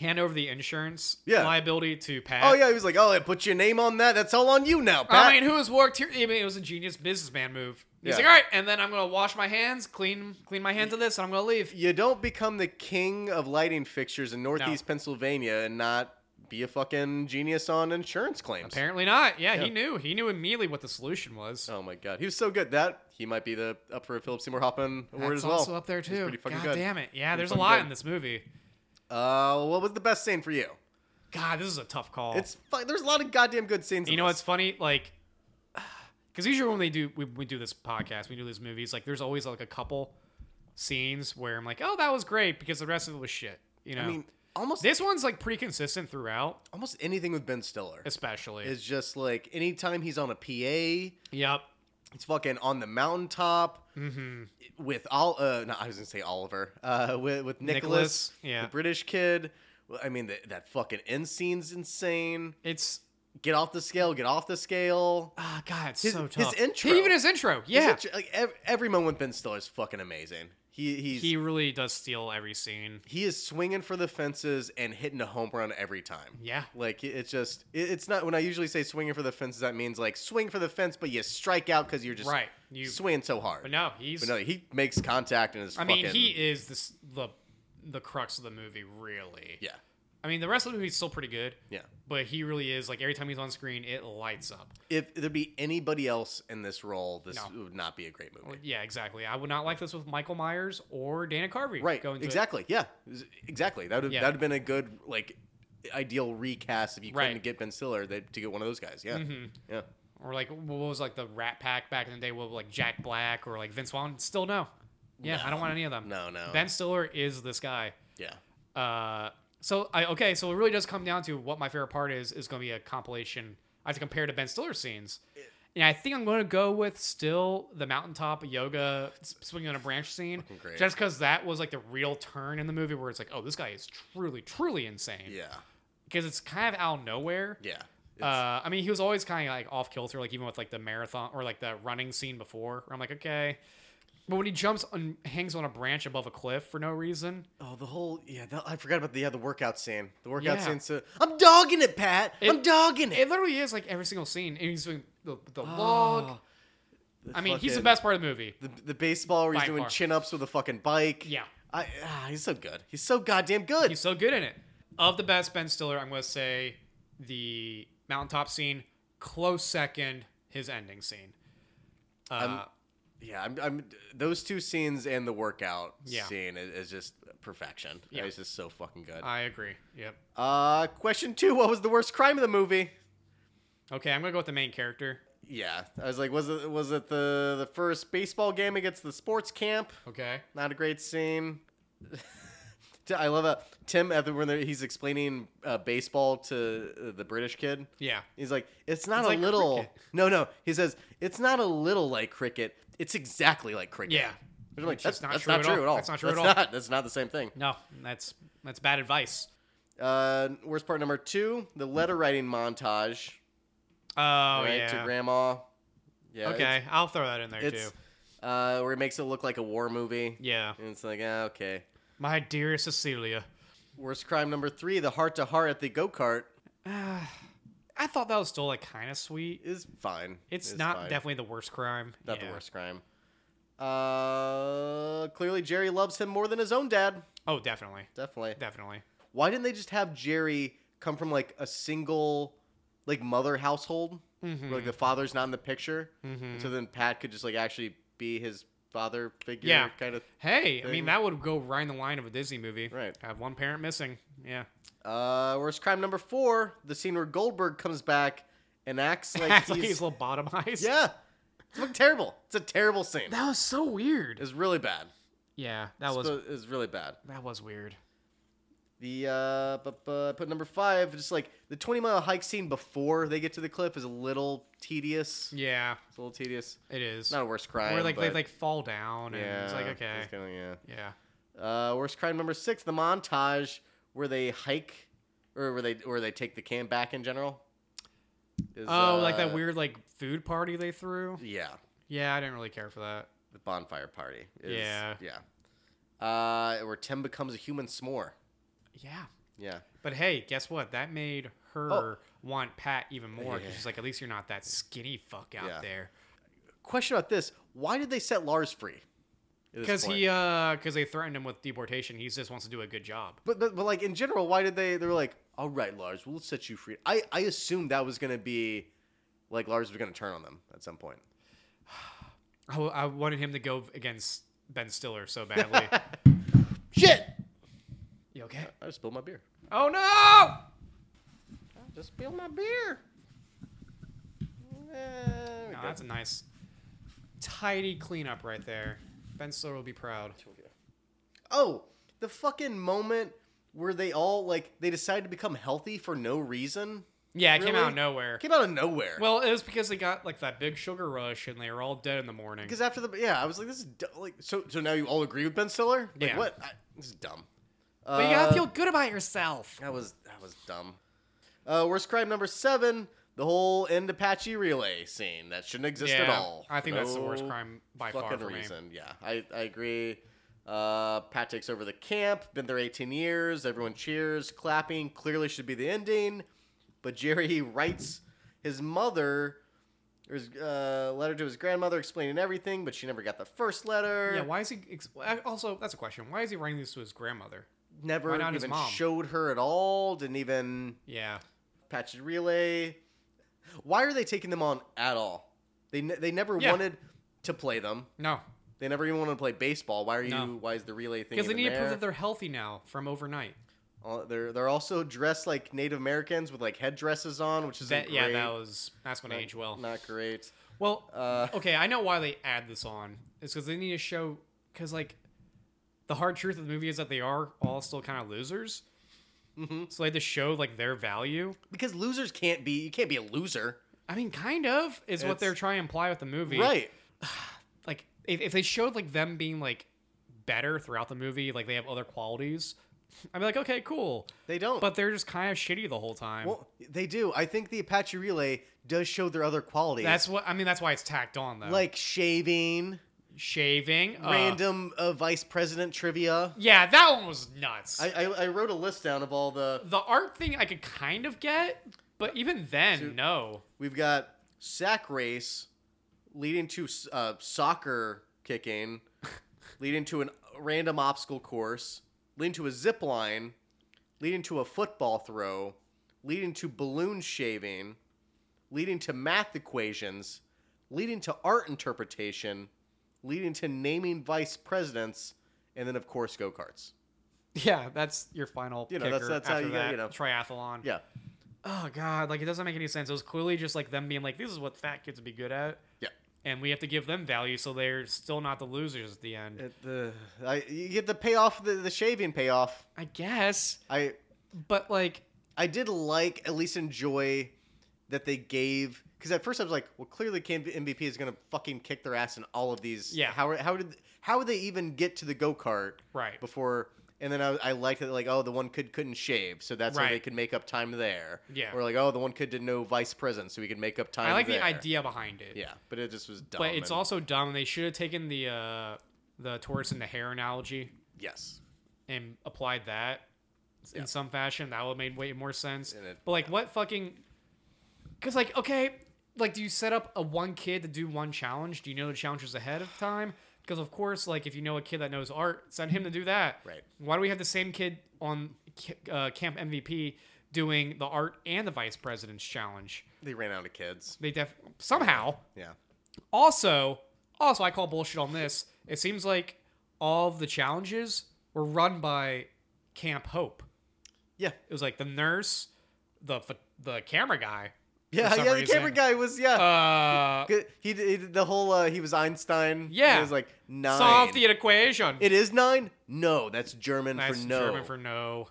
Speaker 1: hand over the insurance
Speaker 2: Yeah.
Speaker 1: liability to Pat.
Speaker 2: Oh yeah, he was like, oh, I put your name on that. That's all on you now, Pat.
Speaker 1: I mean, who has worked here? I mean, it was a genius businessman move. He's
Speaker 2: Yeah.
Speaker 1: like, all right, and then I'm gonna wash my hands, clean, clean my hands of this, and I'm gonna leave.
Speaker 2: you don't become the king of lighting fixtures in Northeast Pennsylvania and not be a fucking genius on insurance claims.
Speaker 1: Apparently not. Yeah,
Speaker 2: Yeah.
Speaker 1: he knew. He knew immediately what the solution was.
Speaker 2: Oh my god, he was so good that he might be the up for a Philip Seymour Hoffman award
Speaker 1: That's
Speaker 2: as well.
Speaker 1: also up there
Speaker 2: He's
Speaker 1: too.
Speaker 2: pretty fucking
Speaker 1: God
Speaker 2: good.
Speaker 1: damn it! Yeah,
Speaker 2: Pretty
Speaker 1: there's a
Speaker 2: fucking
Speaker 1: lot
Speaker 2: good.
Speaker 1: in this movie.
Speaker 2: Uh, what was the best scene for you?
Speaker 1: Oh. God, this is a tough call.
Speaker 2: It's fu- there's a lot of goddamn good scenes.
Speaker 1: you
Speaker 2: in
Speaker 1: know what's
Speaker 2: this.
Speaker 1: funny, like, [SIGHS] because usually when they do we, we do this podcast, we do these movies, like there's always like a couple scenes where I'm like, oh, that was great because the rest of it was shit. You know,
Speaker 2: I mean, almost
Speaker 1: this one's like pretty consistent throughout,
Speaker 2: almost anything with Ben Stiller
Speaker 1: especially.
Speaker 2: is just like anytime he's on a PA,
Speaker 1: yep.
Speaker 2: it's fucking on the mountaintop
Speaker 1: Mm-hmm.
Speaker 2: with all. Uh, no, I was gonna say Oliver. Uh, with with
Speaker 1: Nicholas,
Speaker 2: Nicholas,
Speaker 1: yeah.
Speaker 2: the British kid. Well, I mean, that that fucking end scene's insane.
Speaker 1: It's
Speaker 2: Get off the scale. Get off the scale.
Speaker 1: ah, God, it's
Speaker 2: His-
Speaker 1: so
Speaker 2: his
Speaker 1: tough.
Speaker 2: intro.
Speaker 1: even his intro, yeah,
Speaker 2: Is it tr- like ev- every moment with Ben Stiller is fucking amazing. He he's
Speaker 1: he
Speaker 2: he,
Speaker 1: really does steal every scene.
Speaker 2: is swinging for the fences and hitting a home run every time.
Speaker 1: Yeah.
Speaker 2: like it- it's just it, it's not when I usually say swinging for the fences that means like swing for the fence, but you strike out because you're just
Speaker 1: Right, you-
Speaker 2: swinging so hard.
Speaker 1: But no, he's.
Speaker 2: But no, he makes contact and is.
Speaker 1: I mean,
Speaker 2: fucking-
Speaker 1: he is this the the crux of the movie, really.
Speaker 2: yeah.
Speaker 1: I mean, the rest of the movie's still pretty good,
Speaker 2: Yeah.
Speaker 1: but he really is like every time he's on screen, it lights up.
Speaker 2: If there'd be anybody else in this role, this
Speaker 1: No.
Speaker 2: would not be a great movie.
Speaker 1: Yeah, exactly. I would not like this with Michael Myers or Dana Carvey.
Speaker 2: Right.
Speaker 1: going to it.
Speaker 2: exactly. Yeah. Z- Exactly. That would
Speaker 1: Yeah.
Speaker 2: that would have been a good like ideal recast if you couldn't
Speaker 1: Right. Mm-hmm.
Speaker 2: get Ben Stiller they, to get one of those guys. Yeah. Yeah.
Speaker 1: Or like what was like the Rat Pack back in the day? What like Jack Black or like Vince Vaughn? Still no. Yeah, I don't want any of them.
Speaker 2: No, no.
Speaker 1: Ben Stiller is this guy.
Speaker 2: yeah.
Speaker 1: Uh, so I okay, so it really does come down to what my favorite part is is going to be a compilation. I have to compare to Ben Stiller scenes, and I think I'm going to go with still the mountaintop yoga s- swinging on a branch scene,
Speaker 2: Fucking great.
Speaker 1: just because that was like the real turn in the movie where it's like, oh, this guy is truly, truly insane.
Speaker 2: Yeah.
Speaker 1: because it's kind of out of nowhere.
Speaker 2: Yeah. It's-
Speaker 1: Uh, I mean, he was always kind of like off kilter, like even with like the marathon or like the running scene before. Where I'm like, okay, but when he jumps and hangs on a branch above a cliff for no reason,
Speaker 2: oh, the whole yeah. The, I forgot about the yeah the workout scene. The workout
Speaker 1: Yeah.
Speaker 2: scene. So I'm dogging it, Pat. I'm dogging it.
Speaker 1: It literally is like every single scene. And he's doing the, the log.
Speaker 2: Oh, the
Speaker 1: I mean, he's the
Speaker 2: fucking-
Speaker 1: best part of the movie.
Speaker 2: The, the baseball where he's
Speaker 1: By
Speaker 2: doing
Speaker 1: far.
Speaker 2: chin ups with a fucking bike.
Speaker 1: Yeah.
Speaker 2: I, ah, he's so good. He's so goddamn good.
Speaker 1: He's so good in it. Of the best Ben Stiller, I'm going to say the mountaintop scene, close second, his ending scene. Uh,
Speaker 2: Yeah, I'm, I'm. Those two scenes and the workout
Speaker 1: Yeah.
Speaker 2: scene is, is just perfection.
Speaker 1: Yeah.
Speaker 2: It's just so fucking good.
Speaker 1: I agree. Yep.
Speaker 2: Uh, question two: What was the worst crime of the movie?
Speaker 1: Okay, I'm going to go with the main character.
Speaker 2: Yeah, I was like, was it was it the the first baseball game against the sports camp?
Speaker 1: Okay.
Speaker 2: Not a great scene. [LAUGHS] T- I love that Tim at the when they're- he's explaining uh, baseball to uh, the British kid.
Speaker 1: Yeah.
Speaker 2: He's like, it's not
Speaker 1: It's
Speaker 2: a
Speaker 1: like
Speaker 2: little.
Speaker 1: cricket.
Speaker 2: No, no. He says it's not a little like cricket. It's exactly like cricket.
Speaker 1: Yeah.
Speaker 2: They're like,
Speaker 1: Which
Speaker 2: that's,
Speaker 1: is
Speaker 2: not, that's true, not true at all.
Speaker 1: That's not true at all.
Speaker 2: That's not, that's not the same thing.
Speaker 1: No, that's that's bad advice.
Speaker 2: Uh, worst part number two, the letter writing montage.
Speaker 1: Oh,
Speaker 2: right,
Speaker 1: yeah.
Speaker 2: To grandma. Yeah.
Speaker 1: okay, I'll throw that in there
Speaker 2: It's,
Speaker 1: too.
Speaker 2: it's uh, where it makes it look like a war movie.
Speaker 1: Yeah.
Speaker 2: And it's like, ah, okay.
Speaker 1: My dear Cecilia. [SIGHS]
Speaker 2: Worst crime number three, the heart to heart at the go kart
Speaker 1: I thought that was still like kind of sweet.
Speaker 2: is fine.
Speaker 1: It's not
Speaker 2: fine.
Speaker 1: definitely the worst crime.
Speaker 2: not
Speaker 1: Yeah.
Speaker 2: the worst crime. Uh, clearly Jerry loves him more than his own dad.
Speaker 1: Oh, definitely,
Speaker 2: Definitely.
Speaker 1: definitely.
Speaker 2: Why didn't they just have Jerry come from like a single like mother household where
Speaker 1: Hmm.
Speaker 2: like the father's not in the picture?
Speaker 1: Mhm.
Speaker 2: So then Pat could just like actually be his father figure
Speaker 1: Yeah.
Speaker 2: kind of
Speaker 1: Hey, I
Speaker 2: thing.
Speaker 1: mean that would go right in the line of a Disney movie.
Speaker 2: Right.
Speaker 1: Have one parent missing. Yeah.
Speaker 2: uh worst crime number 4, the scene where Goldberg comes back and
Speaker 1: [LAUGHS]
Speaker 2: acts like
Speaker 1: Like
Speaker 2: he's,
Speaker 1: like he's lobotomized.
Speaker 2: Yeah. It's fucking terrible. It's a terrible scene.
Speaker 1: That was so weird.
Speaker 2: It's really bad.
Speaker 1: Yeah, that was
Speaker 2: It's- it's really bad.
Speaker 1: that was weird.
Speaker 2: The uh, but, but put number five, just like the twenty mile hike scene before they get to the cliff is a little tedious.
Speaker 1: Yeah,
Speaker 2: It's a little tedious.
Speaker 1: it is.
Speaker 2: Not a worst crime.
Speaker 1: Where like they
Speaker 2: but-
Speaker 1: like fall down and it's like okay.
Speaker 2: it's kinda-
Speaker 1: yeah.
Speaker 2: yeah. Uh, worst crime number six, the montage where they hike, or where they where they take the can back in general. Is,
Speaker 1: Oh, like
Speaker 2: uh,
Speaker 1: that weird like food party they threw.
Speaker 2: Yeah,
Speaker 1: Yeah, I didn't really care for that.
Speaker 2: the bonfire party. is-
Speaker 1: Yeah.
Speaker 2: yeah. Uh, where Tim becomes a human s'more.
Speaker 1: Yeah.
Speaker 2: Yeah,
Speaker 1: But hey, guess what? That made her want Pat even more because
Speaker 2: Oh. Yeah.
Speaker 1: she's like, at least you're not that skinny fuck out
Speaker 2: Yeah.
Speaker 1: there.
Speaker 2: question about this: Why did they set Lars free? at this
Speaker 1: Because
Speaker 2: point?
Speaker 1: he, uh, because they threatened him with deportation. He just wants to do a good job.
Speaker 2: But, but but like in general, why did they? They were like, "All right, Lars, we'll set you free." I I assumed that was gonna be, like Lars was gonna turn on them at some point.
Speaker 1: I, I wanted him to go against Ben Stiller so
Speaker 2: [LAUGHS]
Speaker 1: badly.
Speaker 2: Shit!
Speaker 1: you okay?
Speaker 2: I just spilled my beer.
Speaker 1: Oh no!
Speaker 2: I just spilled my beer. There we
Speaker 1: No,
Speaker 2: go.
Speaker 1: that's a nice, tidy cleanup right there. Ben Stiller will be proud.
Speaker 2: Oh, the fucking moment where they all like they decided to become healthy for no reason
Speaker 1: Yeah, it came
Speaker 2: Really?
Speaker 1: out of nowhere.
Speaker 2: came out of nowhere.
Speaker 1: Well, it was because they got like that big sugar rush and they were all dead in the morning.
Speaker 2: because after the yeah, I was like, this is du- like so. So now you all agree with Ben Stiller? Like,
Speaker 1: Yeah.
Speaker 2: What? I, this is dumb.
Speaker 1: But you
Speaker 2: Uh,
Speaker 1: gotta feel good about yourself.
Speaker 2: That was that was dumb. Uh, worst crime number seven: the whole end Apache relay scene that shouldn't exist at all.
Speaker 1: I think
Speaker 2: For
Speaker 1: that's the worst
Speaker 2: no
Speaker 1: crime by far
Speaker 2: Fucking
Speaker 1: for me.
Speaker 2: reason. Yeah, I, I agree. Uh, Pat takes over the camp. Been there 18 years. Everyone cheers, clapping. Clearly should be the ending, but Jerry writes his mother. or his uh, letter to his grandmother explaining everything, but she never got the first letter.
Speaker 1: Yeah, why is he? Ex- well, I- also, that's a question. Why is he writing this to his grandmother?
Speaker 2: never
Speaker 1: Why not his
Speaker 2: even
Speaker 1: mom?
Speaker 2: showed her at all. Didn't even
Speaker 1: Yeah.
Speaker 2: patched relay. Why are they taking them on at all? They ne- they never
Speaker 1: Yeah.
Speaker 2: wanted to play them.
Speaker 1: No.
Speaker 2: They never even wanted to play baseball. Why are you?
Speaker 1: No.
Speaker 2: Why is the relay thing?
Speaker 1: Because they
Speaker 2: even
Speaker 1: need to
Speaker 2: there?
Speaker 1: prove that they're healthy now from overnight.
Speaker 2: Uh, they're they're also dressed like Native Americans with like headdresses on, which is
Speaker 1: That, yeah,
Speaker 2: great.
Speaker 1: that was that's going to age well.
Speaker 2: Not great.
Speaker 1: Well,
Speaker 2: Uh, [LAUGHS]
Speaker 1: okay, I know why they add this on. It's because they need to show because like the hard truth of the movie is that they are all still kind of losers.
Speaker 2: Mhm.
Speaker 1: So they had to show like their value.
Speaker 2: because losers can't be. You can't be a loser,
Speaker 1: I mean, kind of is what
Speaker 2: It's-
Speaker 1: they're trying to imply with the movie,
Speaker 2: right?
Speaker 1: Like if, if they showed like them being like better throughout the movie, like they have other qualities, I'd be like, okay, cool.
Speaker 2: They don't.
Speaker 1: But they're just kind of shitty the whole time.
Speaker 2: well, they do. I think the Apache Relay does show their other qualities.
Speaker 1: that's what I mean. That's why it's tacked on though.
Speaker 2: like shaving,
Speaker 1: shaving, uh,
Speaker 2: random uh, vice president trivia.
Speaker 1: Yeah, that one was nuts.
Speaker 2: I, I I wrote a list down of all the
Speaker 1: the art thing I could kind of get, but even then,
Speaker 2: So-
Speaker 1: no.
Speaker 2: We've got sack race leading to uh, soccer [LAUGHS] kicking, leading to an random obstacle course, leading to a zip line, leading to a football throw, leading to balloon shaving, leading to math equations, leading to art interpretation, leading to naming vice presidents, and then of course go karts.
Speaker 1: Yeah, that's your final.
Speaker 2: You know, that's-
Speaker 1: kicker
Speaker 2: that's how
Speaker 1: after
Speaker 2: you
Speaker 1: that,
Speaker 2: gotta, you know.
Speaker 1: triathlon.
Speaker 2: Yeah,
Speaker 1: Oh god, like it doesn't make any sense. It was clearly just like them being like, "This is what fat kids would be good at,"
Speaker 2: yeah.
Speaker 1: and we have to give them value so they're still not the losers at the end.
Speaker 2: It, the I, you get the payoff, the, the shaving payoff.
Speaker 1: I guess,
Speaker 2: I
Speaker 1: but like,
Speaker 2: I did like at least enjoy that they gave because at first I was like, well, clearly Cam- MVP is gonna fucking kick their ass in all of these.
Speaker 1: Yeah.
Speaker 2: How how did how would they even get to the go kart
Speaker 1: right?
Speaker 2: before? And then I, I liked it like oh the one kid couldn't shave so that's how they
Speaker 1: Right.
Speaker 2: could make up time there.
Speaker 1: Yeah.
Speaker 2: Or like oh the one kid didn't know vice president so he could make up time.
Speaker 1: I like
Speaker 2: there.
Speaker 1: the idea behind it.
Speaker 2: Yeah, but it just was dumb.
Speaker 1: but it's
Speaker 2: and-
Speaker 1: also dumb. They should have taken the uh the tortoise and the hare analogy
Speaker 2: yes.
Speaker 1: and applied that in some fashion, that would have made way more sense.
Speaker 2: And it-
Speaker 1: but like, what fucking? Because like, okay, like, do you set up a one kid to do one challenge? Do you know the challenges ahead of time? Because of course, like, if you know a kid that knows art, send him to do that.
Speaker 2: Right.
Speaker 1: Why do we have the same kid on ca- uh, camp MVP doing the art and the vice president's challenge?
Speaker 2: They ran out of kids.
Speaker 1: They def somehow.
Speaker 2: Yeah.
Speaker 1: Also, also, I call bullshit on this. It seems like all of the challenges were run by Camp Hope.
Speaker 2: Yeah.
Speaker 1: It was like the nurse, the ph- the camera guy. for
Speaker 2: Yeah.
Speaker 1: some
Speaker 2: Yeah. The
Speaker 1: reason.
Speaker 2: camera guy was yeah.
Speaker 1: Uh,
Speaker 2: Good- he, did, he did the whole uh, he was Einstein.
Speaker 1: Yeah.
Speaker 2: he was like nine.
Speaker 1: solve the equation.
Speaker 2: It is nine. No, that's German
Speaker 1: That's
Speaker 2: for no.
Speaker 1: German for no.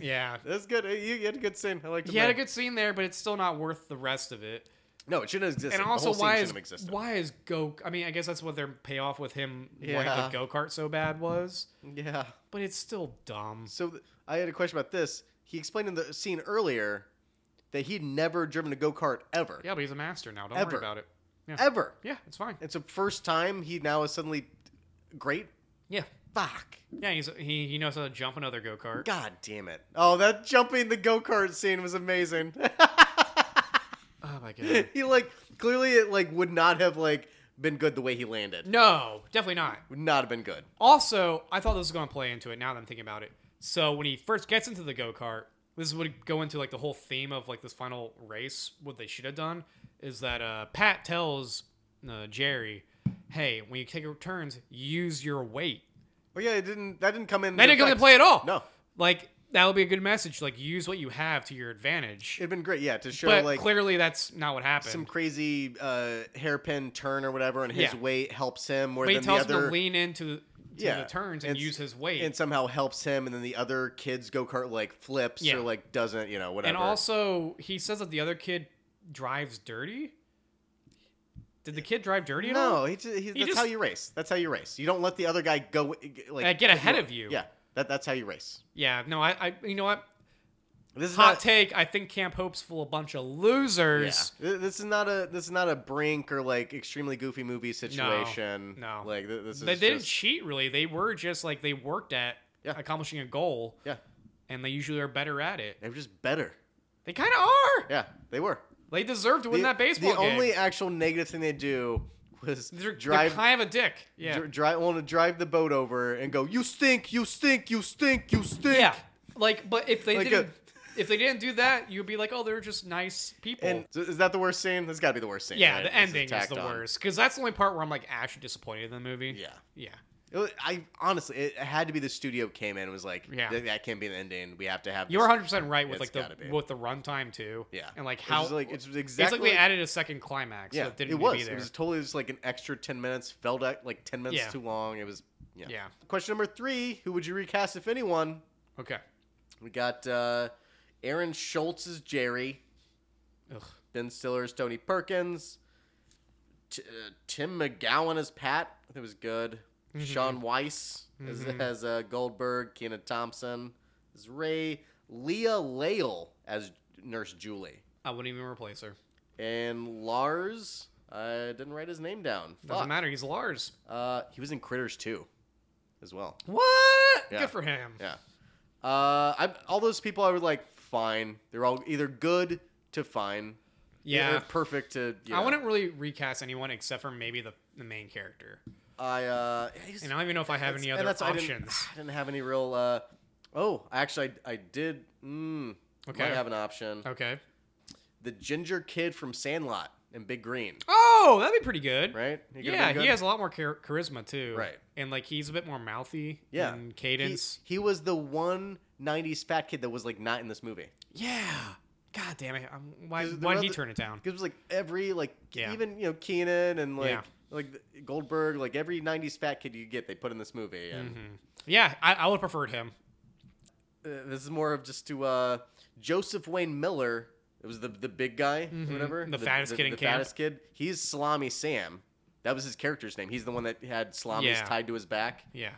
Speaker 1: Yeah,
Speaker 2: that's good. Uh, You, you had a good scene. I liked it.
Speaker 1: he had a good scene there, but it's still not worth the rest of it.
Speaker 2: No, it shouldn't exist.
Speaker 1: And also, why is
Speaker 2: shouldn't exist?
Speaker 1: why is go? I mean, I guess that's what their payoff with him
Speaker 2: Yeah.
Speaker 1: wanting the go kart so bad was,
Speaker 2: Yeah.
Speaker 1: but it's still dumb.
Speaker 2: So th- I had a question about this. He explained in the scene earlier that he'd never driven a go kart ever,
Speaker 1: Yeah, but he's a master now. Don't
Speaker 2: Ever.
Speaker 1: worry about it. Yeah.
Speaker 2: ever.
Speaker 1: Yeah, it's fine.
Speaker 2: It's the first time he now is suddenly great.
Speaker 1: Yeah,
Speaker 2: Fuck.
Speaker 1: yeah. He's he he knows how to jump another go kart.
Speaker 2: God damn it. Oh, that jumping the go kart scene was amazing. [LAUGHS]
Speaker 1: Oh my god.
Speaker 2: he like clearly it like would not have like been good the way he
Speaker 1: [LAUGHS]
Speaker 2: landed.
Speaker 1: No, definitely not.
Speaker 2: Would not have been good.
Speaker 1: Also, I thought this was going to play into it now that I'm thinking about it. So, when he first gets into the go kart, this would go into like the whole theme of like this final race. What they should have done is that uh, Pat tells uh, Jerry, hey, when you take your turns, use your weight.
Speaker 2: Well, yeah, it didn't. That didn't come in.
Speaker 1: That didn't come into
Speaker 2: effect.
Speaker 1: play at all.
Speaker 2: No,
Speaker 1: Like, that would be a good message. Like, use what you have to your advantage.
Speaker 2: it'd been great. Yeah, to show
Speaker 1: but
Speaker 2: like
Speaker 1: clearly, that's not what happened.
Speaker 2: some crazy uh, hairpin turn or whatever, and his
Speaker 1: Yeah.
Speaker 2: weight helps him more
Speaker 1: but he
Speaker 2: than the
Speaker 1: tells him
Speaker 2: other,
Speaker 1: to lean into to
Speaker 2: Yeah,
Speaker 1: the turns and
Speaker 2: and s-
Speaker 1: use his weight.
Speaker 2: and somehow helps him, and then the other kid's go kart like flips
Speaker 1: Yeah.
Speaker 2: or like doesn't, you know,
Speaker 1: And
Speaker 2: whatever.
Speaker 1: also, he says that the other kid drives dirty. Did the kid drive dirty at all?
Speaker 2: no, he, ju- he, that's
Speaker 1: just-
Speaker 2: how you race. That's how you race. You don't let the other guy go like
Speaker 1: Uh, get ahead of you.
Speaker 2: Yeah, that, that's how you race.
Speaker 1: Yeah. No, I, I you know what?
Speaker 2: This is
Speaker 1: Hot
Speaker 2: not.
Speaker 1: take. I think Camp Hope's full of bunch of
Speaker 2: yeah.
Speaker 1: losers.
Speaker 2: Th- This is not a this is not a brink or like extremely goofy movie situation.
Speaker 1: no.
Speaker 2: like th- this is
Speaker 1: They didn't
Speaker 2: just-
Speaker 1: cheat, really. They were just like, they worked at
Speaker 2: Yeah.
Speaker 1: accomplishing a goal,
Speaker 2: yeah,
Speaker 1: and they usually are better at it.
Speaker 2: they were just better.
Speaker 1: They kind of are.
Speaker 2: Yeah, they were.
Speaker 1: They deserve to win that baseball
Speaker 2: the
Speaker 1: game.
Speaker 2: only actual negative thing they do was
Speaker 1: They're,
Speaker 2: drive
Speaker 1: they're kind of a dick. Yeah.
Speaker 2: drive want to drive the boat over and go. You stink. You stink. You stink. You stink.
Speaker 1: Yeah. Like, but if they
Speaker 2: Like uh, a-
Speaker 1: didn't, if they didn't do that, you'd be like, oh, they're just nice people.
Speaker 2: And so is that the worst scene? That's got to be the worst scene.
Speaker 1: yeah,
Speaker 2: right?
Speaker 1: the
Speaker 2: This
Speaker 1: ending is
Speaker 2: tacked
Speaker 1: the
Speaker 2: on.
Speaker 1: worst because that's the only part where I'm like actually disappointed in the movie.
Speaker 2: Yeah.
Speaker 1: Yeah.
Speaker 2: It was- I honestly, it had to be the studio came in and was like,
Speaker 1: Yeah.
Speaker 2: "That- that can't be the ending. We have to have.
Speaker 1: You're
Speaker 2: this."
Speaker 1: 100 percent right with
Speaker 2: It's
Speaker 1: like the
Speaker 2: gotta be.
Speaker 1: with the runtime too.
Speaker 2: Yeah.
Speaker 1: And like
Speaker 2: It's
Speaker 1: how
Speaker 2: just like- it's
Speaker 1: it's
Speaker 2: exactly
Speaker 1: like they
Speaker 2: like-
Speaker 1: added a second climax.
Speaker 2: Yeah,
Speaker 1: that didn't
Speaker 2: it
Speaker 1: need
Speaker 2: was.
Speaker 1: To be there.
Speaker 2: It was totally just like an extra ten minutes. Felt at like ten minutes
Speaker 1: Yeah.
Speaker 2: too long. It was. Yeah.
Speaker 1: Yeah.
Speaker 2: Question number three: Who would you recast if anyone?
Speaker 1: Okay.
Speaker 2: We got uh, Aaron Schultz as Jerry,
Speaker 1: Ugh.
Speaker 2: Ben Stiller as Tony Perkins, T- uh, Tim McGowan as Pat. I think it was good.
Speaker 1: Mm-hmm.
Speaker 2: Sean Weiss as, as uh, Goldberg, Keena Thompson as Ray, Leah Lale as Nurse Julie,
Speaker 1: I wouldn't even replace her.
Speaker 2: and Lars. I didn't write his name down.
Speaker 1: Doesn't
Speaker 2: Fuck.
Speaker 1: matter. He's Lars.
Speaker 2: Uh, he was in Critters too, as well.
Speaker 1: What?
Speaker 2: Yeah.
Speaker 1: Good for him.
Speaker 2: Yeah. Uh, I all those people I were like fine. They're all either good to fine.
Speaker 1: Yeah.
Speaker 2: They're perfect to. You know.
Speaker 1: I wouldn't really recast anyone except for maybe the, the main character.
Speaker 2: I uh. yeah, he's-
Speaker 1: And I don't even know if I have
Speaker 2: that's-
Speaker 1: any
Speaker 2: and
Speaker 1: other
Speaker 2: that's- I didn't-
Speaker 1: options.
Speaker 2: [SIGHS] I didn't, have any real. uh Oh, actually, I, I did. Mm,
Speaker 1: Okay.
Speaker 2: Might have an option.
Speaker 1: Okay.
Speaker 2: The ginger kid from Sandlot and Big Green.
Speaker 1: Oh, that'd be pretty good.
Speaker 2: Right? He could've
Speaker 1: yeah,
Speaker 2: been
Speaker 1: he
Speaker 2: good.
Speaker 1: has a lot more char- charisma too.
Speaker 2: Right.
Speaker 1: And like he's a bit more mouthy.
Speaker 2: Yeah.
Speaker 1: And
Speaker 2: He-
Speaker 1: cadence.
Speaker 2: He, was the one '90s fat kid that was like not in this movie.
Speaker 1: yeah. God damn it! I'm, why
Speaker 2: Because the
Speaker 1: why did he
Speaker 2: other-
Speaker 1: turn it down?
Speaker 2: Because it was like every like
Speaker 1: Yeah.
Speaker 2: even you know Keenan and like
Speaker 1: Yeah.
Speaker 2: like the- Goldberg like every '90s fat kid you get they put in this movie and
Speaker 1: Mm-hmm. Yeah, I, I would have preferred him. Mm-hmm.
Speaker 2: uh, this is more of just to uh, Joseph Wayne Miller. It was the the big guy, or whatever.
Speaker 1: Mm-hmm. The fattest kid in
Speaker 2: the
Speaker 1: camp.
Speaker 2: fattest kid. He's Salami Sam. That was his character's name. He's the one that had salamis
Speaker 1: Yeah.
Speaker 2: tied to his back.
Speaker 1: Yeah.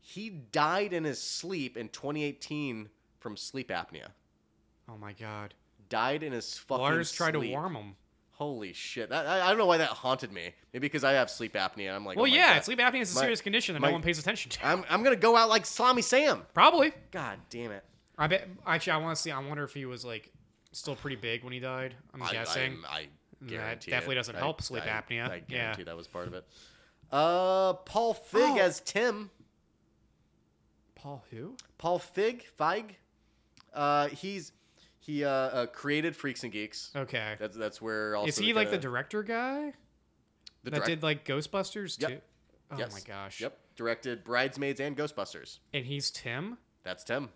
Speaker 2: He died in his sleep in 2018 from sleep apnea.
Speaker 1: Oh my God.
Speaker 2: Died in his fucking
Speaker 1: Lars
Speaker 2: sleep. Oh
Speaker 1: tried to warm him.
Speaker 2: Holy shit! That, I, I don't know why that haunted me. Maybe because I have sleep apnea. I'm like,
Speaker 1: Well,
Speaker 2: oh my
Speaker 1: yeah,
Speaker 2: God.
Speaker 1: sleep apnea is a
Speaker 2: My-
Speaker 1: serious condition that
Speaker 2: my-
Speaker 1: no one pays attention to. [LAUGHS]
Speaker 2: I'm I'm gonna go out like Salami Sam.
Speaker 1: Probably.
Speaker 2: God damn it!
Speaker 1: I bet. Actually, I want to see. I wonder if he was like still pretty big when he died. I'm
Speaker 2: I,
Speaker 1: guessing.
Speaker 2: I, I
Speaker 1: That
Speaker 2: guarantee
Speaker 1: definitely
Speaker 2: it.
Speaker 1: doesn't
Speaker 2: I-
Speaker 1: help sleep
Speaker 2: I-
Speaker 1: apnea.
Speaker 2: I
Speaker 1: Yeah.
Speaker 2: guarantee that was part of it. Uh, Paul Fig
Speaker 1: Oh.
Speaker 2: as Tim.
Speaker 1: Paul who?
Speaker 2: Paul Fig, Feig. Uh, he's he uh, uh created Freaks and Geeks.
Speaker 1: Okay.
Speaker 2: That's that's where also
Speaker 1: is he like the
Speaker 2: kinda-
Speaker 1: director guy that
Speaker 2: the direct-
Speaker 1: did like Ghostbusters
Speaker 2: Yep.
Speaker 1: too? Oh
Speaker 2: yes.
Speaker 1: my gosh.
Speaker 2: Yep, directed Bridesmaids and Ghostbusters.
Speaker 1: And he's Tim.
Speaker 2: That's Tim.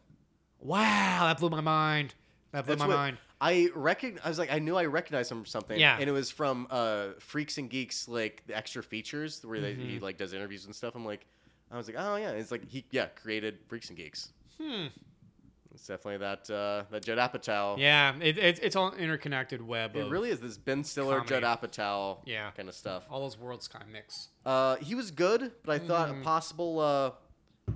Speaker 1: Wow, that blew my mind. That blew
Speaker 2: That's
Speaker 1: my
Speaker 2: what-
Speaker 1: mind.
Speaker 2: I recogn. I was like, I knew I recognized him from something.
Speaker 1: Yeah.
Speaker 2: And it was from uh, Freaks and Geeks, like the extra features where they,
Speaker 1: Mm-hmm.
Speaker 2: he like does interviews and stuff. I'm like, I was like, oh yeah. It's like he yeah created Freaks and Geeks.
Speaker 1: Hmm.
Speaker 2: It's definitely that uh, that Judd Apatow.
Speaker 1: Yeah, it, it, it's all interconnected web.
Speaker 2: It
Speaker 1: of-
Speaker 2: really is this Ben Stiller,
Speaker 1: comedy.
Speaker 2: Judd Apatow,
Speaker 1: Yeah.
Speaker 2: kind of stuff.
Speaker 1: all those worlds kind of mix.
Speaker 2: Uh, he was good, but I thought a
Speaker 1: Mm-hmm.
Speaker 2: possible uh,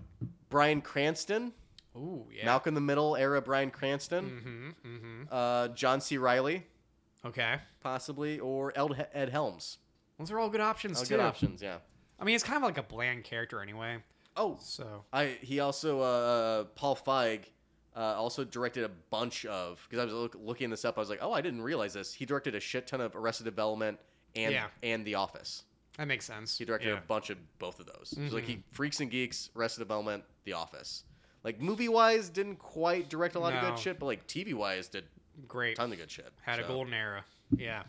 Speaker 2: Brian Cranston,
Speaker 1: Ooh, yeah.
Speaker 2: Malcolm in the Middle era Brian Cranston,
Speaker 1: Mm-hmm. Mm-hmm.
Speaker 2: uh, John C. Riley,
Speaker 1: Okay.
Speaker 2: possibly, or Ed, Ed Helms.
Speaker 1: Those are all good options
Speaker 2: All
Speaker 1: too.
Speaker 2: good options, yeah.
Speaker 1: I mean, it's kind of like a bland character anyway.
Speaker 2: Oh,
Speaker 1: So
Speaker 2: I he also uh, Paul Feig uh, also directed a bunch of because I was look, looking this up. I was like, oh, I didn't realize this. He directed a shit ton of Arrested Development and
Speaker 1: Yeah.
Speaker 2: and The Office.
Speaker 1: that makes sense.
Speaker 2: He directed
Speaker 1: Yeah. Mm-hmm.
Speaker 2: a bunch of both of those. So, like he Freaks and Geeks, Arrested Development, The Office. Like movie wise, didn't quite direct a lot of
Speaker 1: No.
Speaker 2: good shit, but like TV wise, did
Speaker 1: Great.
Speaker 2: tons of good shit.
Speaker 1: Had a
Speaker 2: So-
Speaker 1: golden era. Yeah.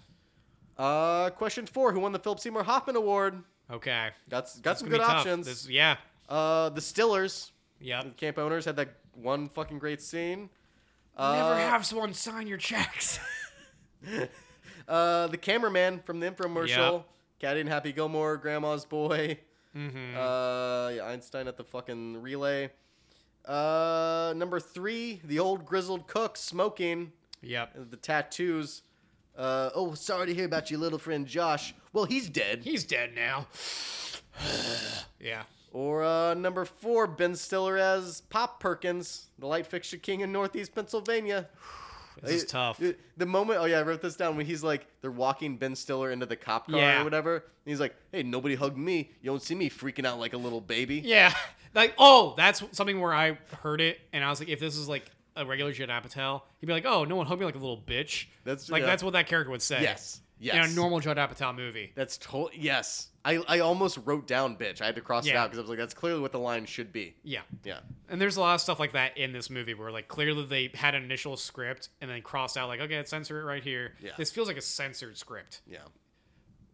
Speaker 2: Uh, question four: Who won the Philip Seymour Hoffman Award?
Speaker 1: Okay.
Speaker 2: Got s- got
Speaker 1: It's
Speaker 2: some
Speaker 1: gonna
Speaker 2: good
Speaker 1: be tough.
Speaker 2: options.
Speaker 1: This- yeah.
Speaker 2: Uh, the Stillers.
Speaker 1: Yep.
Speaker 2: camp owners had that one fucking great scene.
Speaker 1: Never
Speaker 2: Uh,
Speaker 1: have someone sign your checks. [LAUGHS]
Speaker 2: Uh, the cameraman from the infomercial,
Speaker 1: Yep.
Speaker 2: Caddy and Happy Gilmore, Grandma's Boy,
Speaker 1: mm-hmm.
Speaker 2: uh, yeah, Einstein at the fucking relay. Uh, number three, the old grizzled cook smoking
Speaker 1: Yep.
Speaker 2: the tattoos. Uh, oh, sorry to hear about your little friend Josh. Well, he's dead.
Speaker 1: He's dead now. [SIGHS] yeah.
Speaker 2: Or uh, number four, Ben Stiller as Pop Perkins, the light fixture king in Northeast Pennsylvania.
Speaker 1: This is
Speaker 2: It-
Speaker 1: tough.
Speaker 2: it- The moment, oh yeah, I wrote this down when he's like, they're walking Ben Stiller into the cop car
Speaker 1: Yeah.
Speaker 2: or whatever. And he's like, hey, nobody hugged me. You don't see me freaking out like a little baby.
Speaker 1: Yeah. [LAUGHS] Like, oh, that's something where I heard it and I was like, if this is like a regular Judd Apatow, he'd be like, oh, no one hugged me like a little bitch.
Speaker 2: That's-
Speaker 1: like
Speaker 2: yeah.
Speaker 1: that's what that character would say.
Speaker 2: Yes.
Speaker 1: in
Speaker 2: Yes.
Speaker 1: a normal Judd Apatow movie.
Speaker 2: That's total. Yes, I, I almost wrote down bitch. I had to cross it
Speaker 1: Yeah.
Speaker 2: out because I was like, that's clearly what the line should be.
Speaker 1: Yeah.
Speaker 2: Yeah.
Speaker 1: And there's a lot of stuff like that in this movie where like clearly they had an initial script and then crossed out like, okay, let's censor it right here.
Speaker 2: Yeah.
Speaker 1: This feels like a censored script.
Speaker 2: Yeah.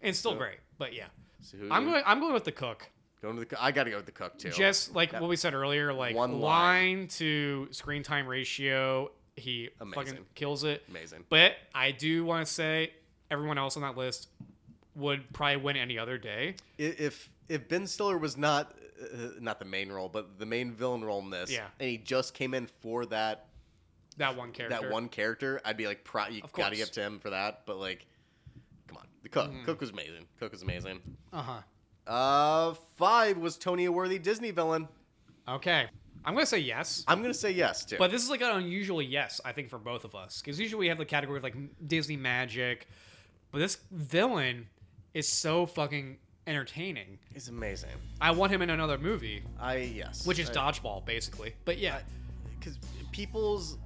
Speaker 1: And it's still great. But yeah.
Speaker 2: So who
Speaker 1: I'm going I'm going with the cook.
Speaker 2: going to the. co- I got to go with the cook too.
Speaker 1: Just like what we said earlier, like
Speaker 2: One
Speaker 1: one
Speaker 2: line.
Speaker 1: line, to screen time ratio, he fucking
Speaker 2: Amazing.
Speaker 1: kills it.
Speaker 2: Amazing.
Speaker 1: But I do want to say everyone else on that list would probably win any other day.
Speaker 2: I- if if Ben Stiller was not uh, not the main role, but the main villain role in this,
Speaker 1: Yeah.
Speaker 2: and he just came in for that
Speaker 1: That one character.
Speaker 2: that one character, I'd be like, pro- you
Speaker 1: Of course.
Speaker 2: got to
Speaker 1: Mm-hmm.
Speaker 2: give to him for that. But like, come on, the cook cook was amazing. Cook was amazing.
Speaker 1: Uh huh.
Speaker 2: Uh, five was Tony a worthy Disney villain.
Speaker 1: Okay. I'm going to say yes.
Speaker 2: I'm gonna say yes too.
Speaker 1: But this is like an unusual yes, I think, for both of us. Because usually we have the category of like Disney magic. But this villain is so fucking entertaining.
Speaker 2: it's amazing.
Speaker 1: I want him in another movie,
Speaker 2: I yes,
Speaker 1: which is
Speaker 2: I-
Speaker 1: Dodgeball, basically. But yeah.
Speaker 2: Uh, because people's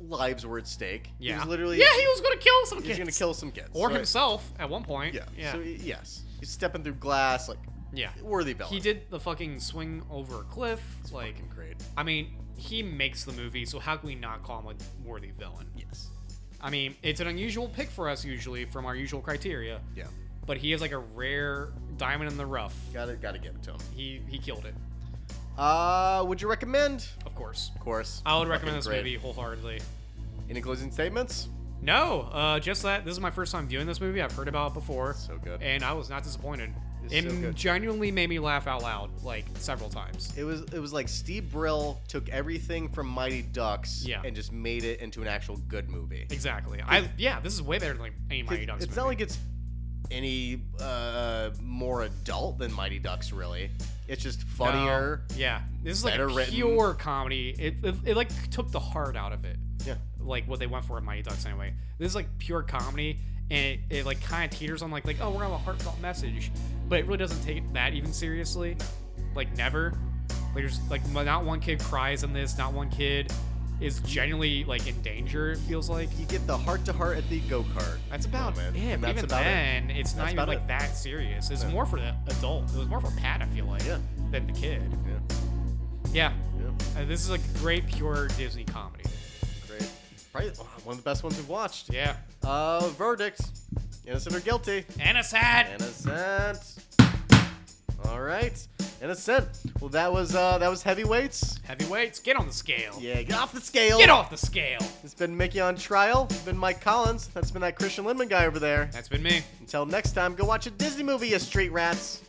Speaker 2: lives were at stake.
Speaker 1: yeah.
Speaker 2: he was literally
Speaker 1: Yeah, he was going to kill some
Speaker 2: he's
Speaker 1: kids.
Speaker 2: gonna kill some kids
Speaker 1: Or
Speaker 2: So,
Speaker 1: himself at one point.
Speaker 2: Yeah,
Speaker 1: Yeah.
Speaker 2: So yes, he's stepping through glass like
Speaker 1: yeah.
Speaker 2: worthy villain.
Speaker 1: He did the fucking swing over a cliff. Like,
Speaker 2: Fucking great.
Speaker 1: I mean, he makes the movie, so how can we not call him a worthy villain?
Speaker 2: Yes.
Speaker 1: I mean, it's an unusual pick for us usually from our usual criteria.
Speaker 2: Yeah.
Speaker 1: but he is like a rare diamond in the rough.
Speaker 2: Gotta gotta give it to him.
Speaker 1: He he killed it,
Speaker 2: Uh, would you recommend?
Speaker 1: of course.
Speaker 2: Of course.
Speaker 1: I would
Speaker 2: Fucking
Speaker 1: recommend this
Speaker 2: great.
Speaker 1: movie wholeheartedly.
Speaker 2: Any closing statements?
Speaker 1: No, uh, just that this is my first time viewing this movie. I've heard about it before,
Speaker 2: So good.
Speaker 1: and I was not disappointed.
Speaker 2: It's
Speaker 1: It
Speaker 2: so good.
Speaker 1: genuinely made me laugh out loud like several times.
Speaker 2: It was it was like Steve Brill took everything from Mighty Ducks
Speaker 1: Yeah.
Speaker 2: and just made it into an actual good movie.
Speaker 1: Exactly. I yeah, this is way better than like any Mighty Ducks.
Speaker 2: it's
Speaker 1: movie.
Speaker 2: not like it's any uh, more adult than Mighty Ducks, really. It's just
Speaker 1: No.
Speaker 2: funnier.
Speaker 1: Um, Yeah, this is like a
Speaker 2: better written.
Speaker 1: pure comedy. It, it it like took the heart out of it.
Speaker 2: Yeah.
Speaker 1: like what they went for in Mighty Ducks anyway. This is like pure comedy, and it, it like kind of teeters on like like oh we're gonna have a heartfelt message, but it really doesn't take it that even seriously, like never. Like there's like m- not one kid cries in this, not one kid is genuinely like in danger. It feels like
Speaker 2: You get the heart to heart at the go kart.
Speaker 1: that's about
Speaker 2: moment,
Speaker 1: it.
Speaker 2: Oh, and
Speaker 1: But
Speaker 2: that's
Speaker 1: even
Speaker 2: about it.
Speaker 1: then, it's
Speaker 2: That's
Speaker 1: not even
Speaker 2: about
Speaker 1: like
Speaker 2: it.
Speaker 1: that serious. It's more for the adult. It was more for Pat, I feel like,
Speaker 2: Yeah.
Speaker 1: than the kid.
Speaker 2: Yeah.
Speaker 1: Yeah,
Speaker 2: Yeah.
Speaker 1: Uh, this is like great pure Disney comedy.
Speaker 2: Great. Probably oh, one of the best ones we've watched.
Speaker 1: Yeah,
Speaker 2: Uh, verdict: innocent or guilty?
Speaker 1: and a sad.
Speaker 2: Innocent. All right, innocent. Well, that was uh, that was heavyweights.
Speaker 1: Heavyweights, get on the scale.
Speaker 2: Yeah, get off the scale.
Speaker 1: Get off the scale.
Speaker 2: It's been Mickey on trial. It's been Mike Collins. That's been that Christian Lindman guy over there.
Speaker 1: That's been me.
Speaker 2: Until next time, go watch a Disney movie, you street rats.